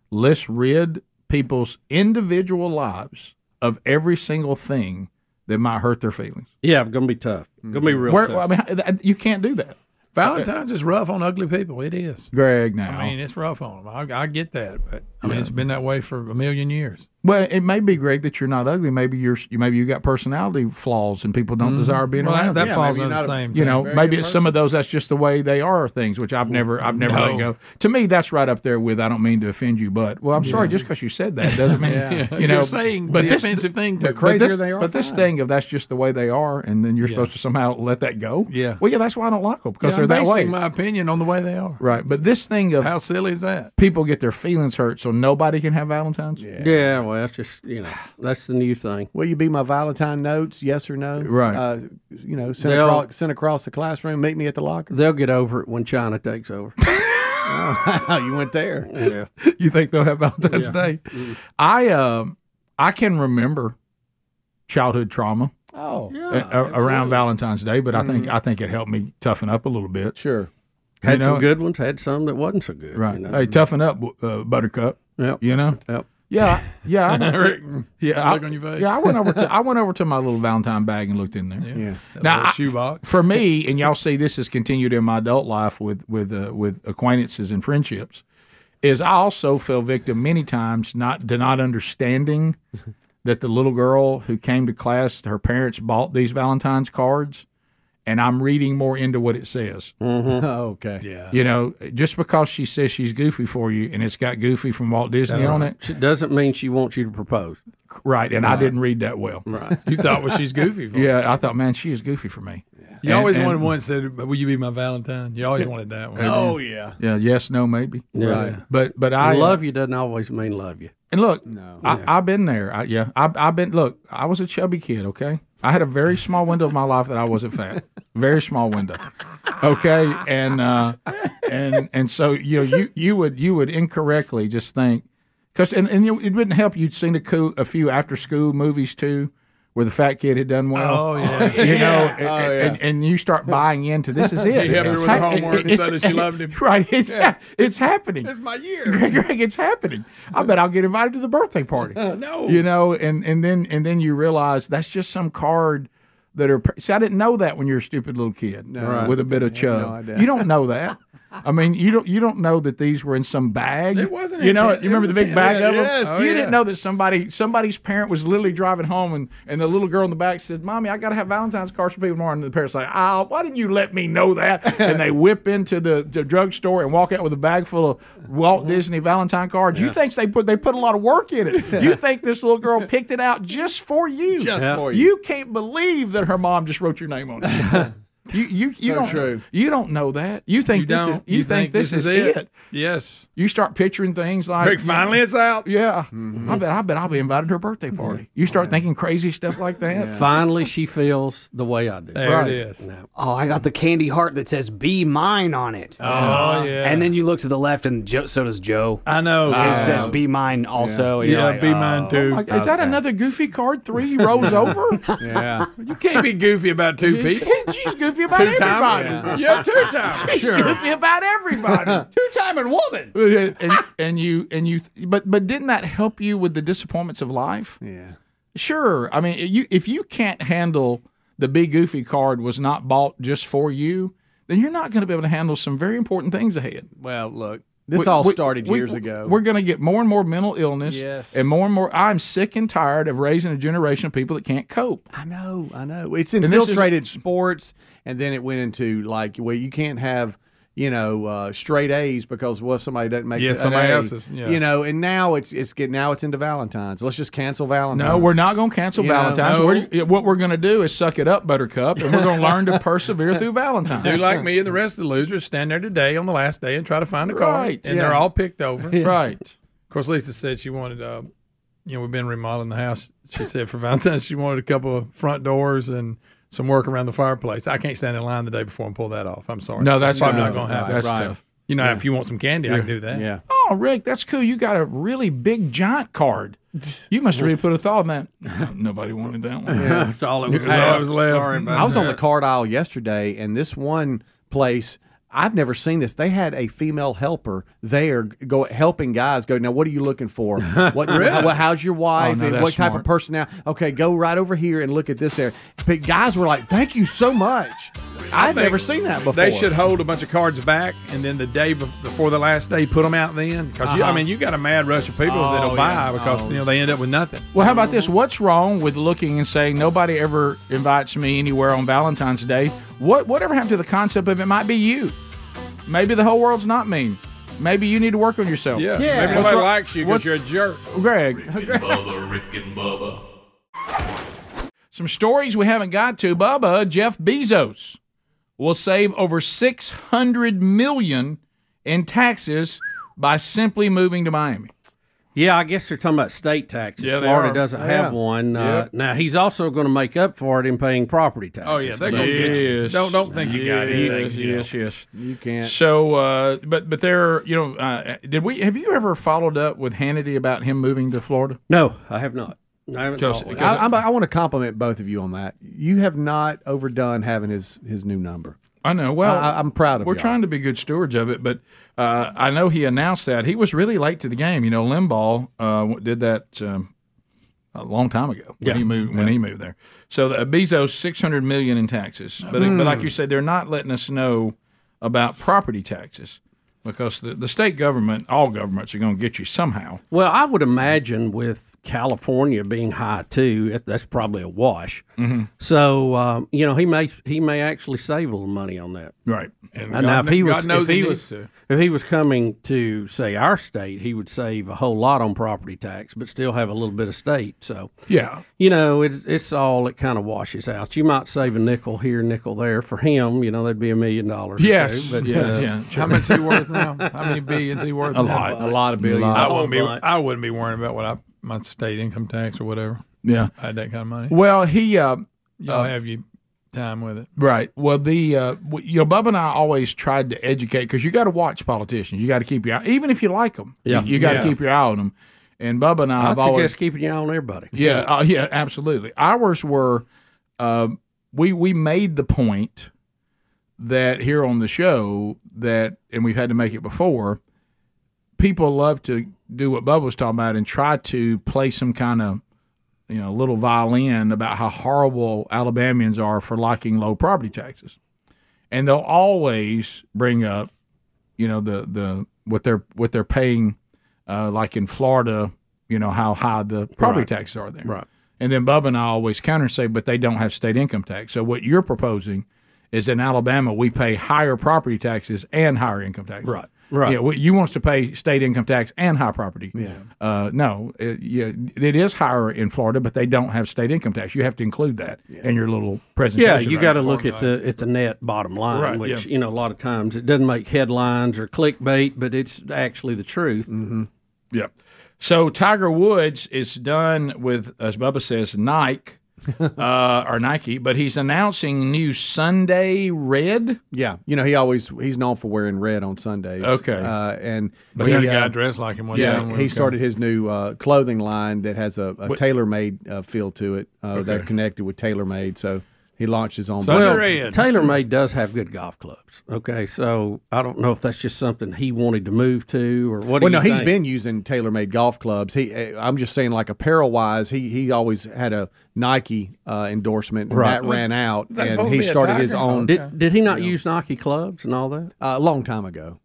Speaker 1: Let's rid people's individual lives of every single thing that might hurt their feelings.
Speaker 2: Yeah, it's gonna be tough. Gonna be real.
Speaker 1: Where-
Speaker 2: tough.
Speaker 1: I mean, th- you can't do that.
Speaker 5: Mm-hmm. Valentine's is rough on ugly people. It is.
Speaker 1: Greg, now.
Speaker 5: I mean, it's rough on them. I, I get that, but I mean, it's been that way for a million years.
Speaker 1: Well, it may be Greg that you're not ugly. Maybe you're you maybe you got personality flaws and people don't
Speaker 5: Mhm.
Speaker 1: desire being
Speaker 5: Well, that-
Speaker 1: around.
Speaker 5: that
Speaker 1: you.
Speaker 5: falls Yeah, maybe under you're the not a same
Speaker 1: You know,
Speaker 5: thing. Very
Speaker 1: maybe
Speaker 5: good
Speaker 1: it's some of those. That's just the way they are. Things which I've never I've never let
Speaker 5: No.
Speaker 1: go. To me, that's right up there with I don't mean to offend you, but well, I'm sorry.
Speaker 5: Yeah.
Speaker 1: Just because you said that doesn't mean
Speaker 5: Yeah.
Speaker 1: you know.
Speaker 5: You're saying the offensive thing to-
Speaker 1: but
Speaker 5: Crazier
Speaker 1: this,
Speaker 5: they are,
Speaker 1: But this
Speaker 5: fine.
Speaker 1: thing of that's just the way they are, and then you're supposed to somehow let that go.
Speaker 5: Yeah.
Speaker 1: Well, yeah, that's why I don't like them because
Speaker 5: Yeah,
Speaker 1: they're
Speaker 5: I'm
Speaker 1: that
Speaker 5: basing
Speaker 1: way.
Speaker 5: My opinion on the way they are.
Speaker 1: right. But this thing of
Speaker 5: How silly is that?
Speaker 1: people get their feelings hurt, so nobody can have Valentine's.
Speaker 2: Yeah. well, that's just you know, that's the new thing.
Speaker 3: Will you be my Valentine notes? Yes or no?
Speaker 2: Right.
Speaker 3: Uh, you know, send
Speaker 2: They'll-
Speaker 3: across, send across the classroom. Meet me at the locker.
Speaker 2: They'll get over it when China takes over.
Speaker 3: Oh, you went there.
Speaker 2: Yeah.
Speaker 1: you think they'll have Valentine's
Speaker 3: Yeah.
Speaker 1: Day? I um I can remember childhood trauma.
Speaker 3: Oh,
Speaker 1: a- a- around Valentine's Day, but I think I think it helped me toughen up a little bit.
Speaker 3: Sure,
Speaker 2: Had some good ones, had some that wasn't so good.
Speaker 1: Right.
Speaker 2: you know.
Speaker 1: Hey, toughen up, bu- uh, Buttercup. Yep. You know.
Speaker 2: Yep.
Speaker 1: Yeah, yeah, I went-
Speaker 5: Rick,
Speaker 1: yeah.
Speaker 5: look
Speaker 1: I,
Speaker 5: on your face.
Speaker 1: Yeah, I went over to I went over to my little Valentine bag and looked in there.
Speaker 5: Yeah. That
Speaker 1: Now,
Speaker 5: little
Speaker 1: I-
Speaker 5: shoebox.
Speaker 1: for me, and y'all see this has continued in my adult life with with uh, with acquaintances and friendships, is I also fell victim many times not to not understanding that the little girl who came to class, her parents bought these Valentine's cards, and I'm reading more into what it says.
Speaker 3: okay.
Speaker 5: Mm-hmm. Yeah.
Speaker 1: You know, just because she says she's goofy for you and it's got goofy from Walt Disney on it,
Speaker 2: Uh, She- doesn't mean she wants you to propose.
Speaker 1: right? And I
Speaker 2: Right.
Speaker 1: didn't read that well. Right.
Speaker 5: You thought, well, she's goofy for
Speaker 1: yeah, I thought, man, she is goofy for me.
Speaker 5: You
Speaker 1: And-
Speaker 5: always
Speaker 1: and-
Speaker 5: wanted one that said, "Will you be my Valentine?" You always wanted that one.
Speaker 1: I did. Yeah. Yes. No. Maybe.
Speaker 2: Yeah.
Speaker 5: Right.
Speaker 1: But but I uh,
Speaker 2: love you doesn't always mean love you.
Speaker 1: And look, I, I've been there. I, yeah, I, I've been. Look, I was a chubby kid. Okay, I had a very small window of my life that I wasn't fat. Very small window. Okay, and uh, and and so you know you you would you would incorrectly just think because and and you, it wouldn't help. You'd seen a, coo- a few after school movies too. Where the fat kid had done well,
Speaker 5: Oh, yeah.
Speaker 1: you know,
Speaker 5: Yeah.
Speaker 1: and,
Speaker 5: Oh, yeah.
Speaker 1: and, and you start buying into this is it.
Speaker 5: You helped her
Speaker 1: It's
Speaker 5: with her
Speaker 1: hap-
Speaker 5: homework and
Speaker 1: it's-
Speaker 5: said that she loved him.
Speaker 1: Right? It's, yeah. it's happening.
Speaker 5: It's my year.
Speaker 1: Greg, Greg, it's happening. I bet I'll get invited to the birthday party.
Speaker 5: no.
Speaker 1: you know, and and then and then you realize that's just some card that are. See, I didn't know that when you're a stupid little kid
Speaker 5: Right.
Speaker 1: with a bit of
Speaker 5: Yeah, no
Speaker 1: chub.
Speaker 5: idea.
Speaker 1: you don't know that. I mean, you don't you don't know that these were in some bag. It
Speaker 5: wasn't
Speaker 1: You
Speaker 5: in
Speaker 1: know,
Speaker 5: ta-
Speaker 1: you
Speaker 5: it
Speaker 1: remember
Speaker 5: was
Speaker 1: the big
Speaker 5: in ta-
Speaker 1: bag of them.
Speaker 5: yes. Oh,
Speaker 1: you
Speaker 5: yeah.
Speaker 1: didn't know that somebody somebody's parent was literally driving home, and and the little girl in the back says, "Mommy, I got to have Valentine's cards for people tomorrow." And the parents like, "Ah, why didn't you let me know that?" and they whip into the, the drugstore and walk out with a bag full of Walt Disney Valentine cards. You
Speaker 2: Yeah.
Speaker 1: think they put they put a lot of work in it? You think this little girl picked it out just for you?
Speaker 5: Just
Speaker 2: Yeah.
Speaker 5: for
Speaker 2: you.
Speaker 1: You can't believe that her mom just wrote your name on it. You you, you
Speaker 5: So
Speaker 1: don't
Speaker 5: true.
Speaker 1: you don't know that you think
Speaker 5: You
Speaker 1: this is
Speaker 5: don't.
Speaker 1: you, think, this, is, it.
Speaker 5: Yes.
Speaker 1: You start picturing things like
Speaker 5: Rick, finally it's out. Mm-hmm.
Speaker 1: Yeah, I bet I bet I'll be invited to her birthday party. You start thinking crazy stuff like that.
Speaker 2: Finally, she feels the way I do.
Speaker 1: There it Right. is.
Speaker 10: Oh, I got the candy heart that says "Be mine" on it.
Speaker 5: Oh, yeah.
Speaker 10: And then you look to the left, and jo- so does Joe.
Speaker 5: I know.
Speaker 10: It
Speaker 5: Yeah.
Speaker 10: says "Be mine" also. and you're
Speaker 5: Yeah,
Speaker 10: like,
Speaker 5: be
Speaker 10: oh.
Speaker 5: mine too.
Speaker 1: Like, is that another goofy card three rows over?
Speaker 5: Yeah. You can't be goofy about two people.
Speaker 1: She's goofy about
Speaker 5: Two
Speaker 1: everybody.
Speaker 5: time. Yeah, two time.
Speaker 1: She's
Speaker 5: Sure.
Speaker 1: goofy about everybody.
Speaker 10: Two time and woman.
Speaker 1: and, and you and you, but but didn't that help you with the disappointments of life?
Speaker 3: Yeah.
Speaker 1: Sure. I mean, you if you can't handle the big goofy card was not bought just for you, then you're not going to be able to handle some very important things ahead.
Speaker 3: Well, look, this
Speaker 1: We-
Speaker 3: all
Speaker 1: we-
Speaker 3: started
Speaker 1: we-
Speaker 3: years ago.
Speaker 1: We're going to get more and more mental illness,
Speaker 3: Yes.
Speaker 1: and more and more. I'm sick and tired of raising a generation of people that can't cope.
Speaker 3: I know, I know. It's
Speaker 1: And this is-
Speaker 3: infiltrated sports, and then it went into like well, you can't have you know uh, straight A's because well somebody doesn't make
Speaker 5: Yeah,
Speaker 3: an
Speaker 5: somebody
Speaker 3: A.
Speaker 5: else's, yeah.
Speaker 3: You know, and now it's it's get now it's into Valentine's. Let's just cancel Valentine's.
Speaker 1: No, we're not going to cancel
Speaker 3: You know,
Speaker 1: Valentine's.
Speaker 3: no.
Speaker 1: We're- what we're going to do is suck it up, Buttercup, and we're going to learn to persevere through Valentine's.
Speaker 5: Do like me and the rest of the losers stand there today on the last day and try to find a car,
Speaker 1: Right,
Speaker 5: and
Speaker 1: yeah.
Speaker 5: they're all picked over.
Speaker 1: Right.
Speaker 5: Of course, Lisa said she wanted. Uh, you know, we've been remodeling the house. She said for Valentine's she wanted a couple of front doors and some work around the fireplace. I can't stand in line the day before and pull that off. I'm sorry.
Speaker 1: No, that's
Speaker 5: probably
Speaker 1: no,
Speaker 5: not going to happen.
Speaker 1: that's Right. tough.
Speaker 5: You know, if you want some candy, I can do that.
Speaker 3: Yeah.
Speaker 1: Oh, Rick, that's cool. You got a really big giant card. You must have really put a thought in that. Nobody wanted that one.
Speaker 2: That's all it was.
Speaker 5: That's all I was left.
Speaker 3: I was on the card aisle yesterday, and this one place I've never seen this. They had a female helper there, go helping guys. Go now. What are you looking for? What?
Speaker 5: Really?
Speaker 3: what- how's your wife?
Speaker 1: Oh, no,
Speaker 3: and
Speaker 1: that's
Speaker 3: what type
Speaker 1: smart.
Speaker 3: of personality? Okay, go right over here and look at this area. But guys were like, "Thank you so much." I've
Speaker 5: think
Speaker 3: never seen that before.
Speaker 5: They should hold a bunch of cards back, and then the day bef- before the last day, put them out then. Because I
Speaker 3: Uh-huh.
Speaker 5: mean, you got a mad rush of people that'll
Speaker 3: Oh,
Speaker 5: buy
Speaker 3: yeah.
Speaker 5: because
Speaker 3: Oh.
Speaker 5: you know they end up with nothing.
Speaker 1: Well, how about this? What's wrong with looking and saying nobody ever invites me anywhere on Valentine's Day? What whatever happened to the concept of it might be you? Maybe the whole world's not mean. Maybe you need to work on yourself.
Speaker 5: Yeah, maybe nobody
Speaker 1: wrong-
Speaker 5: likes you because
Speaker 1: what's-
Speaker 5: you're a jerk.
Speaker 1: Greg,
Speaker 4: Rick and Bubba, Rick and Bubba.
Speaker 1: some stories we haven't got to. Bubba, Jeff Bezos will save over 600 million in taxes by simply moving to Miami.
Speaker 2: Yeah, I guess they're talking about state taxes.
Speaker 1: Yeah, they
Speaker 2: Florida
Speaker 1: are.
Speaker 2: doesn't
Speaker 5: Oh,
Speaker 1: Yeah.
Speaker 2: have one. Uh,
Speaker 1: Yep.
Speaker 2: now he's also going to make up for it in paying property taxes.
Speaker 5: Oh yeah, they're
Speaker 2: But-
Speaker 5: gonna get you.
Speaker 1: Yes.
Speaker 5: Don't don't think you got anything.
Speaker 1: Yes,
Speaker 5: you know.
Speaker 1: yes, yes.
Speaker 3: You can't.
Speaker 1: So, uh, but but there, you know, uh, did we have you ever followed up with Hannity about him moving to Florida?
Speaker 2: No, I have not. I haven't
Speaker 3: Because-
Speaker 2: thought with
Speaker 3: I,
Speaker 2: it.
Speaker 3: I'm- I want to compliment both of you on that. You have not overdone having his his new number.
Speaker 1: I know. Well,
Speaker 3: I, am proud of
Speaker 1: We're
Speaker 3: y'all.
Speaker 1: trying to be good stewards of it, but uh, I know he announced that he was really late to the game. You know, Limbaugh uh, w- did that um, a long time ago when
Speaker 2: Yeah.
Speaker 1: he moved when
Speaker 2: Yeah.
Speaker 1: he moved there. So the, Bezos six hundred million in taxes, but but
Speaker 2: Mm.
Speaker 1: like you said, they're not letting us know about property taxes because the, the state government, all governments are going to get you somehow.
Speaker 2: Well, I would imagine with California being high too, that- that's probably a wash.
Speaker 1: Mhm.
Speaker 2: So um, you know he may he may actually save a little money on that.
Speaker 1: Right.
Speaker 2: And
Speaker 1: And
Speaker 2: now
Speaker 1: God
Speaker 2: if he
Speaker 1: kn-
Speaker 2: was
Speaker 1: God knows
Speaker 2: if he,
Speaker 1: he
Speaker 2: was
Speaker 1: needs to.
Speaker 2: if he was coming to say our state, he would save a whole lot on property tax, but still have a little bit of state. So
Speaker 1: Yeah.
Speaker 2: you know it's it's all it kind of washes out. You might save a nickel here, nickel there for him. You know that'd be a million dollars. or
Speaker 1: Yes.
Speaker 2: two, but,
Speaker 1: Yeah,
Speaker 2: uh,
Speaker 1: yeah.
Speaker 5: How much is he worth now? How many billions he worth?
Speaker 2: A
Speaker 5: now?
Speaker 2: lot. A lot of billions.
Speaker 5: I
Speaker 2: A
Speaker 5: wouldn't be.
Speaker 2: whole bunch.
Speaker 5: I wouldn't be worrying about what I my state income tax or whatever.
Speaker 1: Yeah.
Speaker 5: I had that kind of money.
Speaker 1: Well, he uh,
Speaker 5: y'all
Speaker 1: uh,
Speaker 5: have your time with it.
Speaker 1: Right. Well, the uh, w- you know, Bub and I always tried to educate because you got to watch politicians. You got to keep your eye, even if you like them.
Speaker 2: Yeah.
Speaker 1: You, got to
Speaker 2: Yeah.
Speaker 1: keep your eye on them. And Bubba and I
Speaker 2: I'd
Speaker 1: have
Speaker 2: suggest
Speaker 1: always
Speaker 2: keeping your eye on everybody.
Speaker 1: yeah, uh, yeah, absolutely. Ours were, um we we made the point that here on the show that, and we've had to make it before. People love to do what Bubba was talking about and try to play some kind of, you know, little violin about how horrible Alabamians are for liking low property taxes, and they'll always bring up, you know, the the what they're what they're paying, uh, like in Florida, you know how high the property
Speaker 2: Right.
Speaker 1: taxes are there.
Speaker 2: Right.
Speaker 1: And then Bubba and I always counter and say, but they don't have state income tax. So what you're proposing is in Alabama we pay higher property taxes and higher income tax.
Speaker 2: Right, right.
Speaker 1: Yeah, what you want us to pay state income tax and high property. Yeah. Uh, no, it, yeah, it is higher in Florida, but they don't have state income tax. You have to include that in your little presentation.
Speaker 2: Yeah, you
Speaker 1: right?
Speaker 2: got to look at the at the net bottom line,
Speaker 1: Right,
Speaker 2: which
Speaker 1: yeah.
Speaker 2: you know a lot of times it doesn't make headlines or clickbait, but it's actually the truth. Mm-hmm.
Speaker 1: Yeah. So Tiger Woods is done with, as Bubba says, Nike uh, or Nike, but he's announcing new Sunday Red.
Speaker 3: Yeah, you know he always he's known for wearing red on Sundays.
Speaker 1: Okay.
Speaker 3: uh, and
Speaker 5: But had a
Speaker 3: uh,
Speaker 5: guy dressed like him one
Speaker 3: yeah,
Speaker 5: time.
Speaker 3: he started his new uh, clothing line that has a, a
Speaker 5: What-
Speaker 3: tailor-made uh, feel to it. Uh,
Speaker 5: Okay.
Speaker 3: They're connected with tailor-made, so he launched his own.
Speaker 2: well,
Speaker 3: brand.
Speaker 2: TaylorMade does have good golf clubs. Okay, so I don't know if that's just something he wanted to move to or what.
Speaker 3: well,
Speaker 2: do
Speaker 3: no,
Speaker 2: you
Speaker 3: he's
Speaker 2: think?
Speaker 3: been using TaylorMade golf clubs. He, uh, I'm just saying, like apparel wise, he he always had a Nike uh, endorsement and
Speaker 2: Right.
Speaker 3: that ran out,
Speaker 2: That's
Speaker 3: and
Speaker 2: supposed to
Speaker 3: he
Speaker 2: be a
Speaker 3: started his
Speaker 2: Tiger.
Speaker 3: own. Uh,
Speaker 2: Did did he not use Nike clubs and all that?
Speaker 3: A long time ago.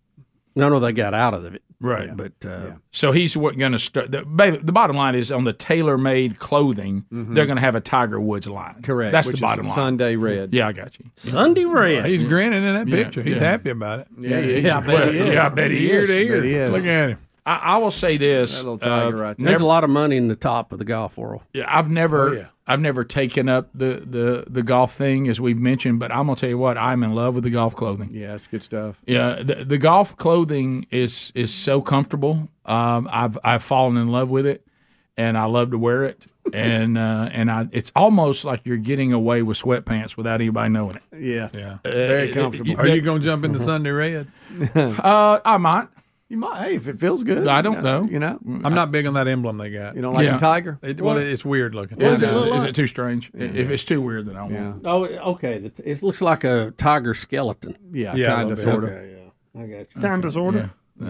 Speaker 2: No, no, they got out of it.
Speaker 1: Right.
Speaker 2: But uh,
Speaker 1: So he's what going to start. The, ba- the bottom line is on the tailor made clothing,
Speaker 3: Mhm.
Speaker 1: they're going to have a Tiger Woods line.
Speaker 3: Correct,
Speaker 1: That's the
Speaker 3: which is
Speaker 1: bottom line.
Speaker 3: Sunday red.
Speaker 1: Yeah, I got you.
Speaker 2: Sunday red.
Speaker 5: He's grinning in that
Speaker 1: Yeah,
Speaker 5: picture. He's
Speaker 1: yeah.
Speaker 5: happy about it.
Speaker 1: Yeah, he is. Yeah, I bet he is.
Speaker 5: Yeah, I bet he
Speaker 1: Ear
Speaker 5: is.
Speaker 1: to ear.
Speaker 5: Bet he is.
Speaker 1: Look at him. I, I will say this.
Speaker 2: That little
Speaker 1: uh,
Speaker 2: there's
Speaker 1: never-
Speaker 2: a lot of money in the top of the golf world.
Speaker 1: Yeah, I've never,
Speaker 2: Oh, yeah.
Speaker 1: I've never taken up the, the the golf thing as we've mentioned, but I'm gonna tell you what, I'm in love with the golf clothing.
Speaker 3: Yeah, it's good stuff.
Speaker 1: Yeah, the, the golf clothing is is so comfortable. Um, I've I've fallen in love with it, and I love to wear it. And uh, and I, it's almost like you're getting away with sweatpants without anybody knowing it.
Speaker 3: Yeah,
Speaker 5: yeah,
Speaker 1: Uh,
Speaker 5: very comfortable.
Speaker 1: you-
Speaker 5: Are you going to jump into
Speaker 1: Mm-hmm.
Speaker 5: Sunday Red?
Speaker 1: uh, I might.
Speaker 3: You might. Hey, if it feels good.
Speaker 5: I don't
Speaker 1: know. Mm,
Speaker 3: You know,
Speaker 5: I'm not big on that emblem they got. You
Speaker 3: don't like the Yeah. tiger?
Speaker 5: It, well,
Speaker 3: What?
Speaker 5: it's weird looking.
Speaker 1: What does
Speaker 5: I
Speaker 1: it
Speaker 5: know.
Speaker 1: look like? too strange? If it's too weird, then I won't.
Speaker 2: Oh, okay. It- It looks like a tiger skeleton.
Speaker 3: Yeah,
Speaker 1: Yeah, a
Speaker 3: kind of,
Speaker 1: little bit.
Speaker 3: sort of.
Speaker 2: I got
Speaker 1: Okay,
Speaker 2: you.
Speaker 1: Okay, yeah.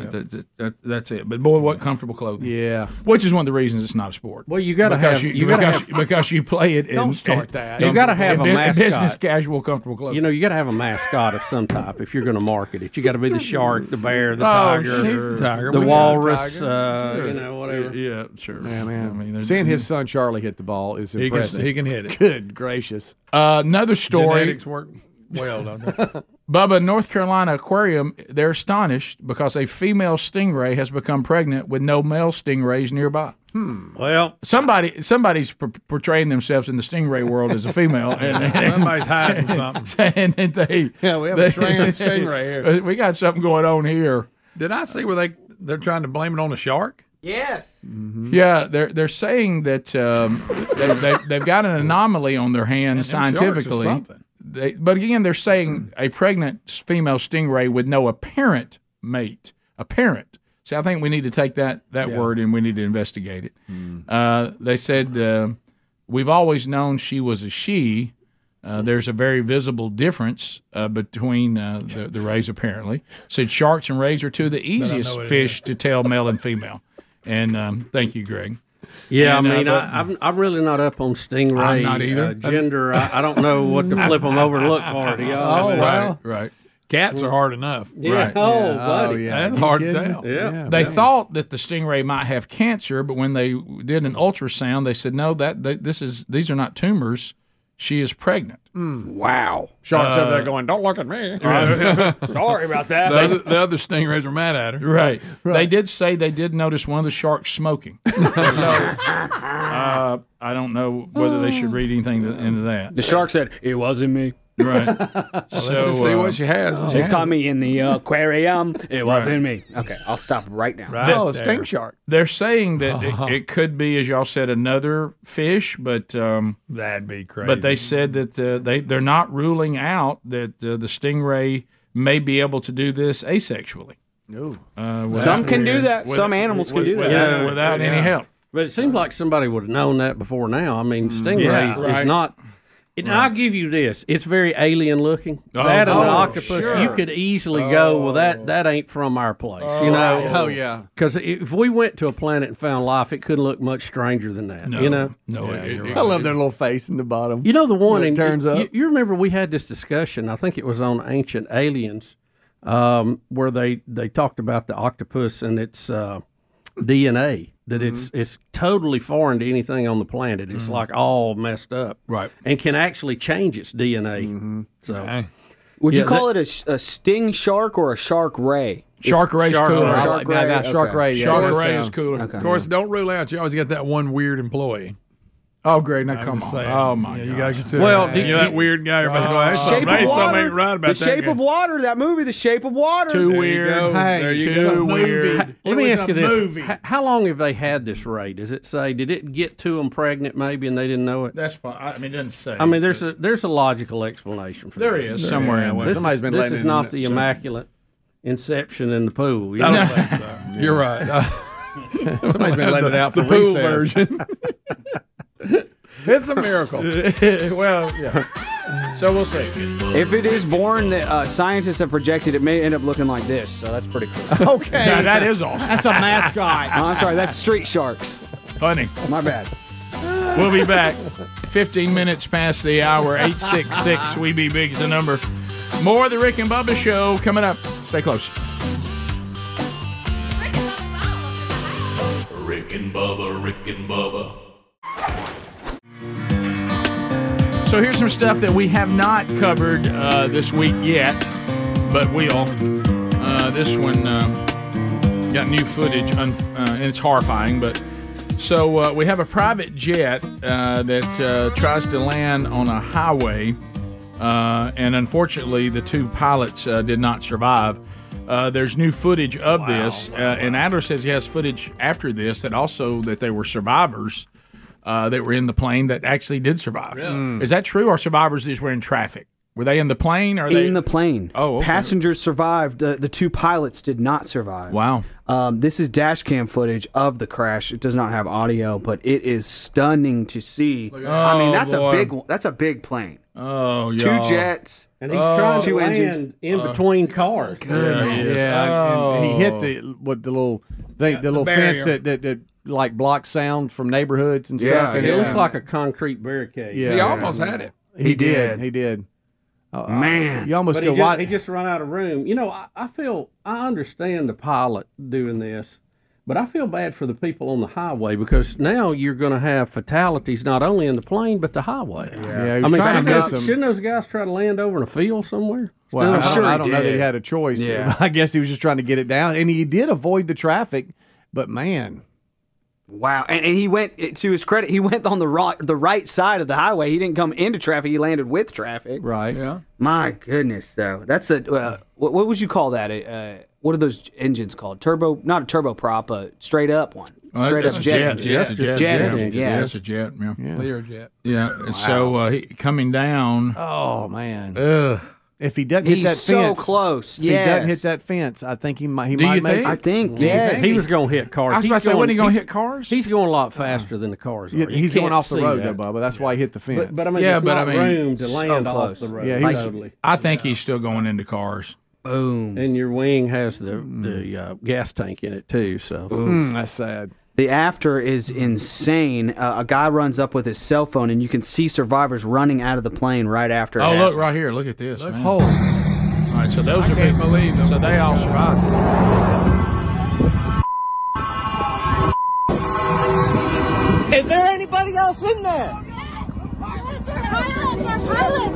Speaker 1: That- that- that- that's it. But boy, what comfortable clothing!
Speaker 3: Yeah,
Speaker 1: which is one of the reasons it's not a sport.
Speaker 2: Well, you gotta
Speaker 1: Because
Speaker 2: have-
Speaker 1: you,
Speaker 2: you
Speaker 1: because,
Speaker 2: gotta
Speaker 1: you- because you play it. In,
Speaker 2: Don't start
Speaker 1: in-
Speaker 2: that. You gotta have
Speaker 1: in
Speaker 2: a
Speaker 1: bu-
Speaker 2: mascot.
Speaker 1: business casual comfortable clothing.
Speaker 2: You know, you got to have a mascot of some type if you're going to market it. You got to be the shark, the bear, the
Speaker 1: Oh,
Speaker 2: tiger,
Speaker 1: she's the tiger.
Speaker 2: the
Speaker 1: We got a
Speaker 2: walrus.
Speaker 1: tiger.
Speaker 2: Uh,
Speaker 1: Sure.
Speaker 2: You know, whatever.
Speaker 1: Yeah, yeah, sure.
Speaker 3: Yeah, man.
Speaker 1: I mean, there's-
Speaker 3: Seeing his son Charlie hit the ball is
Speaker 5: He can-
Speaker 3: impressive.
Speaker 5: he can hit it.
Speaker 3: Good gracious.
Speaker 1: Uh, another story.
Speaker 5: Genetics work well, don't they?
Speaker 1: Bubba, North Carolina Aquarium, they're astonished because a female stingray has become pregnant with no male stingrays nearby.
Speaker 2: Hmm. Well,
Speaker 1: somebody somebody's p- portraying themselves in the stingray world as a female. And,
Speaker 5: Somebody's hiding something.
Speaker 1: And, and they,
Speaker 5: Yeah, we have a trans stingray here.
Speaker 1: We got something going on here.
Speaker 5: Did I see where they they're trying to blame it on the shark?
Speaker 10: Yes.
Speaker 5: Mm-hmm.
Speaker 1: Yeah, they're they're saying that um, they, they, they've got an anomaly on their hands
Speaker 5: them sharks are
Speaker 1: scientifically.
Speaker 5: something.
Speaker 1: They, but again, they're saying a pregnant female stingray with no apparent mate, apparent See, I think we need to take that that
Speaker 30: Yeah.
Speaker 1: word and we need to investigate it.
Speaker 5: Hmm.
Speaker 1: Uh, they said uh, we've always known she was a she. Uh, there's a very visible difference uh, between uh, the, the rays, apparently. Said sharks and rays are two of the easiest
Speaker 30: it
Speaker 1: fish to tell male and female. And um, thank you, Greg.
Speaker 2: Yeah,
Speaker 1: And, uh,
Speaker 2: I mean,
Speaker 1: but-
Speaker 2: I, I'm, I'm really not up on stingray
Speaker 1: I'm not either.
Speaker 2: Uh, gender. I, I don't know what to flip them over and look for. To y'all.
Speaker 5: Oh, wow.
Speaker 1: Right.
Speaker 5: Caps are hard enough.
Speaker 2: Yeah. Oh, Yeah. buddy. Oh, yeah.
Speaker 5: That's
Speaker 2: You
Speaker 5: hard to
Speaker 2: kidding?
Speaker 5: tell.
Speaker 2: Yeah.
Speaker 1: They thought that the stingray might have cancer, but when they did an ultrasound, they said no. That, that this is these are not tumors. She is pregnant.
Speaker 2: Hmm.
Speaker 5: Wow.
Speaker 1: Sharks over there
Speaker 5: going, don't look at me.
Speaker 1: Right. Sorry
Speaker 5: about that. The other, the other stingrays were mad at her.
Speaker 1: Right. They did say they did notice one of the sharks smoking. so uh, I don't know whether they should read anything th- into that.
Speaker 10: The shark said it wasn't me.
Speaker 1: Right. So, uh,
Speaker 10: She caught me in the aquarium. It wasn't
Speaker 1: Right.
Speaker 10: me. Okay, I'll stop right now.
Speaker 1: Right there. They're saying that it, it could be, as y'all said, another fish, but um,
Speaker 5: That'd be crazy.
Speaker 1: But they said that uh, they they're not ruling out that uh, the stingray may be able to do this asexually.
Speaker 3: No.
Speaker 1: Uh,
Speaker 2: Some can do that.
Speaker 1: Some animals can do that. Yeah, without any help.
Speaker 2: But it seems like somebody would have known that before now. I
Speaker 3: Mm.
Speaker 2: mean, stingray
Speaker 1: Yeah,
Speaker 2: is
Speaker 1: right.
Speaker 2: not. And I'll give you this: it's very alien looking.
Speaker 1: Oh,
Speaker 2: that and
Speaker 1: oh,
Speaker 2: an octopus,
Speaker 1: sure.
Speaker 2: you could easily go. Well, that that ain't from our place, you know.
Speaker 3: Oh, yeah.
Speaker 2: Because if we went to a planet and found life, it couldn't look much stranger than that. you know.
Speaker 3: I love their little face in the bottom.
Speaker 2: You know the one
Speaker 3: When it
Speaker 2: in
Speaker 3: turns
Speaker 2: you,
Speaker 3: up.
Speaker 2: You remember we had this discussion. I think it was on Ancient Aliens, um, where they they talked about the octopus and its uh, DNA. That it's
Speaker 1: Mm-hmm.
Speaker 2: it's totally foreign to anything on the planet. It's like all messed up,
Speaker 1: right? Mm-hmm.
Speaker 2: And can actually change its DNA. So,
Speaker 10: Would
Speaker 2: Yeah,
Speaker 10: you call
Speaker 2: that-
Speaker 10: it a, sh- a sting shark or a shark ray?
Speaker 1: Shark ray's
Speaker 10: Shark
Speaker 1: cooler.
Speaker 10: ray.
Speaker 5: Shark ray,
Speaker 10: okay.
Speaker 5: Shark ray, yeah.
Speaker 1: Shark
Speaker 5: Of course,
Speaker 1: ray
Speaker 5: um,
Speaker 1: is cooler.
Speaker 5: Of course, don't rule out. You always get that one weird employee.
Speaker 1: Oh, great. Now,
Speaker 5: I'm
Speaker 1: come on.
Speaker 5: just saying.
Speaker 1: Oh, my
Speaker 5: Yeah,
Speaker 1: God.
Speaker 5: you gotta consider
Speaker 1: Well,
Speaker 5: that.
Speaker 1: do
Speaker 5: uh, You know,
Speaker 1: you-
Speaker 5: that weird guy. Everybody's
Speaker 1: Uh,
Speaker 5: going, "Hey,
Speaker 10: Shape
Speaker 5: something,
Speaker 10: of
Speaker 5: ain't something
Speaker 10: Water.
Speaker 5: ain't right about
Speaker 10: the
Speaker 5: that."
Speaker 10: Shape
Speaker 5: guy."
Speaker 10: of Water. That movie, The Shape of Water.
Speaker 1: Too weird. there you go. weird.
Speaker 2: Let me ask you this: H- How long have they had this ray? Does it say? Did it get to them pregnant, maybe, and they didn't know it?
Speaker 1: That's why. I mean, it doesn't say.
Speaker 2: I mean, there's a there's a logical explanation for
Speaker 1: There
Speaker 2: this.
Speaker 1: is, somewhere in there.
Speaker 2: This
Speaker 1: Somebody's
Speaker 2: is,
Speaker 1: been
Speaker 2: this
Speaker 1: letting
Speaker 2: is
Speaker 1: it
Speaker 2: not
Speaker 1: in
Speaker 2: the
Speaker 1: there.
Speaker 2: immaculate inception in the pool.
Speaker 5: I don't think so. You're right.
Speaker 3: Somebody's been letting it out
Speaker 5: the
Speaker 3: for
Speaker 5: pool
Speaker 3: recess.
Speaker 5: version. it's a miracle.
Speaker 1: well, yeah. So we'll see.
Speaker 10: If it is born, that uh, scientists have projected, it may end up looking like this. So that's pretty cool.
Speaker 1: Okay. Now, that is awesome.
Speaker 10: That's a mascot. oh, I'm sorry. That's street sharks.
Speaker 1: Funny.
Speaker 10: My bad.
Speaker 1: We'll be back. 15 minutes past the hour. 866 We Be Big is the number. More of the Rick and Bubba Show coming up. Stay close.
Speaker 4: Rick and Bubba, Rick and Bubba.
Speaker 1: So here's some stuff that we have not covered uh, this week yet, but will. Uh, this one uh, got new footage, un- uh, and it's horrifying. But so uh, we have a private jet uh, that uh, tries to land on a highway, uh, and unfortunately, the two pilots uh, did not survive. Uh, there's new footage of this, uh, and Adler says he has footage after this that also that they were survivors uh, that were in the plane that actually did survive. Is that true, or survivors just were in traffic? Were they in the plane? Or they
Speaker 10: in the plane.
Speaker 1: Oh, okay.
Speaker 10: passengers survived. The, the two pilots did not survive.
Speaker 1: Wow.
Speaker 10: Um, this is dash cam footage of the crash. It does not have audio, but it is stunning to see.
Speaker 1: at
Speaker 10: I
Speaker 1: that.
Speaker 10: mean, that's
Speaker 1: Oh, boy.
Speaker 10: a big. one- That's a big plane.
Speaker 1: Oh,
Speaker 10: Two
Speaker 1: y'all.
Speaker 10: jets.
Speaker 2: And he's trying to
Speaker 10: two
Speaker 2: land
Speaker 10: engines.
Speaker 2: in between cars.
Speaker 3: Oh. Goodness. Yeah, and
Speaker 2: Oh.
Speaker 3: he hit the what the little thing, the little fence
Speaker 2: barrier.
Speaker 3: that, that that like blocks sound from neighborhoods and stuff. And
Speaker 2: it looks like a concrete barricade.
Speaker 3: Yeah. Oh. He almost had it. He, did. He did. Uh,
Speaker 2: Man,
Speaker 3: you almost
Speaker 2: but
Speaker 3: go
Speaker 2: he just,
Speaker 3: watch.
Speaker 2: he just run out of room. You know, I, I feel I understand the pilot doing this, but I feel bad for the people on the highway because now you're going to have fatalities not only in the plane but the highway.
Speaker 3: Yeah, he was
Speaker 2: I mean,
Speaker 3: trying to
Speaker 2: shouldn't
Speaker 3: miss
Speaker 2: those-
Speaker 3: them.
Speaker 2: shouldn't those guys try to land over in a field somewhere?
Speaker 3: Well,
Speaker 2: Still-
Speaker 3: I don't, I don't know that he had a choice.
Speaker 2: Yeah.
Speaker 3: I guess he was just trying to get it down, and he did avoid the traffic. But man,
Speaker 10: Wow. And, and he went to his credit. He went on the right, the right side of the highway. He didn't come into traffic. He landed with traffic.
Speaker 3: Right. Yeah.
Speaker 10: My goodness, though. That's a uh, what, what would you call that? Uh, what are those engines called? Turbo? Not a turboprop, a straight up one.
Speaker 1: Uh,
Speaker 10: Straight
Speaker 1: that's
Speaker 10: up
Speaker 1: a
Speaker 10: jet.
Speaker 1: jet,
Speaker 10: engine.
Speaker 1: yeah,
Speaker 10: Just
Speaker 1: it's a jet,
Speaker 10: jet
Speaker 1: yeah.
Speaker 10: engine,
Speaker 1: Yeah,
Speaker 10: Yeah.
Speaker 1: it's a jet. Yeah.
Speaker 5: Learjet.
Speaker 1: Yeah. and So uh, he, coming down.
Speaker 3: Oh man.
Speaker 1: Ugh.
Speaker 3: If he doesn't hit
Speaker 31: He's
Speaker 3: that
Speaker 31: so
Speaker 3: fence,
Speaker 31: close,
Speaker 3: If he doesn't
Speaker 31: yes.
Speaker 3: hit that fence, I think he might. He
Speaker 2: Do
Speaker 3: might
Speaker 2: you
Speaker 3: make.
Speaker 2: think?
Speaker 3: it.
Speaker 2: I think, Do you yes. think? He was gonna hit cars. I was about to say, wasn't he gonna hit
Speaker 1: cars?
Speaker 2: He's going a lot faster than the cars. Are.
Speaker 3: Yeah,
Speaker 2: You
Speaker 3: he's going
Speaker 2: can't
Speaker 3: off the
Speaker 2: see
Speaker 3: road
Speaker 2: that.
Speaker 3: though, Bubba. That's why he hit the fence.
Speaker 2: But, but I mean, yeah, but I mean, room to land off the road.
Speaker 3: Yeah, he's,
Speaker 2: totally.
Speaker 1: I think he's still going into cars.
Speaker 2: Boom. And your wing has the
Speaker 1: Mm.
Speaker 2: the uh, gas tank in it too. So
Speaker 3: Mm, that's sad.
Speaker 10: The after is insane. Uh, a guy runs up with his cell phone, and you can see survivors running out of the plane right after.
Speaker 1: Oh,
Speaker 10: it
Speaker 1: look right here. Look at this.
Speaker 10: Look,
Speaker 1: man.
Speaker 10: hold.
Speaker 1: All right, so those
Speaker 10: I
Speaker 1: are
Speaker 10: can't
Speaker 1: people- So they all survived.
Speaker 27: Is there anybody else in there?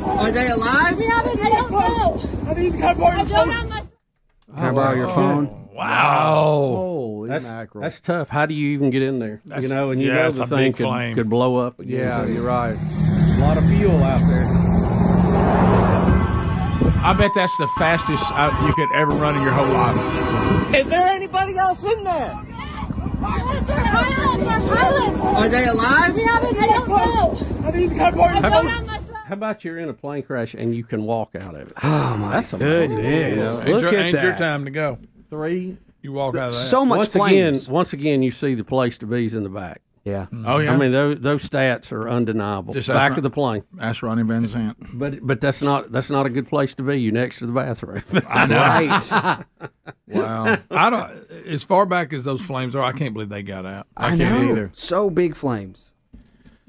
Speaker 27: Are they alive? We haven't I don't know. I mean, you got more than
Speaker 10: Can I borrow your phone?
Speaker 2: Wow, that's, that's tough. How do you even get in there?
Speaker 10: That's-
Speaker 2: you know, and you
Speaker 10: yeah,
Speaker 2: know
Speaker 10: that's
Speaker 2: the
Speaker 10: a
Speaker 2: thing
Speaker 10: big flame.
Speaker 2: could, could blow up.
Speaker 3: Yeah, you're right.
Speaker 2: A lot of fuel out there.
Speaker 1: I bet that's the fastest uh, you could ever run in your whole life.
Speaker 27: Is there anybody else in there? Are they alive? We haven't I don't know. I mean, you got more than
Speaker 2: How about, how about you're in a plane crash and you can walk out of it? Oh my that's amazing.
Speaker 5: Ain't your, ain't your time to go.
Speaker 3: Three.
Speaker 5: You walk out of that.
Speaker 2: once again. Once again, you see the place to be's in the back. Yeah.
Speaker 1: Oh, yeah?
Speaker 2: I mean, those, those stats are undeniable.
Speaker 1: Just ask
Speaker 2: back
Speaker 1: Ron-
Speaker 2: of the plane.
Speaker 1: That's Ronnie Van Zant.
Speaker 2: But but that's not that's not a good place to be. You next to the bathroom.
Speaker 1: I know.
Speaker 5: Wow. I don't. As far back as those flames are, I can't believe they got out.
Speaker 10: I, know. So big flames.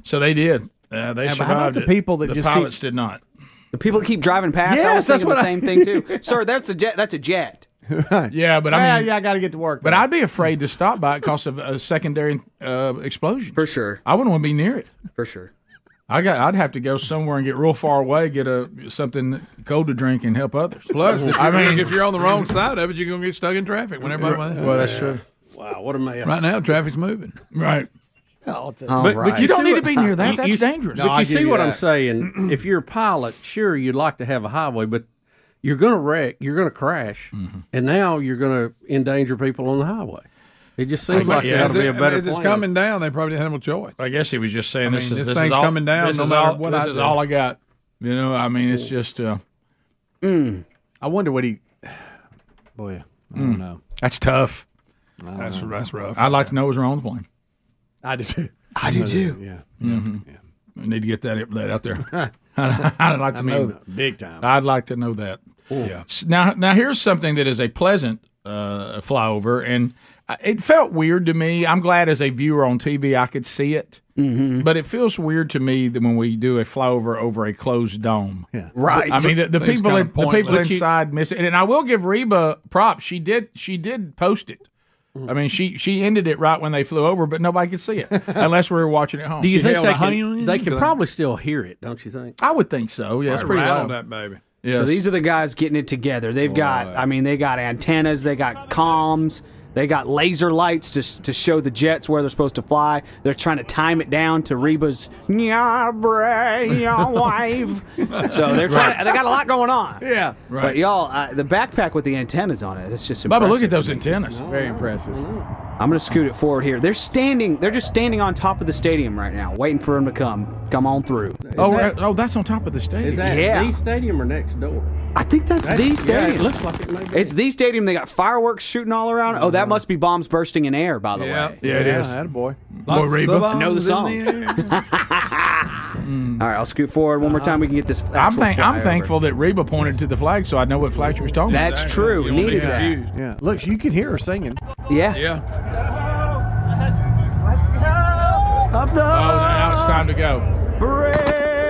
Speaker 1: So they did. Uh, they
Speaker 10: Yeah,
Speaker 1: survived.
Speaker 10: but how about the
Speaker 1: it.
Speaker 10: people that
Speaker 1: the
Speaker 10: just keep-
Speaker 1: pilots did not.
Speaker 10: The people that keep driving past. I
Speaker 1: Yes,
Speaker 10: was
Speaker 1: that's
Speaker 10: thinking the
Speaker 1: what I-
Speaker 10: same thing too, sir. That's a jet. That's a jet.
Speaker 1: Yeah, but I
Speaker 10: Yeah,
Speaker 1: mean,
Speaker 10: yeah,
Speaker 3: I got to get to work.
Speaker 1: But I'd be afraid to stop by it because of a secondary uh, explosion. For
Speaker 10: sure.
Speaker 1: I wouldn't want to be near it.
Speaker 10: For sure.
Speaker 1: I got. I'd have to go somewhere and get real far away, get a something cold to drink, and help others.
Speaker 5: Plus, if you're,
Speaker 1: I mean,
Speaker 5: if you're on the wrong side of it, you're gonna get stuck in traffic when everybody.
Speaker 1: Well, that's true.
Speaker 2: Wow, what a mess!
Speaker 5: Right now, traffic's moving.
Speaker 1: Right.
Speaker 2: But- but,
Speaker 1: you don't
Speaker 2: see
Speaker 1: need
Speaker 2: what-
Speaker 1: to be near that.
Speaker 2: you-
Speaker 1: That's
Speaker 2: you-
Speaker 1: dangerous.
Speaker 2: but you see what I'm saying? if you're a pilot, sure you'd like to have a highway, but you're going to wreck. You're going to crash,
Speaker 5: Mm-hmm.
Speaker 2: and now you're going to endanger people on the highway. It just seems like
Speaker 5: Yeah,
Speaker 2: that
Speaker 5: as
Speaker 2: would be
Speaker 5: it-
Speaker 2: a better
Speaker 5: as it's
Speaker 2: plan.
Speaker 5: coming down, they probably didn't have a choice.
Speaker 1: I guess he was just saying
Speaker 5: I
Speaker 1: this
Speaker 5: mean,
Speaker 1: is
Speaker 5: this
Speaker 1: this
Speaker 5: thing's
Speaker 1: is all,
Speaker 5: coming down,
Speaker 1: This
Speaker 5: no
Speaker 1: is
Speaker 5: matter
Speaker 1: all,
Speaker 5: what
Speaker 1: this
Speaker 5: I
Speaker 1: is
Speaker 5: do.
Speaker 1: all I got. You know, I mean, it's just. Uh,
Speaker 3: Mm. I wonder what he. Boy, I don't
Speaker 1: Mm.
Speaker 3: know.
Speaker 1: That's tough.
Speaker 5: That's that's rough.
Speaker 1: I'd like to know what was wrong with the plane.
Speaker 3: I do too.
Speaker 5: I do too.
Speaker 3: Yeah.
Speaker 1: hmm I need to get that, that out there.
Speaker 5: I
Speaker 1: I'd like to
Speaker 5: mean,
Speaker 1: know that.
Speaker 3: big time.
Speaker 1: I'd like to know that.
Speaker 5: Yeah.
Speaker 1: S- Now, now here's something that is a pleasant uh, flyover, and I- it felt weird to me. I'm glad as a viewer on TV I could see it,
Speaker 10: Mm-hmm.
Speaker 1: but it feels weird to me that when we do a flyover over a closed dome, yeah.
Speaker 5: Right.
Speaker 1: I mean, the, the
Speaker 5: Seems
Speaker 1: people,
Speaker 5: kinda
Speaker 1: in, the people
Speaker 5: pointless.
Speaker 1: inside miss it, and I will give Reba props. She did, she did post it.
Speaker 10: Mm.
Speaker 1: I mean, she she ended it right when they flew over, but nobody could see it unless we were watching at home.
Speaker 2: Do you
Speaker 1: She
Speaker 2: think
Speaker 1: held
Speaker 2: they
Speaker 1: a
Speaker 2: can,
Speaker 1: hand
Speaker 2: they can
Speaker 1: to-
Speaker 2: probably still hear it? Don't you think?
Speaker 1: I would think so. Yeah, it's pretty loud.
Speaker 5: baby.
Speaker 10: So
Speaker 1: Yes.
Speaker 10: these are the guys getting it together. They've got, I mean, they got antennas, they got comms, they got laser lights to, s- to show the jets where they're supposed to fly. They're trying to time it down to Reba's "Nya bray, ya wave. So they're trying.
Speaker 31: Right.
Speaker 10: They got a lot going on.
Speaker 3: Yeah.
Speaker 10: But y'all, uh, the backpack with the antennas on it. It's just
Speaker 1: Bubba,
Speaker 10: impressive.
Speaker 1: look at those
Speaker 10: to me.
Speaker 1: antennas.
Speaker 3: Very impressive.
Speaker 10: I'm gonna scoot it forward here. They're standing. They're just standing on top of the stadium right now, waiting for him to come. Come on through.
Speaker 1: Oh, right. oh, that's on top of the stadium.
Speaker 10: Is that Yeah. the
Speaker 2: stadium or next door?
Speaker 10: I think that's, the stadium.
Speaker 2: Yeah, it looks like it may be.
Speaker 10: It's the stadium. They got fireworks shooting all around. Oh, that must be bombs bursting in air, by the way.
Speaker 3: yeah, boy.
Speaker 10: Lots Boy, Reba. of
Speaker 3: I
Speaker 10: bombs
Speaker 3: know the
Speaker 10: in
Speaker 3: song.
Speaker 10: the All right, I'll scoot forward one more time. We can get this.
Speaker 1: I'm,
Speaker 10: actual
Speaker 1: thank, I'm
Speaker 10: flyover.
Speaker 1: thankful that Reba pointed to the flag, so I know what flag she was talking about.
Speaker 10: That's true.
Speaker 1: You don't
Speaker 10: Needed
Speaker 1: be
Speaker 10: that.
Speaker 1: confused.
Speaker 3: Yeah. Look, you can hear her singing.
Speaker 10: Yeah.
Speaker 1: Yeah.
Speaker 10: Up the.
Speaker 1: Oh, now it's time to go.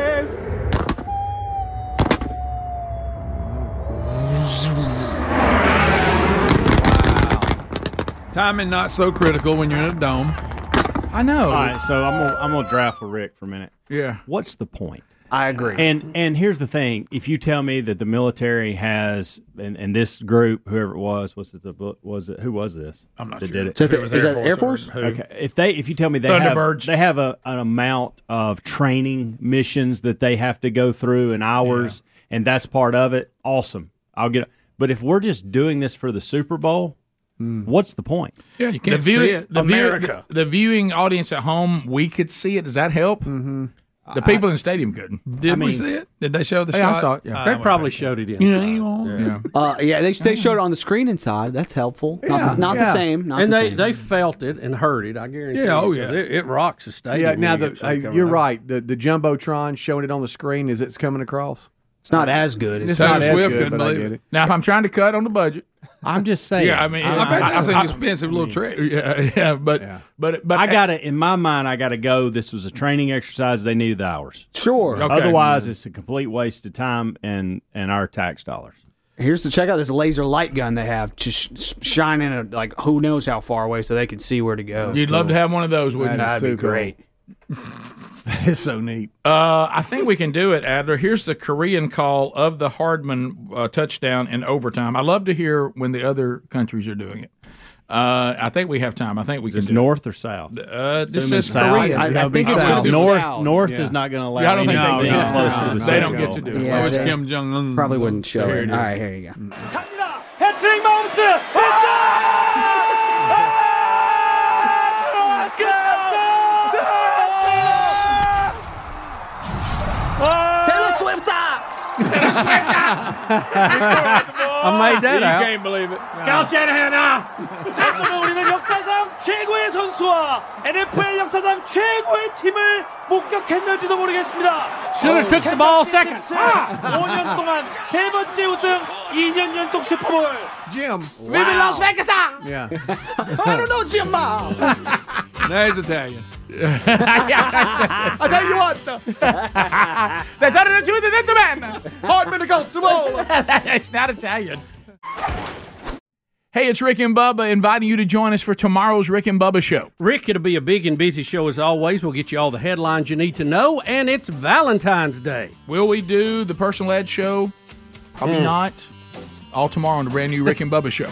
Speaker 5: Timing not so critical when you're in a dome.
Speaker 1: I know.
Speaker 26: All right, so I'm gonna, I'm gonna draft for Rick for a minute.
Speaker 1: Yeah.
Speaker 26: What's the point?
Speaker 10: I agree.
Speaker 26: And and here's the thing: if you tell me that the military has and, and this group, whoever it was, was it the was it who was this?
Speaker 5: I'm not
Speaker 26: that
Speaker 5: sure.
Speaker 26: Did it.
Speaker 5: So if it was Is Air that Air Force or Force? who?
Speaker 26: Okay. If they if you tell me they have
Speaker 5: Thunderbirds.
Speaker 26: they have a, an amount of training missions that they have to go through and hours, and that's part of it. Awesome. I'll get. it. But if we're just doing this for the Super Bowl,
Speaker 5: Hmm.
Speaker 26: what's the point?
Speaker 5: Yeah, you can't
Speaker 1: the view-
Speaker 5: see it.
Speaker 1: The view- the- the viewing audience at home, we could see it. Does that help? Mm-hmm. The people in the stadium couldn't.
Speaker 5: Did we see it? Did they show the
Speaker 1: Hey, I
Speaker 5: shot?
Speaker 1: saw it, yeah. They
Speaker 2: probably showed it
Speaker 5: Yeah, you know.
Speaker 1: Yeah.
Speaker 10: Uh, yeah, they, they showed it on the screen inside. That's helpful. Not, the, not the same. Not
Speaker 2: and
Speaker 10: the
Speaker 2: they,
Speaker 10: same.
Speaker 2: they felt it and heard it. I guarantee.
Speaker 10: Yeah,
Speaker 2: you,
Speaker 10: oh,
Speaker 2: 'cause
Speaker 10: yeah.
Speaker 2: It, it rocks the stadium.
Speaker 3: yeah.
Speaker 2: when
Speaker 3: Now
Speaker 2: you
Speaker 3: the
Speaker 2: get
Speaker 3: uh,
Speaker 2: something coming
Speaker 3: you're
Speaker 2: out.
Speaker 3: right. The the jumbotron showing it on the screen as it's coming across.
Speaker 10: It's not as good.
Speaker 3: It's not as good, but I get it.
Speaker 1: Now, if I'm trying to cut on the budget,
Speaker 26: I'm just saying.
Speaker 1: Yeah, I mean,
Speaker 26: I- I- I-
Speaker 1: little trick. Yeah, yeah, but but but
Speaker 26: I got to in my mind. I got to go. This was a training exercise. They needed the hours.
Speaker 10: Sure. Okay.
Speaker 26: Otherwise, it's a complete waste of time and and our tax dollars.
Speaker 10: Here's to check out this laser light gun they have, just sh- shining a, like who knows how far away, so they can see where to go.
Speaker 1: You'd love to have one of those, wouldn't
Speaker 10: That'd
Speaker 1: you?
Speaker 10: be great.
Speaker 3: That is so neat.
Speaker 1: Uh, I think we can do it, Adler. Here's the Korean call of the Hardman uh, touchdown in overtime. I love to hear when the other countries are doing it. Uh, I think we have time. I think we can.
Speaker 26: Is
Speaker 1: do
Speaker 26: north or south?
Speaker 1: It. Uh, this
Speaker 26: Assuming
Speaker 1: is
Speaker 26: south.
Speaker 1: Korea.
Speaker 26: I- I That'll be think it's south. gonna be North- south. north is not gonna allow
Speaker 1: Yeah, I don't think
Speaker 26: anything to
Speaker 1: they, do.
Speaker 26: be close to the
Speaker 1: They
Speaker 26: Super
Speaker 1: don't get to
Speaker 26: Bowl.
Speaker 1: do it.
Speaker 26: Yeah,
Speaker 1: Well, it's
Speaker 26: they-
Speaker 1: Kim Jong Un.
Speaker 10: Probably wouldn't show
Speaker 1: Here
Speaker 10: it.
Speaker 1: it is.
Speaker 10: All right, here you go.
Speaker 27: Heading bombs here.
Speaker 10: Taylor Swift.
Speaker 27: I
Speaker 2: made that
Speaker 5: you
Speaker 2: out.
Speaker 5: can't believe it.
Speaker 27: cal 샤나헤나 한국은 우리는 역사상 최고의 선수와 NFL 역사상 최고의 팀을 목격했는지도 모르겠습니다.
Speaker 2: Should've took the ball second.
Speaker 27: 5년 동안 세 번째 우승, 2년 연속 슈퍼볼.
Speaker 3: Jim.
Speaker 27: Vive Las Vegas!
Speaker 1: 아!
Speaker 3: Yeah.
Speaker 27: I don't know, Jim.
Speaker 5: Now he's Italian.
Speaker 27: I tell you what.
Speaker 1: They done it to the gentleman. Hardman to go to ball. It's not Italian. Hey, it's Rick and Bubba inviting you to join us for tomorrow's Rick and Bubba show.
Speaker 2: Rick, it'll be a big and busy show as always. We'll get you all the headlines you need to know, and it's Valentine's Day.
Speaker 1: Will we do the personal ed show? Probably
Speaker 2: Hmm.
Speaker 1: not. All tomorrow on the brand new Rick and Bubba show.